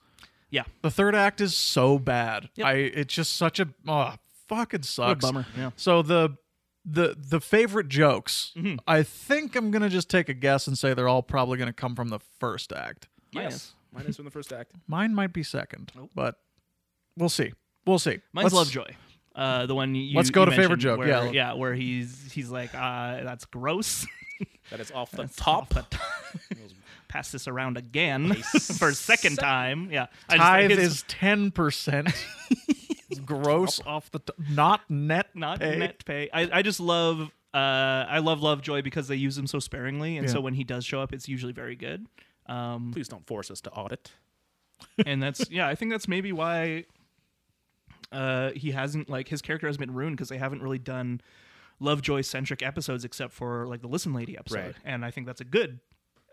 yeah. The third act is so bad. Yep. I it's just such a oh fucking sucks. bummer, yeah. So the the the favorite jokes. Mm-hmm. I think I'm gonna just take a guess and say they're all probably gonna come from the first act. Minus. Minus from the first act. Mine might be second, but we'll see. We'll see. Mine's Let's- Lovejoy. Uh, the one you Let's go you to favorite mentioned joke, Where, yeah. yeah, where he's he's like, uh, that's gross. That is off the top. Pass this around again for a second time. Yeah, I just- Tithe it's is ten percent. Gross off the top. not net not pay. net pay. I, I just love uh, I love Lovejoy because they use him so sparingly, and Yeah. so when he does show up, it's usually very good. Um, Please don't force us to audit. and that's yeah, I think that's maybe why uh, he hasn't like his character has been ruined because they haven't really done Lovejoy centric episodes except for like the Listen Lady episode, Right. and I think that's a good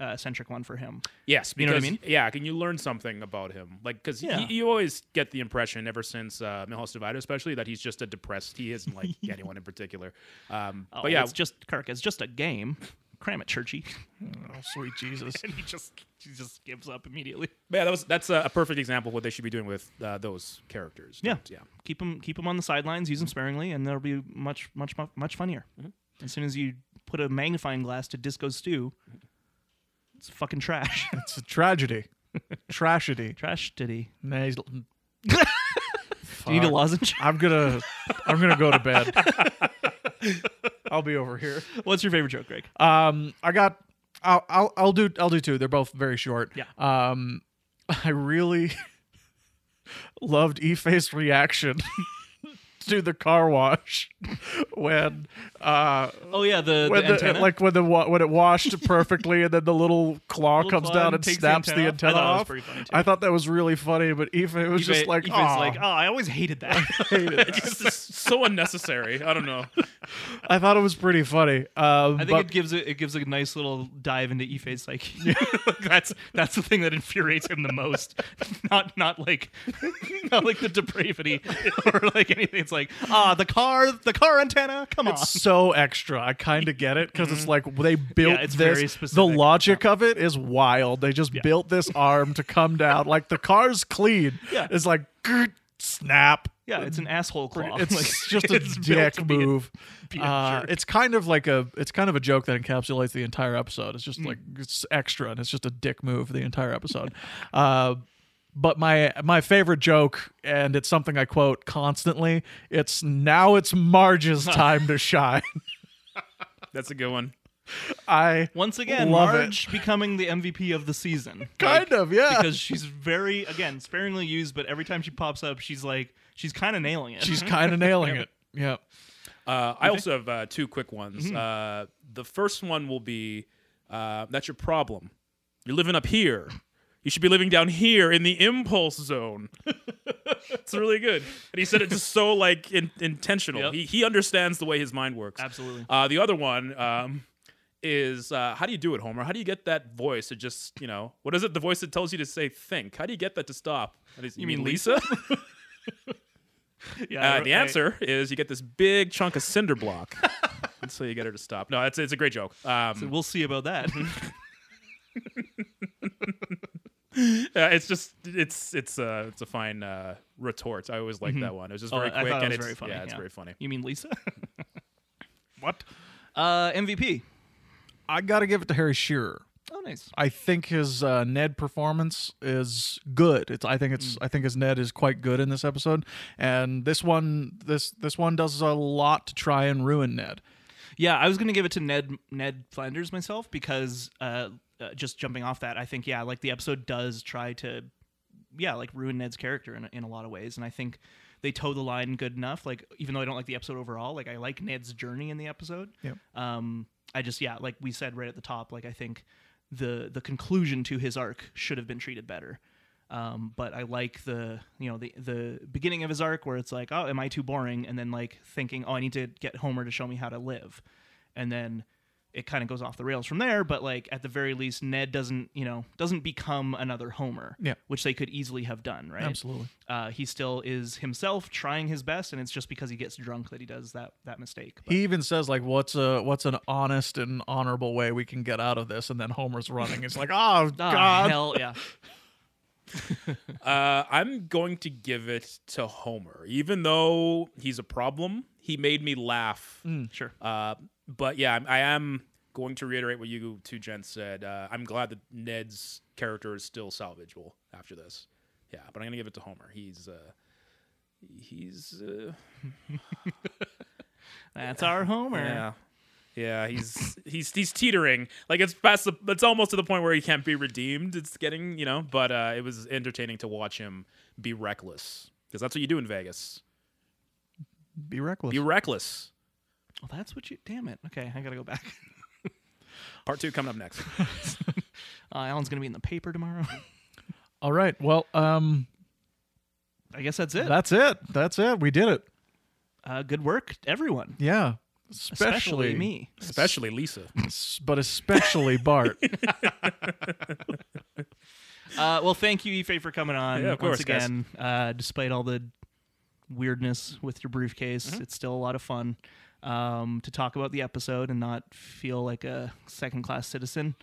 uh, centric one for him. Yes, because, You know what I mean? Yeah, can you learn something about him? Like, because Yeah. you always get the impression, ever since uh, Milhouse Divider, especially, that he's just a depressed. He isn't like anyone in particular. Um, Oh, but yeah, it's just Kirk. It's just a game. Cram it, Churchy. Oh, sweet Jesus. and he just he just gives up immediately. yeah, that was that's a, a perfect example of what they should be doing with uh, those characters. Yeah, Don't- yeah. Keep him keep him on the sidelines. Use him sparingly, and that'll be much much mu- much funnier. As soon as you put a magnifying glass to Disco Stew, it's fucking trash. It's a tragedy. Tragedy. trash titty. Nah, he's- Do you need a Fuck. lozenge? I'm gonna I'm gonna go to bed. I'll be over here. What's your favorite joke, Greg? Uh, Um, I got. I'll, I'll I'll do I'll do two. They're both very short. Yeah. Um, I really loved Ife's reaction to the car wash when uh oh yeah, the, when the the, antenna. like when the wa- when it washed perfectly and then the little claw Little comes claw down and and takes the snaps the antenna off. I thought that antenna was pretty off. funny, too. I thought that was really funny, but Ife was just Ife- like, Ife's "Aw." like, oh, I always hated that. It's just so unnecessary. I don't know. I thought it was pretty funny. Um, I think but it gives a, it gives a nice little dive into Ife's psyche. Like, that's that's the thing that infuriates him the most. not not like not like the depravity or like anything. It's like ah the car the car antenna. Come on. so extra. I kind of get it because it's like they built Mm-hmm. it's this. very The specific. logic of it is wild. They just built this arm to come down. Like the car's clean. Yeah. It's like grr, snap. yeah, it's an asshole claw. It's Like, just a it's built dick to be a- move. be a Uh, jerk. it's kind of like a it's kind of a joke that encapsulates the entire episode. It's just Mm. like it's extra and it's just a dick move the entire episode. uh, but my my favorite joke and it's something I quote constantly. It's now it's Marge's time to shine. That's a good one. I Once again, Love it. Marge becoming the MVP of the season. Like, kind of yeah. because she's very again sparingly used, but every time she pops up, she's like she's kind of nailing it. She's kind of nailing it. Yeah. Uh, I also have uh, two quick ones. Mm-hmm. Uh, the first one will be uh, that's your problem. You're living up here. You should be living down here in the impulse zone. it's really good. And he said it just so like in- intentional. Yep. He, he understands the way his mind works. absolutely. Uh, the other one um, is uh, how do you do it, Homer? How do you get that voice to just, you know, what is it? The voice that tells you to say think. How do you get that to stop? And he's, you, mean Lisa? Yeah, I- Uh, the I- answer is you get this big chunk of cinder block. and so you get her to stop. No, it's, it's a great joke. Um, So we'll see about that. uh, it's just it's it's uh, it's a fine uh, retort. I always like that one. It was just Oh, very I- I quick thought it and was it's very funny, Yeah, it's yeah. very funny. You mean Lisa? What? Uh, MVP. I got to give it to Harry Shearer. Oh, nice. I think his uh, Ned performance is good. It's I think it's I think his Ned is quite good in this episode, and this one this this one does a lot to try and ruin Ned. Yeah, I was gonna give it to Ned Ned Flanders myself because uh, uh, just jumping off that, I think yeah, like the episode does try to yeah like ruin Ned's character in in a lot of ways, and I think they toe the line good enough. Like even though I don't like the episode overall, like I like Ned's journey in the episode. Yep. Um, I just yeah, like we said right at the top, like I think the the conclusion to his arc should have been treated better. Um, but I like the you know the the beginning of his arc where it's like, oh, am I too boring? And then like thinking, oh, I need to get Homer to show me how to live, and then it kind of goes off the rails from there. But like at the very least, Ned doesn't you know doesn't become another Homer, Yeah. which they could easily have done, right? Absolutely. Uh, he still is himself trying his best, and it's just because he gets drunk that he does that that mistake. But- He even says like, "What's a what's an honest and honorable way we can get out of this?" And then Homer's running. It's like, "Oh Ah, God!" hell yeah. Uh, I'm going to give it to Homer, even though he's a problem. He made me laugh. Sure. Uh, but yeah, I'm- I am going to reiterate what you two gents said. Uh, I'm glad that Ned's character is still salvageable after this. Yeah, but I'm gonna give it to Homer. He's uh, he's uh, That's our Homer. yeah, yeah. He's he's he's teetering. Like it's past the. It's almost to the point where he can't be redeemed. It's getting you know. But uh, it was entertaining to watch him be reckless because that's what you do in Vegas. Be reckless. Be reckless. Well, that's what you. Damn it. Okay, I gotta go back. Part two coming up next. Uh, Alan's gonna be in the paper tomorrow. All right. Well, um, I guess that's it. that's it. That's it. We did it. Uh, good work, everyone. Yeah. especially, especially, me. especially Lisa. s- but especially Bart. Uh, well, thank you, Ife, for coming on Yeah, of once course, guys. again. Uh, despite all the weirdness with your briefcase, it's still a lot of fun um, to talk about the episode and not feel like a second-class citizen.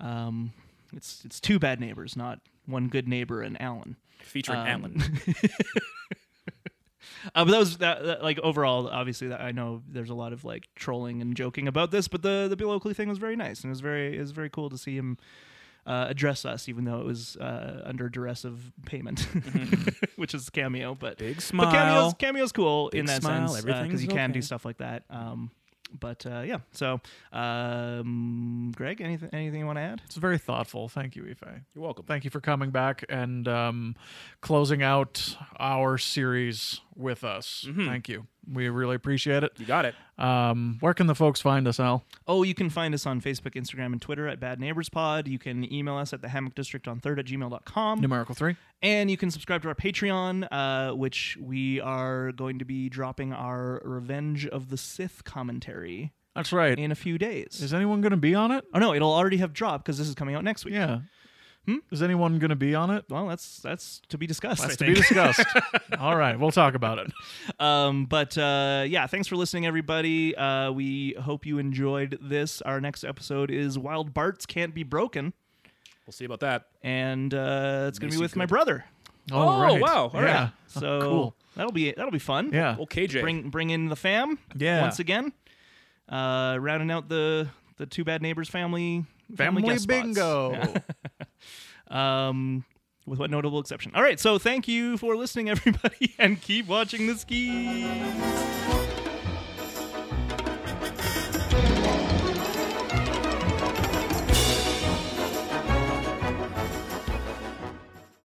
Um, it's it's two bad neighbors, not one good neighbor and Alan. Featuring Um, Alan. Uh, but that was that, that- like overall, obviously, that I know there's a lot of like trolling and joking about this, but the the Bill Oakley thing was very nice and it was very it was very cool to see him uh, address us, even though it was uh, under duress of payment, which is cameo. But Big but cameo's smile. cameo's cool in Big that smile, sense because everything's you can do okay. stuff like that. Um, but uh, yeah, so um, Greg, anything anything you want to add? It's very thoughtful. Thank you, Ife. You're welcome. Thank you for coming back and um, closing out our series with us. Mm-hmm. Thank you. We really appreciate it. You got it. Um, where can the folks find us, Al? Oh, you can find us on Facebook, Instagram, and Twitter at Bad Neighbors Pod. You can email us at the hammock district on third at gmail.com. Numerical three. And you can subscribe to our Patreon, uh, which we are going to be dropping our Revenge of the Sith commentary That's right. in a few days. Is anyone going to be on it? Oh no, it'll already have dropped because this is coming out next week. Yeah. Hmm? Is anyone going to be on it? Well, that's that's to be discussed. I That's to be think. discussed. All right, we'll talk about it. um, but uh, yeah, thanks for listening, everybody. Uh, we hope you enjoyed this. Our next episode is Wild Barts Can't Be Broken, We'll see about that. and uh, it's gonna be Macy with my Good. brother. All Oh, right. wow. All right. yeah. So cool. that'll be that'll be fun. Yeah. Well, KJ. bring bring in the fam Yeah. once again uh rounding out the the two bad neighbors family family, guest spots. bingo. um with one notable exception all right so thank you for listening everybody and keep watching the ski